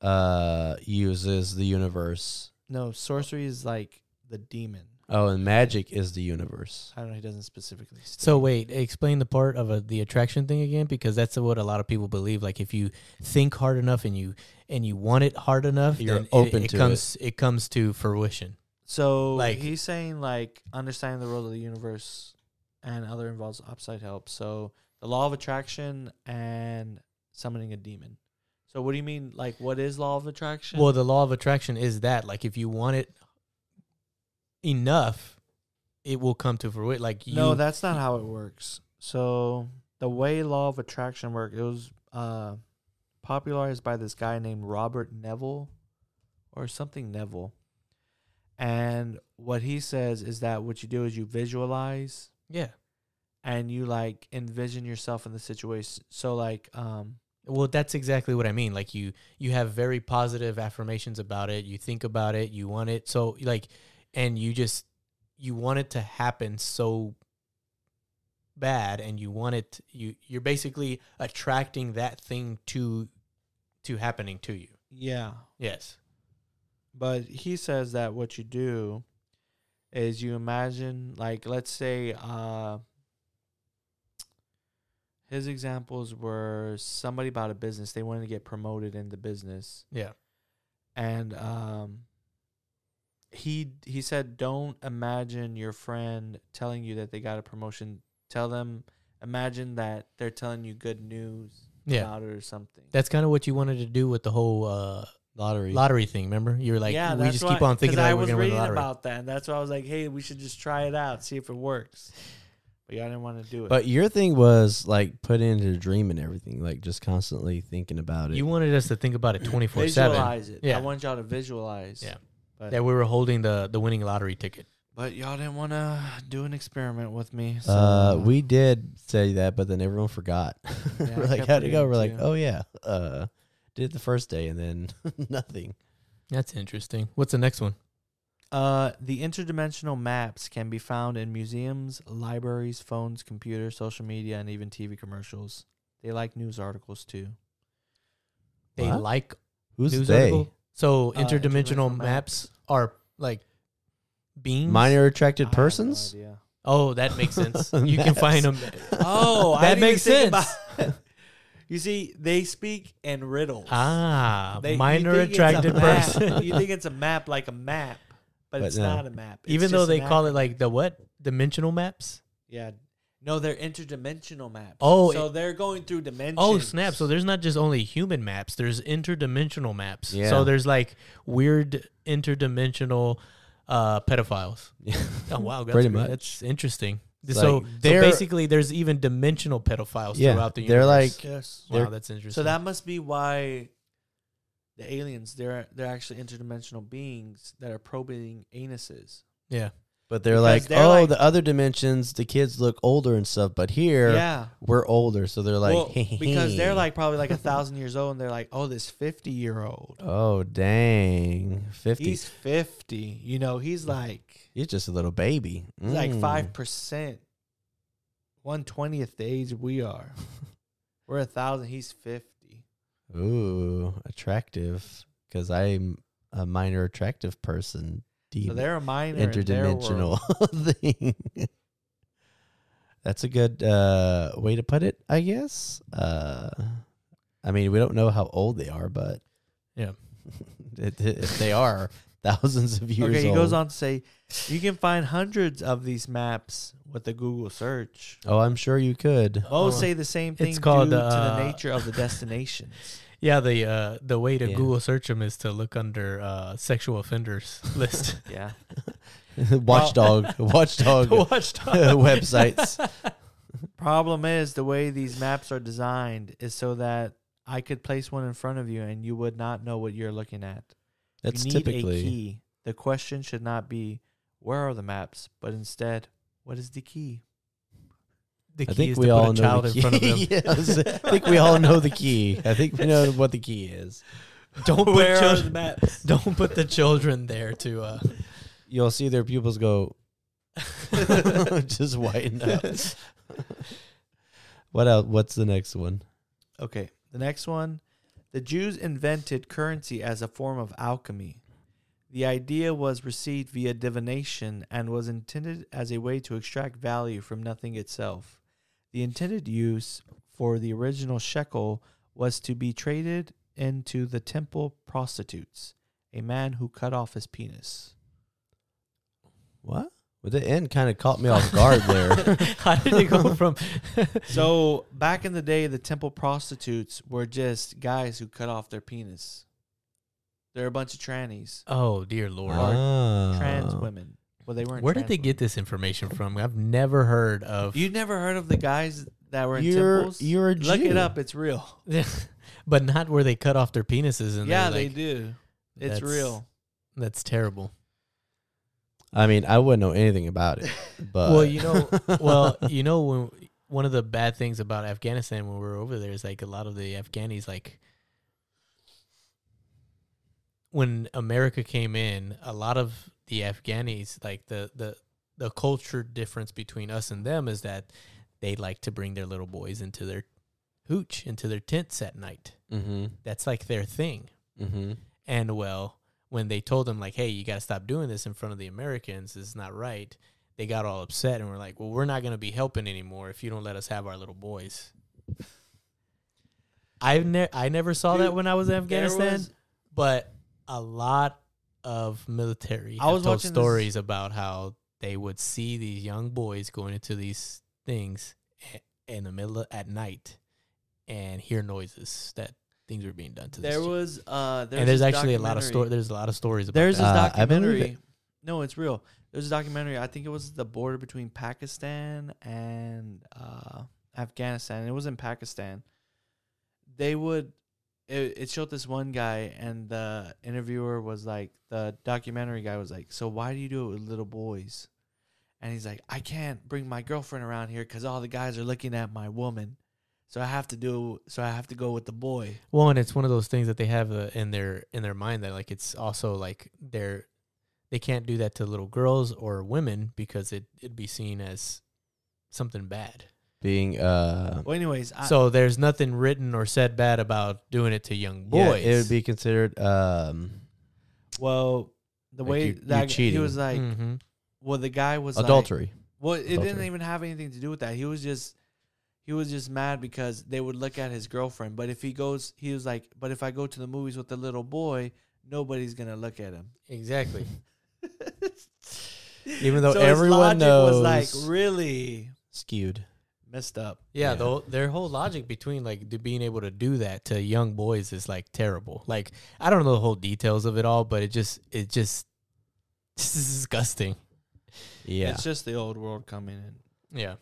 [SPEAKER 2] uh, uses the universe.
[SPEAKER 3] No, sorcery is like the demon.
[SPEAKER 2] Oh, and magic is the universe.
[SPEAKER 3] I don't know, he doesn't specifically. State.
[SPEAKER 1] So wait, explain the part of uh the attraction thing again, because that's what a lot of people believe. Like if you think hard enough and you and you want it hard enough,
[SPEAKER 2] You're
[SPEAKER 1] then it-
[SPEAKER 2] open
[SPEAKER 1] it,
[SPEAKER 2] to
[SPEAKER 1] comes it. comes to fruition.
[SPEAKER 3] So like
[SPEAKER 1] Like-
[SPEAKER 3] he's saying like understanding the rules of the universe and other involves upside help. So the law of attraction and summoning a demon. So what do you mean like what is law of attraction?
[SPEAKER 1] Well, the law of attraction is that like if you want it enough, it will come to fruition. Like you,
[SPEAKER 3] no, that's not how it works. So the way law of attraction work, it was uh popularized by this guy named Robert Neville or something Neville. And what he says is that what you do is you visualize
[SPEAKER 1] Yeah.
[SPEAKER 3] and you like envision yourself in the situation. So like um
[SPEAKER 1] Well, that's exactly what I mean. Like you you have very positive affirmations about it. You think about it, you want it. So like and you just you want it to happen so bad and you want it you you're basically attracting that thing to to happening to you.
[SPEAKER 3] yeah,
[SPEAKER 1] Yes.
[SPEAKER 3] but he says that what you do is you imagine like let's say uh his examples were somebody about a business they wanted to get promoted in the business
[SPEAKER 1] Yeah.
[SPEAKER 3] and um he he said don't imagine your friend telling you that they got a promotion tell them imagine that they're telling you good news
[SPEAKER 1] Yeah.
[SPEAKER 3] about it or something
[SPEAKER 1] That's kind of what you wanted to do with the whole uh
[SPEAKER 2] Lottery.
[SPEAKER 1] lottery thing, remember? You were like we
[SPEAKER 3] that's
[SPEAKER 1] just
[SPEAKER 3] why-
[SPEAKER 1] keep on thinking
[SPEAKER 3] 'cause
[SPEAKER 1] about
[SPEAKER 3] I
[SPEAKER 1] it, we're
[SPEAKER 3] was
[SPEAKER 1] going to win the
[SPEAKER 3] reading
[SPEAKER 1] lottery.
[SPEAKER 3] about that. And that's why I was like, hey, we should just try it out, see if it works. But y'all didn't want to do it.
[SPEAKER 2] But your thing was like put into a dream and everything, like just constantly thinking about it.
[SPEAKER 1] you wanted us to think about it 24/7
[SPEAKER 3] visualize it.
[SPEAKER 1] Yeah.
[SPEAKER 3] I want y'all to visualize.
[SPEAKER 1] Yeah.
[SPEAKER 3] But,
[SPEAKER 1] that we were holding the the winning lottery ticket.
[SPEAKER 3] but y'all didn't want to do an experiment with me. So
[SPEAKER 2] uh, we did say that, but then everyone forgot.
[SPEAKER 3] Yeah, I
[SPEAKER 2] we're like,
[SPEAKER 3] kept
[SPEAKER 2] how'd it go? We're
[SPEAKER 3] forgetting
[SPEAKER 2] like,
[SPEAKER 3] too.
[SPEAKER 2] oh yeah, uh, did it the first day and then nothing.
[SPEAKER 1] That's interesting. What's the next one?
[SPEAKER 3] Uh, the interdimensional maps can be found in museums, libraries, phones, computers, social media, and even TV commercials. They like news articles too.
[SPEAKER 1] They
[SPEAKER 2] What?
[SPEAKER 1] like
[SPEAKER 2] Who's
[SPEAKER 1] news
[SPEAKER 2] they?
[SPEAKER 1] article. So
[SPEAKER 3] Uh,
[SPEAKER 1] interdimensional
[SPEAKER 3] interdimensional
[SPEAKER 1] maps, are like beings.
[SPEAKER 2] Minor
[SPEAKER 3] I
[SPEAKER 2] attracted
[SPEAKER 3] have no
[SPEAKER 2] persons.
[SPEAKER 3] idea.
[SPEAKER 1] Oh, that makes sense. you can find them.
[SPEAKER 3] Oh, I
[SPEAKER 1] That
[SPEAKER 3] didn't even
[SPEAKER 1] makes
[SPEAKER 3] think
[SPEAKER 1] sense.
[SPEAKER 3] about- you see, they speak in riddles.
[SPEAKER 1] Ah,
[SPEAKER 3] They- you
[SPEAKER 1] minor
[SPEAKER 3] think it's a
[SPEAKER 1] attracted
[SPEAKER 3] map.
[SPEAKER 1] person.
[SPEAKER 3] you think it's a map like a map, but,
[SPEAKER 2] But
[SPEAKER 3] it's
[SPEAKER 2] no.
[SPEAKER 3] not a map. It's
[SPEAKER 1] Even though
[SPEAKER 3] just
[SPEAKER 1] they
[SPEAKER 3] an
[SPEAKER 1] call
[SPEAKER 3] app.
[SPEAKER 1] it like the what dimensional maps.
[SPEAKER 3] yeah, no, they're interdimensional maps.
[SPEAKER 1] Oh,
[SPEAKER 3] so they're going through dimensions.
[SPEAKER 1] Oh snap! So there's not just only human maps. There's interdimensional maps.
[SPEAKER 2] Yeah.
[SPEAKER 1] So there's like weird interdimensional uh, pedophiles. Oh wow, that's
[SPEAKER 2] Pretty
[SPEAKER 1] great.
[SPEAKER 2] much.
[SPEAKER 1] That's interesting.
[SPEAKER 2] It's
[SPEAKER 1] so,
[SPEAKER 2] like
[SPEAKER 1] so
[SPEAKER 2] they're-
[SPEAKER 1] basically, there's even dimensional pedophiles
[SPEAKER 2] Yeah,
[SPEAKER 1] throughout the
[SPEAKER 2] they're
[SPEAKER 1] universe.
[SPEAKER 2] like-
[SPEAKER 3] yes.
[SPEAKER 1] wow,
[SPEAKER 2] they're-
[SPEAKER 1] that's interesting.
[SPEAKER 3] So that must be why the aliens they're they're actually interdimensional beings that are probing anuses.
[SPEAKER 1] yeah,
[SPEAKER 2] But they're
[SPEAKER 3] Because
[SPEAKER 2] like,
[SPEAKER 3] they're
[SPEAKER 2] oh,
[SPEAKER 3] like-
[SPEAKER 2] the other dimensions, the kids look older and stuff, but here
[SPEAKER 3] Yeah.
[SPEAKER 2] we're older, so they're like,
[SPEAKER 3] well, because they're like probably like a thousand years old, and they're like, oh, this fifty year old,
[SPEAKER 2] oh dang, fifty.
[SPEAKER 3] he's fifty. You know, he's like
[SPEAKER 2] He's just a little baby.
[SPEAKER 3] he's like
[SPEAKER 2] Mm.
[SPEAKER 3] five percent, one twentieth the age we are. We're a thousand. He's fifty.
[SPEAKER 2] Ooh, attractive. Because I'm a minor attractive person. Deep
[SPEAKER 3] So they're a minor in their world.
[SPEAKER 2] interdimensional thing. That's a good uh, way to put it, I guess. Uh, I mean, we don't know how old they are, but
[SPEAKER 1] Yeah.
[SPEAKER 2] if if they are thousands of years
[SPEAKER 3] Okay, he
[SPEAKER 2] old.
[SPEAKER 3] goes on to say, you can find hundreds of these maps with a Google search.
[SPEAKER 2] Oh, I'm sure you could.
[SPEAKER 3] Both
[SPEAKER 1] Oh.
[SPEAKER 3] say the same thing
[SPEAKER 1] It's called,
[SPEAKER 3] due to
[SPEAKER 1] uh,
[SPEAKER 3] the nature of the destinations.
[SPEAKER 1] yeah. The uh, the way to
[SPEAKER 2] Yeah.
[SPEAKER 1] Google search them is to look under uh, sexual offenders list.
[SPEAKER 3] yeah.
[SPEAKER 2] Watchdog, watchdog
[SPEAKER 1] Watchdog.
[SPEAKER 2] websites.
[SPEAKER 3] Problem is, the way these maps are designed is so that I could place one in front of you and you would not know what you're looking at.
[SPEAKER 2] That's
[SPEAKER 3] you need a
[SPEAKER 2] typically
[SPEAKER 3] key. The question should not be, where are the maps? But instead, what is the key?
[SPEAKER 1] The key
[SPEAKER 2] I
[SPEAKER 1] is
[SPEAKER 2] think
[SPEAKER 1] to
[SPEAKER 2] we
[SPEAKER 1] put
[SPEAKER 2] all
[SPEAKER 1] a
[SPEAKER 2] know
[SPEAKER 1] child
[SPEAKER 2] the
[SPEAKER 1] in
[SPEAKER 2] key.
[SPEAKER 1] front of them.
[SPEAKER 2] Yes, I think we all know the key. I think we know what the key is.
[SPEAKER 1] Don't put
[SPEAKER 3] Where are the
[SPEAKER 1] children.
[SPEAKER 3] maps?
[SPEAKER 1] Don't put the children there to. Uh,
[SPEAKER 2] You'll see their pupils go
[SPEAKER 1] uh,
[SPEAKER 2] just whiten up. what else? What's the next one?
[SPEAKER 3] Okay, the next one. The Jews invented currency as a form of alchemy. The idea was received via divination and was intended as a way to extract value from nothing itself. The intended use for the original shekel was to be traded into the temple prostitutes, a man who cut off his penis.
[SPEAKER 2] What? Well, the end kind of caught me off guard there.
[SPEAKER 1] How did it go from?
[SPEAKER 3] So, back in the day, the temple prostitutes were just guys who cut off their penis. They're a bunch of trannies.
[SPEAKER 1] Oh dear lord.
[SPEAKER 2] Ah.
[SPEAKER 3] trans women. Well, they weren't.
[SPEAKER 1] Uh, Where did
[SPEAKER 3] trans
[SPEAKER 1] they
[SPEAKER 3] women.
[SPEAKER 1] get this information from? I've never heard of.
[SPEAKER 3] You never heard of the guys that were in
[SPEAKER 2] You're-
[SPEAKER 3] temples.
[SPEAKER 2] you're a
[SPEAKER 3] Look it
[SPEAKER 2] Jew.
[SPEAKER 3] up. It's real.
[SPEAKER 1] but not where they cut off their penises and
[SPEAKER 3] yeah,
[SPEAKER 1] they're
[SPEAKER 3] they
[SPEAKER 1] like,
[SPEAKER 3] do. It's
[SPEAKER 1] that's-
[SPEAKER 3] real.
[SPEAKER 1] That's terrible.
[SPEAKER 2] I mean, I wouldn't know anything about it, but
[SPEAKER 1] well, you know, well, you know, when, one of the bad things about Afghanistan when we were over there is like a lot of the Afghanis, like when America came in, a lot of the Afghanis, like the the the culture difference between us and them is that they like to bring their little boys into their hooch, into their tents at night.
[SPEAKER 2] hmm
[SPEAKER 1] That's like their thing.
[SPEAKER 2] hmm
[SPEAKER 1] And well, when they told them like, "Hey, you got to stop doing this in front of the Americans. This is not right." They got all upset and were like, "Well, we're not going to be helping anymore if you don't let us have our little boys." I've never I never saw that
[SPEAKER 3] Dude,
[SPEAKER 1] when I was in
[SPEAKER 3] There
[SPEAKER 1] Afghanistan,
[SPEAKER 3] was-
[SPEAKER 1] but a lot of military
[SPEAKER 3] I
[SPEAKER 1] I
[SPEAKER 3] was
[SPEAKER 1] was told
[SPEAKER 3] watching this-
[SPEAKER 1] stories about how they would see these young boys going into these things a- in the middle of, at night and hear noises that things were being done to
[SPEAKER 3] there
[SPEAKER 1] these children
[SPEAKER 3] was uh there's
[SPEAKER 1] and there's
[SPEAKER 3] this
[SPEAKER 1] actually a lot of story.
[SPEAKER 3] documentary.
[SPEAKER 1] There's a lot of stories about.
[SPEAKER 3] There's
[SPEAKER 1] that.
[SPEAKER 3] this
[SPEAKER 2] Uh, I believe
[SPEAKER 3] documentary. No, it's real. There's a documentary. I think it was the border between Pakistan and uh, Afghanistan. It was in Pakistan. They would. It, it showed this one guy, and the interviewer was like, the documentary guy was like, "So why do you do it with little boys?" And he's like, "I can't bring my girlfriend around here because all the guys are looking at my woman, so I have to do. So I have to go with the boy."
[SPEAKER 1] well, and it's one of those things that they have uh, in their in their mind that like it's also like they're they can't do that to little girls or women because it it'd be seen as something bad.
[SPEAKER 2] being uh,
[SPEAKER 3] Well, anyways, I,
[SPEAKER 1] so there's nothing written or said bad about doing it to young
[SPEAKER 2] yeah,
[SPEAKER 1] boys.
[SPEAKER 2] it would be considered um,
[SPEAKER 3] well, the
[SPEAKER 2] Like
[SPEAKER 3] way
[SPEAKER 2] you- you
[SPEAKER 3] that he
[SPEAKER 2] cheating.
[SPEAKER 3] was like.
[SPEAKER 1] Mhm.
[SPEAKER 3] Well, the guy was like-
[SPEAKER 2] adultery.
[SPEAKER 3] well, it didn't
[SPEAKER 2] Adultery.
[SPEAKER 3] even have anything to do with that. He was just, he was just mad because they would look at his girlfriend. But if he goes, he was like, but if I go to the movies with the little boy, nobody's gonna look at him.
[SPEAKER 1] exactly. Even though
[SPEAKER 3] So his
[SPEAKER 2] everyone
[SPEAKER 3] logic was
[SPEAKER 2] knows-
[SPEAKER 3] like really
[SPEAKER 2] skewed.
[SPEAKER 3] messed up.
[SPEAKER 1] Yeah,
[SPEAKER 2] Yeah.
[SPEAKER 1] The, whole- their whole logic between like the, being able to do that to young boys is like terrible. Like I don't know the whole details of it all, but it just it just this is disgusting.
[SPEAKER 2] Yeah,
[SPEAKER 3] It's just the old world coming in
[SPEAKER 1] Yeah,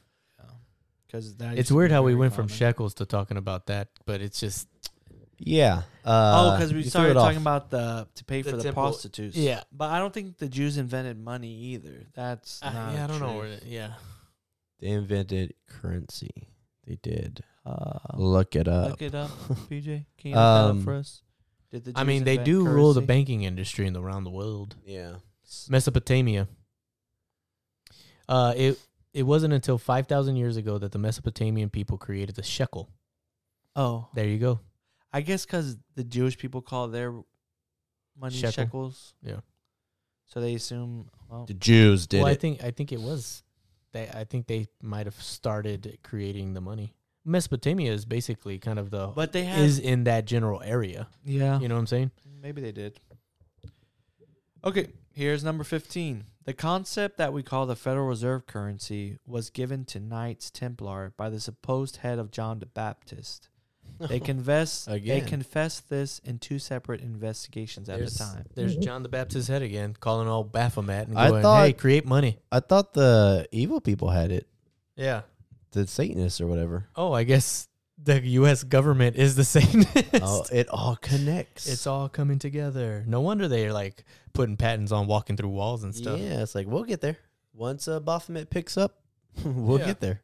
[SPEAKER 3] because that. used
[SPEAKER 1] it's
[SPEAKER 3] to be
[SPEAKER 1] weird how we
[SPEAKER 3] very
[SPEAKER 1] went from
[SPEAKER 3] common.
[SPEAKER 1] shekels to talking about that, but it's just
[SPEAKER 2] yeah.
[SPEAKER 3] Oh,
[SPEAKER 2] Uh,
[SPEAKER 3] because we
[SPEAKER 2] you threw
[SPEAKER 3] started
[SPEAKER 2] it off.
[SPEAKER 3] talking about the to pay
[SPEAKER 1] The
[SPEAKER 3] for the
[SPEAKER 1] temple-
[SPEAKER 3] prostitutes.
[SPEAKER 1] yeah.
[SPEAKER 3] but I don't think the Jews invented money either. That's
[SPEAKER 1] I,
[SPEAKER 3] not
[SPEAKER 1] Uh, yeah, I don't know.
[SPEAKER 3] true.
[SPEAKER 1] Where, the- yeah,
[SPEAKER 2] they invented currency. They did.
[SPEAKER 3] Uh,
[SPEAKER 2] Look it up.
[SPEAKER 3] Look it up, PJ. Can you look that up
[SPEAKER 2] Um,
[SPEAKER 3] for us? Did the
[SPEAKER 1] I
[SPEAKER 3] Jews
[SPEAKER 1] mean they
[SPEAKER 3] invent
[SPEAKER 1] do rule the
[SPEAKER 3] currency?
[SPEAKER 1] banking industry in the, around the world.
[SPEAKER 2] yeah.
[SPEAKER 1] Mesopotamia. Uh, it it wasn't until five thousand years ago that the Mesopotamian people created the shekel.
[SPEAKER 3] Oh,
[SPEAKER 1] There you go.
[SPEAKER 3] I guess because the Jewish people call their money
[SPEAKER 1] Shekel.
[SPEAKER 3] shekels.
[SPEAKER 1] Yeah.
[SPEAKER 3] So they assume. Well,
[SPEAKER 2] The Jews did
[SPEAKER 1] well, I
[SPEAKER 2] it.
[SPEAKER 1] think I think it was. They, I think they might have started creating the money. Mesopotamia is basically kind of the
[SPEAKER 3] but they had.
[SPEAKER 1] is in that general area.
[SPEAKER 3] yeah.
[SPEAKER 1] You know what I'm saying?
[SPEAKER 3] Maybe they did. Okay, here's number 15. The concept that we call the Federal Reserve currency was given to Knights Templar by the supposed head of John the Baptist. They confess they
[SPEAKER 2] Again.
[SPEAKER 3] confessed this in two separate investigations at
[SPEAKER 1] there's,
[SPEAKER 3] the time.
[SPEAKER 1] there's John the Baptist's head again, calling all Baphomet and
[SPEAKER 2] I
[SPEAKER 1] going,
[SPEAKER 2] thought-
[SPEAKER 1] "Hey, create money."
[SPEAKER 2] I thought the evil people had it.
[SPEAKER 1] Yeah.
[SPEAKER 2] The Satanists or whatever.
[SPEAKER 1] Oh, I guess the U.S. government is the same.
[SPEAKER 2] Oh, it all connects.
[SPEAKER 1] It's all coming together. No wonder they're like putting patents on walking through walls and stuff.
[SPEAKER 2] Yeah, it's like we'll get there. Once uh, Baphomet picks up, we'll
[SPEAKER 1] Yeah.
[SPEAKER 2] get there.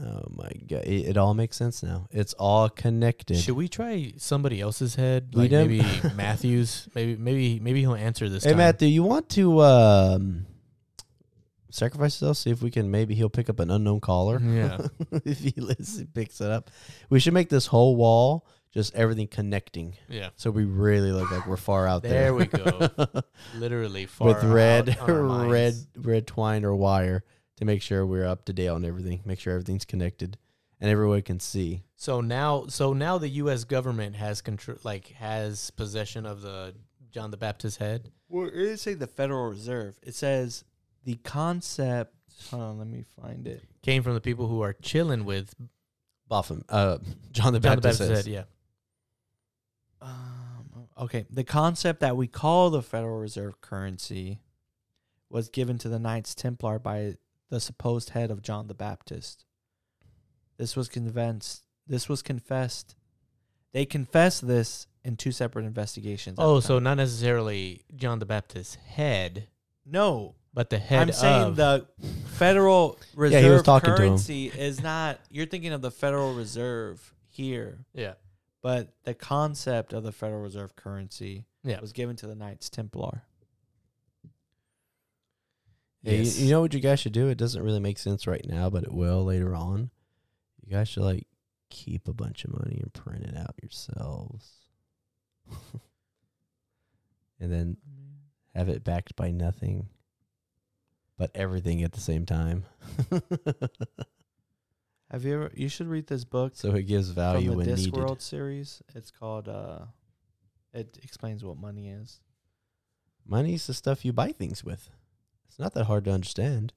[SPEAKER 2] Oh my god, it, it all makes sense now. It's all connected.
[SPEAKER 1] Should we try somebody else's head?
[SPEAKER 2] We
[SPEAKER 1] Like
[SPEAKER 2] don't-
[SPEAKER 1] maybe Matthews. Maybe maybe maybe he'll answer this.
[SPEAKER 2] hey
[SPEAKER 1] time.
[SPEAKER 2] Matthew, you want to um, sacrifice yourself? See if we can. Maybe he'll pick up an unknown caller.
[SPEAKER 1] Yeah.
[SPEAKER 2] if he lives, he picks it up. We should make this whole wall just everything connecting,
[SPEAKER 1] Yeah.
[SPEAKER 2] so we really look like we're far out
[SPEAKER 1] There
[SPEAKER 2] there.
[SPEAKER 1] we go. Literally far
[SPEAKER 2] with red
[SPEAKER 1] out on our minds.
[SPEAKER 2] red red twine or wire to make sure we're up to date on everything make sure everything's connected and everyone can see
[SPEAKER 1] So now so now the US government has control like has possession of the John the Baptist head.
[SPEAKER 3] Well, it didn't say the Federal Reserve. It says the concept. Hold on, let me find it.
[SPEAKER 1] Came from the people who are chilling with
[SPEAKER 2] Boffin, uh, john the
[SPEAKER 1] John the Baptist
[SPEAKER 2] baptist, says,
[SPEAKER 1] head, yeah.
[SPEAKER 3] Um, okay, the concept that we call the Federal Reserve currency was given to the Knights Templar by the supposed head of John the Baptist. This was convinced. This was confessed. They confessed this in two separate investigations. at
[SPEAKER 1] Oh,
[SPEAKER 3] the
[SPEAKER 1] so
[SPEAKER 3] time.
[SPEAKER 1] not necessarily John the Baptist's head,
[SPEAKER 3] no.
[SPEAKER 1] but the head
[SPEAKER 3] I'm saying
[SPEAKER 1] of
[SPEAKER 3] the Federal
[SPEAKER 2] he was
[SPEAKER 3] Reserve
[SPEAKER 2] talking to him.
[SPEAKER 3] currency is not. You're thinking of the Federal Reserve here,
[SPEAKER 1] yeah.
[SPEAKER 3] but the concept of the Federal Reserve currency
[SPEAKER 1] Yeah.
[SPEAKER 3] was given to the Knights Templar.
[SPEAKER 2] Yeah, you-
[SPEAKER 1] Yes.
[SPEAKER 2] you, know what you guys should do? It doesn't really make sense right now, but it will later on. You guys should like keep a bunch of money and print it out yourselves. and then have it backed by nothing but everything at the same time.
[SPEAKER 3] Have you ever? You should read this book
[SPEAKER 2] so it gives
[SPEAKER 3] from
[SPEAKER 2] value
[SPEAKER 3] the
[SPEAKER 2] when needed.
[SPEAKER 3] Discworld series. It's called. uh It explains what money is.
[SPEAKER 2] Money's the stuff you buy things with. It's not that hard to understand.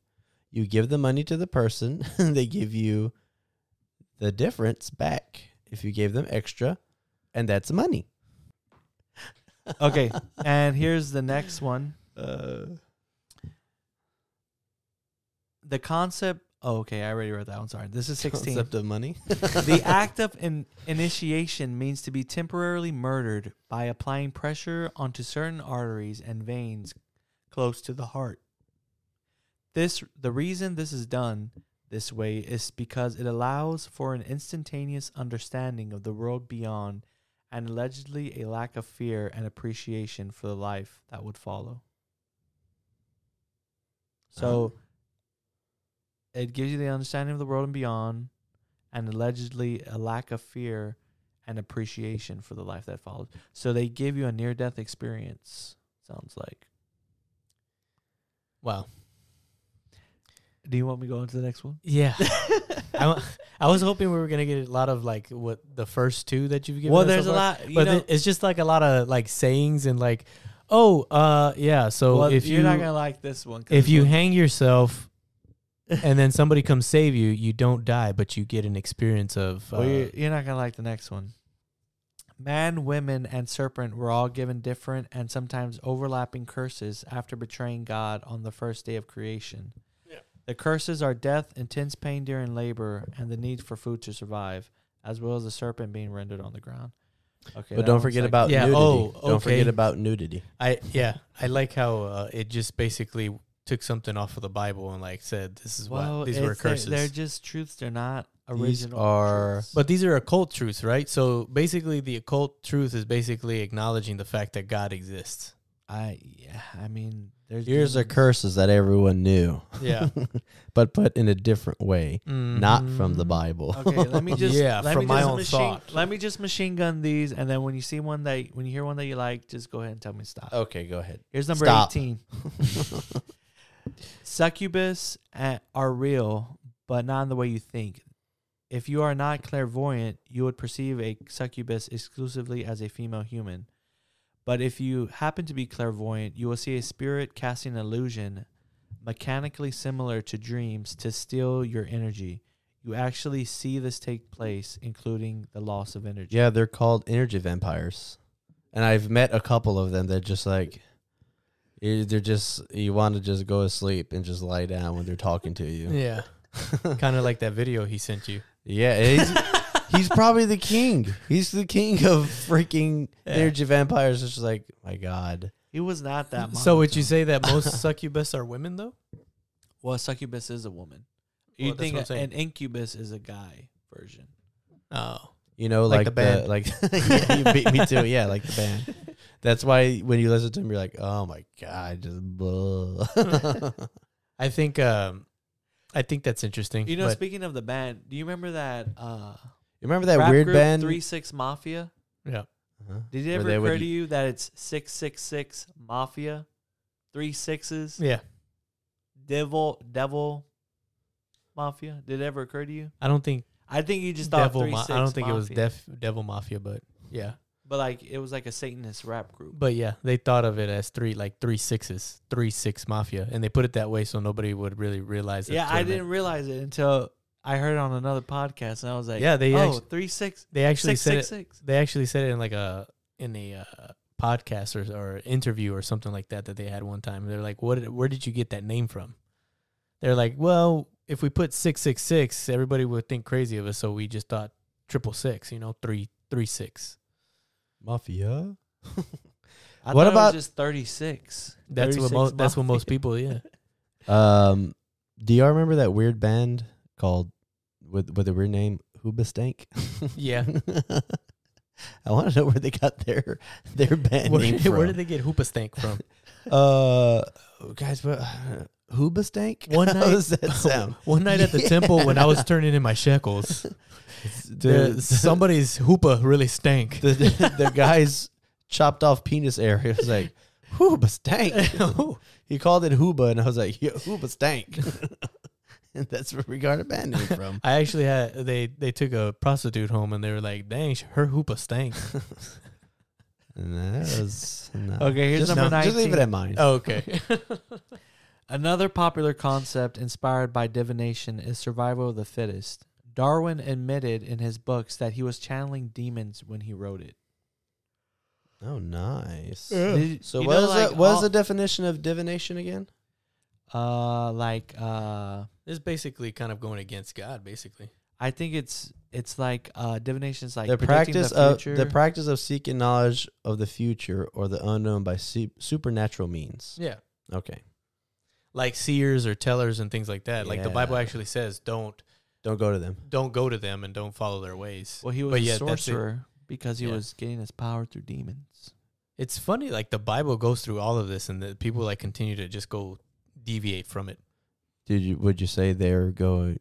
[SPEAKER 2] You give the money to the person, and they give you the difference back if you gave them extra, and that's money.
[SPEAKER 3] Okay, and here's the next one.
[SPEAKER 2] Uh,
[SPEAKER 3] The concept. Oh, okay, I already read that one. Sorry, this is sixteen.
[SPEAKER 2] Concept of money.
[SPEAKER 3] the act of in- initiation means to be temporarily murdered by applying pressure onto certain arteries and veins close to the heart. This the reason this is done this way is because it allows for an instantaneous understanding of the world beyond and allegedly a lack of fear and appreciation for the life that would follow. So it gives you the understanding of the world and beyond and allegedly a lack of fear and appreciation for the life that follows. So they give you a near death experience, sounds like.
[SPEAKER 1] Wow.
[SPEAKER 3] Do you want me to go on to the next one?
[SPEAKER 1] Yeah. I, wa- I was hoping we were gonna get a lot of like what the first two that you've given.
[SPEAKER 3] well,
[SPEAKER 1] us so
[SPEAKER 3] there's a
[SPEAKER 1] far,
[SPEAKER 3] lot. You
[SPEAKER 1] but
[SPEAKER 3] know,
[SPEAKER 1] th- it's just like a lot of like sayings and like, oh, uh, yeah. So
[SPEAKER 3] well,
[SPEAKER 1] if
[SPEAKER 3] you're
[SPEAKER 1] you
[SPEAKER 3] not going to like this one. 'cause
[SPEAKER 1] if you
[SPEAKER 3] it's like-
[SPEAKER 1] hang yourself, and then somebody comes save you, you don't die, but you get an experience of. Uh,
[SPEAKER 3] well, you're, you're not going to like the next one. Man, women, and serpent were all given different and sometimes overlapping curses after betraying God on the first day of creation. The curses are death, intense pain during labor, and the need for food to survive, as well as the serpent being rendered on the ground. Okay,
[SPEAKER 2] but
[SPEAKER 3] that
[SPEAKER 2] don't
[SPEAKER 3] one's
[SPEAKER 2] forget
[SPEAKER 3] like-
[SPEAKER 2] about
[SPEAKER 1] Yeah,
[SPEAKER 2] nudity.
[SPEAKER 1] oh,
[SPEAKER 2] Don't forget
[SPEAKER 1] okay.
[SPEAKER 2] about nudity.
[SPEAKER 1] I yeah, I like how uh, it just basically took something off of the Bible and like said this is
[SPEAKER 3] oh, Well,
[SPEAKER 1] what these were
[SPEAKER 3] it's- they're-
[SPEAKER 1] curses.
[SPEAKER 3] They're, just truths. They're not original.
[SPEAKER 2] These are-
[SPEAKER 3] truths.
[SPEAKER 1] But these are occult truths, right? So basically, the occult truth is basically acknowledging the fact that God exists.
[SPEAKER 3] I, yeah, I mean, there's
[SPEAKER 2] Here's the
[SPEAKER 3] demons.
[SPEAKER 2] curses that everyone knew,
[SPEAKER 1] Yeah.
[SPEAKER 2] but put in a different way,
[SPEAKER 1] Mm,
[SPEAKER 2] not from the Bible.
[SPEAKER 3] Mm-hmm. Okay, let me just
[SPEAKER 1] Yeah,
[SPEAKER 3] let
[SPEAKER 1] from
[SPEAKER 3] me
[SPEAKER 1] my
[SPEAKER 3] just
[SPEAKER 1] own
[SPEAKER 3] machine,
[SPEAKER 1] thought.
[SPEAKER 3] Let me just machine gun these, and then when you see one that when you hear one that you like, just go ahead and tell me stop.
[SPEAKER 1] Oh,
[SPEAKER 2] okay, go ahead.
[SPEAKER 3] Here's number
[SPEAKER 2] Stop.
[SPEAKER 3] 18. Succubus a- are real, but not in the way you think. If you are not clairvoyant, you would perceive a succubus exclusively as a female human. But if you happen to be clairvoyant, you will see a spirit casting an illusion mechanically similar to dreams to steal your energy. You actually see this take place, including the loss of energy.
[SPEAKER 2] Yeah, they're called energy vampires, and I've met a couple of them that just like, eh, they're just you want to just go to sleep and just lie down when they're talking to you.
[SPEAKER 1] Yeah. kind of like that video he sent you.
[SPEAKER 2] yeah, he's, he's probably the king. He's the king of freaking energy vampires. It's just like my god.
[SPEAKER 3] He was not that
[SPEAKER 1] So would you say that most succubus are women, though?
[SPEAKER 3] Well, a succubus is a woman.
[SPEAKER 1] Well,
[SPEAKER 3] You
[SPEAKER 1] that's
[SPEAKER 3] think
[SPEAKER 1] what I'm
[SPEAKER 3] a-
[SPEAKER 1] saying.
[SPEAKER 3] an incubus is a guy version?
[SPEAKER 1] Oh.
[SPEAKER 2] You know,
[SPEAKER 1] Like
[SPEAKER 2] like,
[SPEAKER 1] the
[SPEAKER 2] the,
[SPEAKER 1] band.
[SPEAKER 2] like yeah, you beat me too. Yeah, like the band. That's why when you listen to him, you're like, oh my god, just bull.
[SPEAKER 1] I think um, I think that's interesting.
[SPEAKER 3] You know,
[SPEAKER 1] but-
[SPEAKER 3] speaking of the band, do you remember that uh,
[SPEAKER 2] Remember that
[SPEAKER 3] rap
[SPEAKER 2] weird
[SPEAKER 3] group
[SPEAKER 2] band?
[SPEAKER 3] Three Six Mafia?
[SPEAKER 1] yeah.
[SPEAKER 2] Huh?
[SPEAKER 3] Did
[SPEAKER 2] Where
[SPEAKER 3] it ever
[SPEAKER 2] they would
[SPEAKER 3] occur to you that it's six six six Mafia, three sixes,
[SPEAKER 1] Yeah.
[SPEAKER 3] devil devil Mafia? Did it ever occur to you?
[SPEAKER 1] I don't think
[SPEAKER 3] I think you just thought
[SPEAKER 1] Devil.
[SPEAKER 3] three
[SPEAKER 1] Ma-
[SPEAKER 3] six.
[SPEAKER 1] I don't think it was
[SPEAKER 3] Mafia.
[SPEAKER 1] Def Devil Mafia, but yeah.
[SPEAKER 3] but like it was like a Satanist rap group.
[SPEAKER 1] But yeah, they thought of it as three, like three sixes, three six mafia, and they put it that way so nobody would really realize. that's
[SPEAKER 3] yeah,
[SPEAKER 1] what it
[SPEAKER 3] I
[SPEAKER 1] meant.
[SPEAKER 3] didn't realize it until I heard it on another podcast, and I was like,
[SPEAKER 1] Yeah, they
[SPEAKER 3] oh
[SPEAKER 1] actu-
[SPEAKER 3] three six
[SPEAKER 1] They actually
[SPEAKER 3] six
[SPEAKER 1] said it.
[SPEAKER 3] six six.
[SPEAKER 1] They actually said it in like a in a uh, podcast or, or interview or something like that that they had one time. They're like, "What? Did, where did you get that name from?" They're like, "Well, if we put six six six, everybody would think crazy of us. So we just thought triple six, you know, three three six.
[SPEAKER 2] Mafia. What
[SPEAKER 3] I thought it was
[SPEAKER 2] about-
[SPEAKER 3] just thirty six?
[SPEAKER 1] That's what most. That's what most people. Yeah.
[SPEAKER 2] Um, do y'all remember that weird band called with with a weird name, Hoobastank?
[SPEAKER 1] Yeah.
[SPEAKER 2] I want to know where they got their their band
[SPEAKER 1] where,
[SPEAKER 2] name
[SPEAKER 1] did-
[SPEAKER 2] from.
[SPEAKER 1] where did they get Hoopastank from?
[SPEAKER 2] uh, guys, what Hoobastank?
[SPEAKER 1] One
[SPEAKER 2] How
[SPEAKER 1] night- Oh.
[SPEAKER 2] does that sound?
[SPEAKER 1] One night at the
[SPEAKER 2] Yeah.
[SPEAKER 1] temple when I was turning in my shekels, the,
[SPEAKER 2] Dude,
[SPEAKER 1] somebody's hoopa really stank.
[SPEAKER 2] the, the, the guy's chopped off penis area was like Hoobastank. he called it Hooba, and I was like, Yo, Hoobastank. and that's where we got our band name from.
[SPEAKER 1] I actually had they they took a prostitute home and they were like, "Dang, sh- her hoopa stank."
[SPEAKER 2] And that was no.
[SPEAKER 3] Okay, here's
[SPEAKER 2] just,
[SPEAKER 3] number
[SPEAKER 2] no, Just leave it
[SPEAKER 3] 19.
[SPEAKER 2] at mine.
[SPEAKER 1] oh, okay.
[SPEAKER 3] Another popular concept inspired by divination is survival of the fittest. Darwin admitted in his books that he was channeling demons when he wrote it.
[SPEAKER 2] Oh, nice.
[SPEAKER 3] Did-
[SPEAKER 2] So
[SPEAKER 3] you
[SPEAKER 2] what
[SPEAKER 3] know,
[SPEAKER 2] is
[SPEAKER 3] like,
[SPEAKER 2] the, what is
[SPEAKER 3] all-
[SPEAKER 2] the definition of divination again?
[SPEAKER 3] uh like uh
[SPEAKER 1] This is basically kind of going against God, basically.
[SPEAKER 3] I think it's it's like uh divination is like
[SPEAKER 2] the
[SPEAKER 3] predicting
[SPEAKER 2] practice
[SPEAKER 3] the
[SPEAKER 2] of
[SPEAKER 3] future.
[SPEAKER 2] the practice of seeking knowledge of the future or the unknown by su- supernatural means.
[SPEAKER 1] Yeah,
[SPEAKER 2] Okay,
[SPEAKER 1] like seers or tellers and things like that. Like the Bible
[SPEAKER 2] Yeah.
[SPEAKER 1] actually says, "Don't
[SPEAKER 2] don't go to them.
[SPEAKER 1] don't go to them and don't follow their ways."
[SPEAKER 3] well, he was
[SPEAKER 1] but
[SPEAKER 3] a
[SPEAKER 1] yeah, that's it.
[SPEAKER 3] sorcerer because he
[SPEAKER 1] Yeah.
[SPEAKER 3] was getting his power through demons.
[SPEAKER 1] It's funny, like the Bible goes through all of this, and the people like continue to just go deviate from it.
[SPEAKER 2] Did you would you say they're going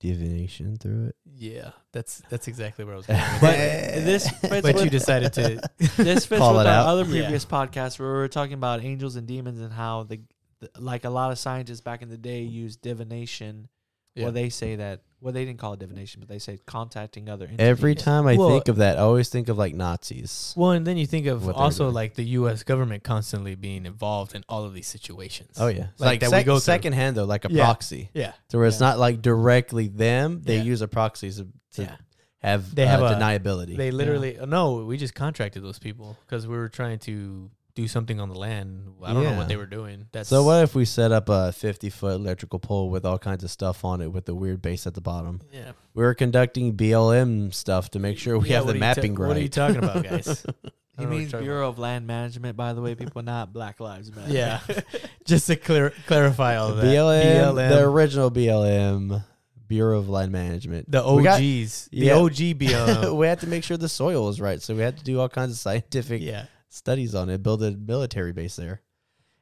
[SPEAKER 2] divination through it?
[SPEAKER 1] Yeah, that's that's exactly where I was going.
[SPEAKER 2] but
[SPEAKER 3] But this fits
[SPEAKER 1] but you
[SPEAKER 3] with-
[SPEAKER 1] decided to
[SPEAKER 3] this fits
[SPEAKER 2] Call
[SPEAKER 3] with
[SPEAKER 2] it
[SPEAKER 3] our
[SPEAKER 2] out.
[SPEAKER 3] other
[SPEAKER 1] Yeah.
[SPEAKER 3] previous podcast where we were talking about angels and demons and how the, the like a lot of scientists back in the day used divination.
[SPEAKER 1] Yeah.
[SPEAKER 3] Well, they say that well they didn't call it divination, but they say contacting other entities.
[SPEAKER 2] Every time I
[SPEAKER 1] Well-
[SPEAKER 2] think of that, I always think of like Nazis.
[SPEAKER 1] Well, and then you think of
[SPEAKER 2] What they were
[SPEAKER 1] also
[SPEAKER 2] doing.
[SPEAKER 1] like the U.S. government constantly being involved in all of these situations.
[SPEAKER 2] Oh yeah, It's
[SPEAKER 1] Like
[SPEAKER 2] like,
[SPEAKER 1] that we
[SPEAKER 2] sec-
[SPEAKER 1] go through.
[SPEAKER 2] secondhand though, like a
[SPEAKER 1] Yeah.
[SPEAKER 2] proxy.
[SPEAKER 1] yeah,
[SPEAKER 2] So where it's
[SPEAKER 3] Yeah.
[SPEAKER 2] not like directly them. They
[SPEAKER 1] Yeah.
[SPEAKER 2] use a proxy to, to
[SPEAKER 1] Yeah.
[SPEAKER 2] have
[SPEAKER 1] They
[SPEAKER 2] uh,
[SPEAKER 1] have a-
[SPEAKER 2] deniability.
[SPEAKER 1] They literally uh, no, we just contracted those people because we were trying to do something on the land. I don't know
[SPEAKER 2] Yeah.
[SPEAKER 1] what they were doing. That's
[SPEAKER 2] so what if we set up a 50 foot electrical pole with all kinds of stuff on it with a weird base at the bottom?
[SPEAKER 1] Yeah,
[SPEAKER 2] We were conducting BLM stuff to make sure we
[SPEAKER 1] Yeah,
[SPEAKER 2] have
[SPEAKER 1] what
[SPEAKER 2] the
[SPEAKER 1] are you ta-
[SPEAKER 2] mapping right.
[SPEAKER 1] What are you talking about, guys? I
[SPEAKER 3] He
[SPEAKER 1] don't know what
[SPEAKER 3] means
[SPEAKER 1] you're talking
[SPEAKER 3] Bureau of Land Management, by the way, people, not Black Lives Matter.
[SPEAKER 1] yeah, just to clear clarify all of that.
[SPEAKER 2] BLM, the
[SPEAKER 1] BLM,
[SPEAKER 2] original BLM, Bureau of Land Management.
[SPEAKER 1] the
[SPEAKER 2] We got-
[SPEAKER 1] OGs,
[SPEAKER 2] yeah.
[SPEAKER 1] the OG BLM.
[SPEAKER 2] we had to make sure the soil was right, so we had to do all kinds of scientific
[SPEAKER 1] yeah.
[SPEAKER 2] studies on it. Build a military base there.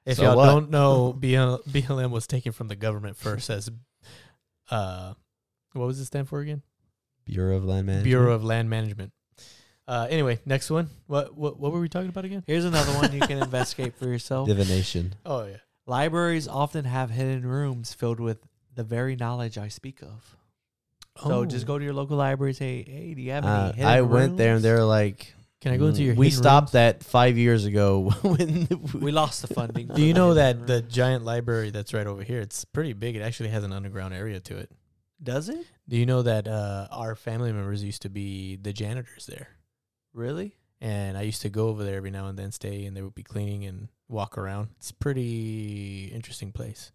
[SPEAKER 1] If
[SPEAKER 2] So
[SPEAKER 1] y'all
[SPEAKER 2] what?
[SPEAKER 1] don't know, BL, BLM was taken from the government first as, uh, what was it stand for again?
[SPEAKER 2] Bureau of Land Management.
[SPEAKER 1] Bureau of Land Management. Uh, anyway, next one. What what what were we talking about again?
[SPEAKER 3] Here's another one you can investigate for yourself.
[SPEAKER 2] Divination.
[SPEAKER 1] Oh yeah,
[SPEAKER 3] Libraries often have hidden rooms filled with the very knowledge I speak of.
[SPEAKER 1] Oh.
[SPEAKER 3] So just go to your local libraries. Hey, hey, do you have any?
[SPEAKER 2] Uh,
[SPEAKER 3] hidden
[SPEAKER 2] I went there and
[SPEAKER 3] rooms?"
[SPEAKER 2] they're like,
[SPEAKER 1] Can I go into
[SPEAKER 2] "Mm,
[SPEAKER 1] your?
[SPEAKER 2] We
[SPEAKER 1] hidden
[SPEAKER 2] stopped that five years ago when
[SPEAKER 3] We lost the funding.
[SPEAKER 1] room? Do you
[SPEAKER 3] for
[SPEAKER 1] know
[SPEAKER 3] the
[SPEAKER 1] that
[SPEAKER 3] hidden
[SPEAKER 1] the
[SPEAKER 3] room.
[SPEAKER 1] giant library that's right over here? It's pretty big. It actually has an underground area to it.
[SPEAKER 3] does it
[SPEAKER 1] Do you know that uh, our family members used to be the janitors there,
[SPEAKER 3] really?
[SPEAKER 1] and I used to go over there every now and then, stay, and they would be cleaning and walk around. It's pretty interesting place.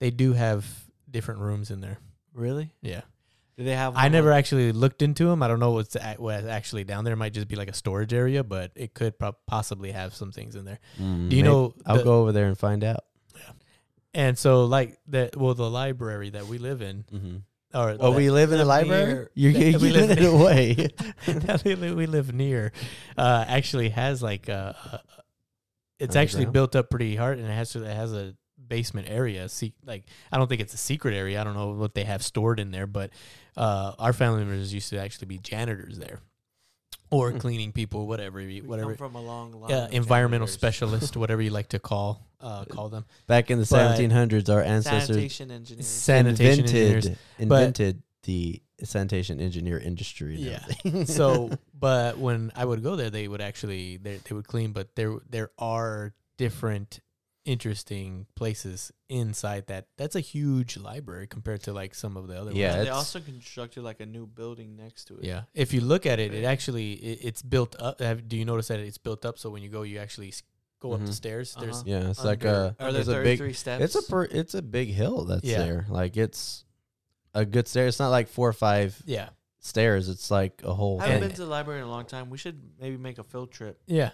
[SPEAKER 1] They do have different rooms in there.
[SPEAKER 3] Really?
[SPEAKER 1] Yeah,
[SPEAKER 3] Do they have?
[SPEAKER 1] I
[SPEAKER 3] one
[SPEAKER 1] never
[SPEAKER 3] like-
[SPEAKER 1] actually looked into them. I don't know what's, a- what's actually down there. It might just be like a storage area, but it could prob- possibly have some things in there. Do you know?
[SPEAKER 2] I'll
[SPEAKER 1] the-
[SPEAKER 2] go over there and find out.
[SPEAKER 1] And so, like that. Well, the library that we live in,
[SPEAKER 2] Mm-hmm.
[SPEAKER 1] or
[SPEAKER 2] Oh,
[SPEAKER 1] that-
[SPEAKER 2] we live in a
[SPEAKER 3] the
[SPEAKER 2] library.
[SPEAKER 3] mere-
[SPEAKER 2] You're
[SPEAKER 1] that- we live
[SPEAKER 2] giving it
[SPEAKER 1] in-
[SPEAKER 2] away.
[SPEAKER 1] that we, li- we live near, uh, actually has like a. a- It's actually
[SPEAKER 2] Underground?
[SPEAKER 1] built up pretty hard, and it has to, it has a basement area. See, like I don't think it's a secret area. I don't know what they have stored in there, but uh, our family members used to actually be janitors there, or
[SPEAKER 2] Hmm.
[SPEAKER 1] cleaning people, whatever, you-
[SPEAKER 3] We
[SPEAKER 1] whatever.
[SPEAKER 3] come from a long line.
[SPEAKER 1] uh,
[SPEAKER 3] of
[SPEAKER 1] environmental
[SPEAKER 3] janitors.
[SPEAKER 1] specialist, whatever you like to call uh, call them,
[SPEAKER 2] Back in the
[SPEAKER 1] But-
[SPEAKER 2] 1700s, our ancestors
[SPEAKER 3] Sanitation engineers.
[SPEAKER 1] sanitation engineers.
[SPEAKER 2] invented
[SPEAKER 1] but-
[SPEAKER 2] invented the sanitation engineer industry. and
[SPEAKER 1] Yeah.
[SPEAKER 2] everything.
[SPEAKER 1] So, but when I would go there, they would actually they they would clean, but there there are different interesting places inside that. That's a huge library compared to like some of the other.
[SPEAKER 2] Yeah,
[SPEAKER 1] ones.
[SPEAKER 3] they
[SPEAKER 2] it's-
[SPEAKER 3] also constructed like a new building next to it.
[SPEAKER 1] Yeah, if you look at it, it actually it, it's built up. Have, do you notice that it's built up? So when you go, you actually s- go up the
[SPEAKER 2] Mhm.
[SPEAKER 1] stairs. There's
[SPEAKER 3] Uh-huh.
[SPEAKER 2] yeah, it's like
[SPEAKER 1] Under-
[SPEAKER 2] a
[SPEAKER 3] Are there
[SPEAKER 2] there's a
[SPEAKER 3] thirty
[SPEAKER 2] big
[SPEAKER 3] three steps?
[SPEAKER 2] it's a per, it's a big hill that's
[SPEAKER 1] Yeah.
[SPEAKER 2] there. Like it's a good stair. It's not like four or five
[SPEAKER 1] Yeah.
[SPEAKER 2] stairs. It's like a whole.
[SPEAKER 1] I
[SPEAKER 3] I
[SPEAKER 1] haven't
[SPEAKER 3] haven't
[SPEAKER 1] And-
[SPEAKER 3] been to the library in a long time. We should maybe make a field trip.
[SPEAKER 1] Yeah.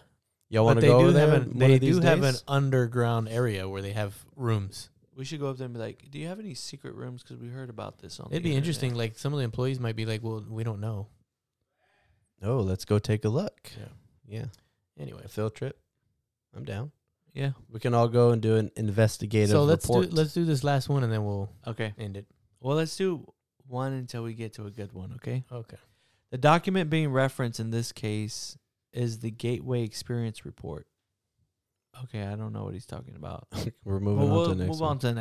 [SPEAKER 2] Y'all
[SPEAKER 1] But
[SPEAKER 2] want to
[SPEAKER 1] they
[SPEAKER 2] go
[SPEAKER 1] do
[SPEAKER 2] over there?
[SPEAKER 1] have
[SPEAKER 2] one
[SPEAKER 1] an,
[SPEAKER 2] of
[SPEAKER 1] they
[SPEAKER 2] these
[SPEAKER 1] do have an
[SPEAKER 2] days?
[SPEAKER 1] underground area where they have rooms.
[SPEAKER 3] We should go up there and be like, "Do you have any secret rooms?" Because we heard about this on. the
[SPEAKER 1] It'd be
[SPEAKER 3] internet."
[SPEAKER 1] interesting. Like some of the employees might be like, "Well, we don't know."
[SPEAKER 2] Oh, let's go take a look.
[SPEAKER 1] Yeah.
[SPEAKER 2] Yeah,
[SPEAKER 1] Anyway,
[SPEAKER 2] a field trip. I'm down.
[SPEAKER 3] Yeah.
[SPEAKER 2] We can all go and do an investigative
[SPEAKER 1] so let's
[SPEAKER 2] report.
[SPEAKER 1] do let's do this last one and then we'll
[SPEAKER 3] Okay.
[SPEAKER 1] end it.
[SPEAKER 3] Well, let's do one until we get to a good one. Okay.
[SPEAKER 1] Okay.
[SPEAKER 3] The document being referenced in this case is the Gateway Experience Report. Okay, I don't know what he's talking about.
[SPEAKER 2] We're moving
[SPEAKER 3] Well,
[SPEAKER 2] on to
[SPEAKER 3] we'll
[SPEAKER 2] the next
[SPEAKER 3] move
[SPEAKER 2] one.
[SPEAKER 3] on to the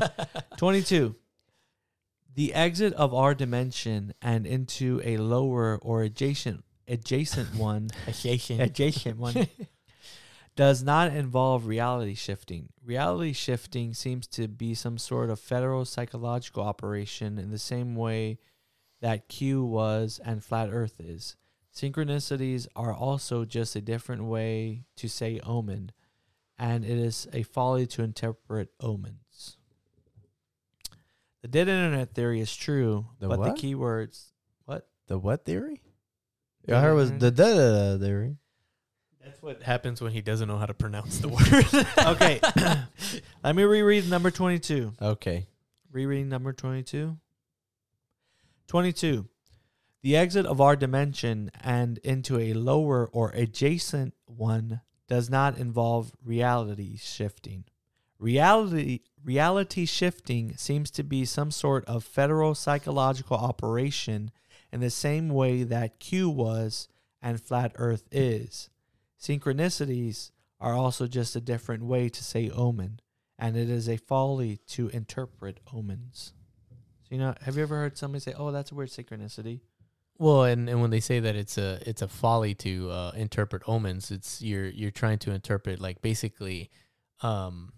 [SPEAKER 3] next one. 22. The exit of our dimension and into a lower or adjacent adjacent one adjacent one does not involve reality shifting. Reality shifting seems to be some sort of federal psychological operation in the same way that Q was and flat earth is. Synchronicities are also just a different way to say omen, and it is a folly to interpret omens. The dead internet theory is true,
[SPEAKER 2] The
[SPEAKER 3] but
[SPEAKER 2] what?
[SPEAKER 3] the keywords
[SPEAKER 2] The what theory? Mm-hmm.
[SPEAKER 3] The
[SPEAKER 2] Yeah, I heard was
[SPEAKER 3] internet.
[SPEAKER 2] the da da da theory.
[SPEAKER 1] That's what happens when he doesn't know how to pronounce the word.
[SPEAKER 3] okay. Let me reread number 22.
[SPEAKER 2] Okay.
[SPEAKER 3] Rereading number 22. 22. The exit of our dimension and into a lower or adjacent one does not involve reality shifting. Reality reality shifting seems to be some sort of federal psychological operation in the same way that Q was and flat earth is. Synchronicities are also just a different way to say omen and it is a folly to interpret omens. So you know, have you ever heard somebody say, "Oh, that's a weird synchronicity"?
[SPEAKER 1] well, and, and when they say that it's a it's a folly to uh, interpret omens, it's you're you're trying to interpret like basically um,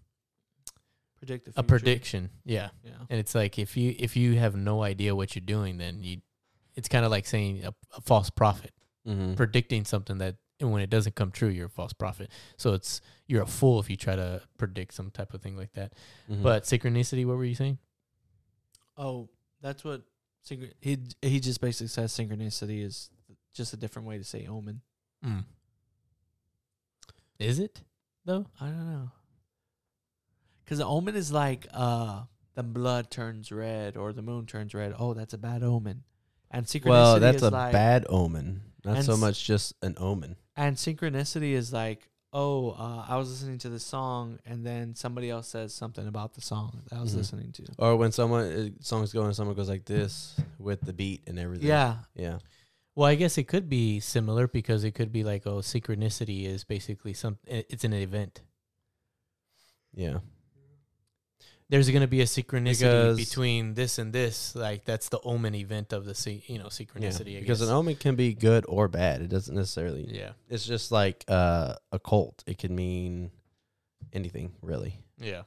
[SPEAKER 3] Predict the future.
[SPEAKER 1] a prediction. Yeah.
[SPEAKER 3] Yeah.
[SPEAKER 1] And it's like if you if you have no idea what you're doing, then you it's kind of like saying a, a false prophet.
[SPEAKER 2] Mm-hmm.
[SPEAKER 1] predicting something that and when it doesn't come true, you're a false prophet. So it's you're a fool if you try to predict some type of thing like that.
[SPEAKER 2] Mm-hmm.
[SPEAKER 1] But synchronicity, what were you saying?
[SPEAKER 3] Oh, that's what synchro- he he just basically says synchronicity is just a different way to say omen.
[SPEAKER 1] Mm. Is it though?
[SPEAKER 3] I don't know. Because the omen is like uh the blood turns red or the moon turns red. Oh, that's a bad omen. And synchronicity
[SPEAKER 2] well, that's
[SPEAKER 3] is
[SPEAKER 2] a
[SPEAKER 3] like,
[SPEAKER 2] bad omen. Not
[SPEAKER 3] And
[SPEAKER 2] so
[SPEAKER 3] s-
[SPEAKER 2] much just an omen.
[SPEAKER 3] And synchronicity is like, oh, uh, I was listening to this song, and then somebody else says something about the song that I was
[SPEAKER 1] Mm-hmm.
[SPEAKER 2] Mhm.
[SPEAKER 3] listening to.
[SPEAKER 2] Or when someone uh, song's going, someone goes like this with the beat and everything.
[SPEAKER 3] Yeah,
[SPEAKER 2] Yeah.
[SPEAKER 1] Well, I guess it could be similar because it could be like, oh, synchronicity is basically some i- it's an event.
[SPEAKER 2] Yeah.
[SPEAKER 1] There's going to be a synchronicity
[SPEAKER 2] Because-
[SPEAKER 1] between this and this. Like that's the omen event of the sy- you know synchronicity.
[SPEAKER 2] yeah.
[SPEAKER 1] I
[SPEAKER 2] Because
[SPEAKER 1] guess.
[SPEAKER 2] an omen can be good or bad. It doesn't necessarily.
[SPEAKER 1] yeah,
[SPEAKER 2] It's just like uh, a cult. It can mean anything really.
[SPEAKER 1] yeah.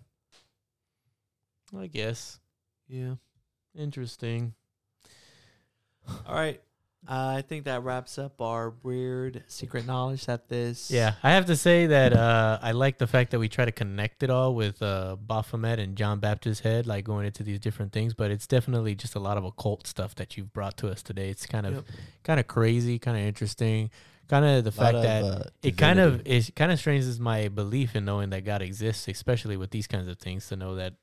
[SPEAKER 1] I guess
[SPEAKER 3] yeah.
[SPEAKER 1] interesting.
[SPEAKER 3] All right, uh, I think that wraps up our weird secret knowledge that this.
[SPEAKER 1] Yeah, I have to say that uh, I like the fact that we try to connect it all with uh, Baphomet and John Baptist's head, like going into these different things. But it's definitely just a lot of occult stuff that you've brought to us today. It's kind of
[SPEAKER 3] Yep.
[SPEAKER 1] kind of crazy, kind of interesting, kind of the fact
[SPEAKER 2] Lot
[SPEAKER 1] that
[SPEAKER 2] of, uh,
[SPEAKER 1] it kind of
[SPEAKER 2] divinity.
[SPEAKER 1] it kind of strengthens my belief in knowing that God exists, especially with these kinds of things. To know that,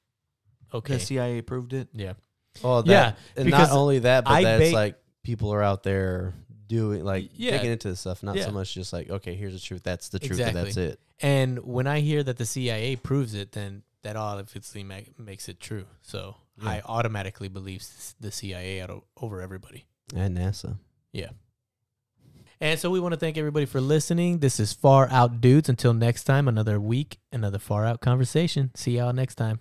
[SPEAKER 1] okay,
[SPEAKER 3] The CIA proved it.
[SPEAKER 1] yeah,
[SPEAKER 2] Well,
[SPEAKER 1] yeah,
[SPEAKER 2] that, and
[SPEAKER 1] because
[SPEAKER 2] not only that, but
[SPEAKER 1] I
[SPEAKER 2] that's
[SPEAKER 1] ba-
[SPEAKER 2] like people are out there doing like
[SPEAKER 1] Yeah.
[SPEAKER 2] digging into this stuff. Not
[SPEAKER 1] Yeah.
[SPEAKER 2] so much just like okay, here's the truth. That's the truth.
[SPEAKER 1] Exactly.
[SPEAKER 2] And that's it.
[SPEAKER 1] And when I hear that the CIA proves it, then that obviously ma- makes it true. So
[SPEAKER 2] Yeah.
[SPEAKER 1] I automatically believe s- the CIA out o- over everybody.
[SPEAKER 2] And NASA.
[SPEAKER 1] And so we want to thank everybody for listening. This is Far Out Dudes. Until next time, another week, another Far Out conversation. See y'all next time.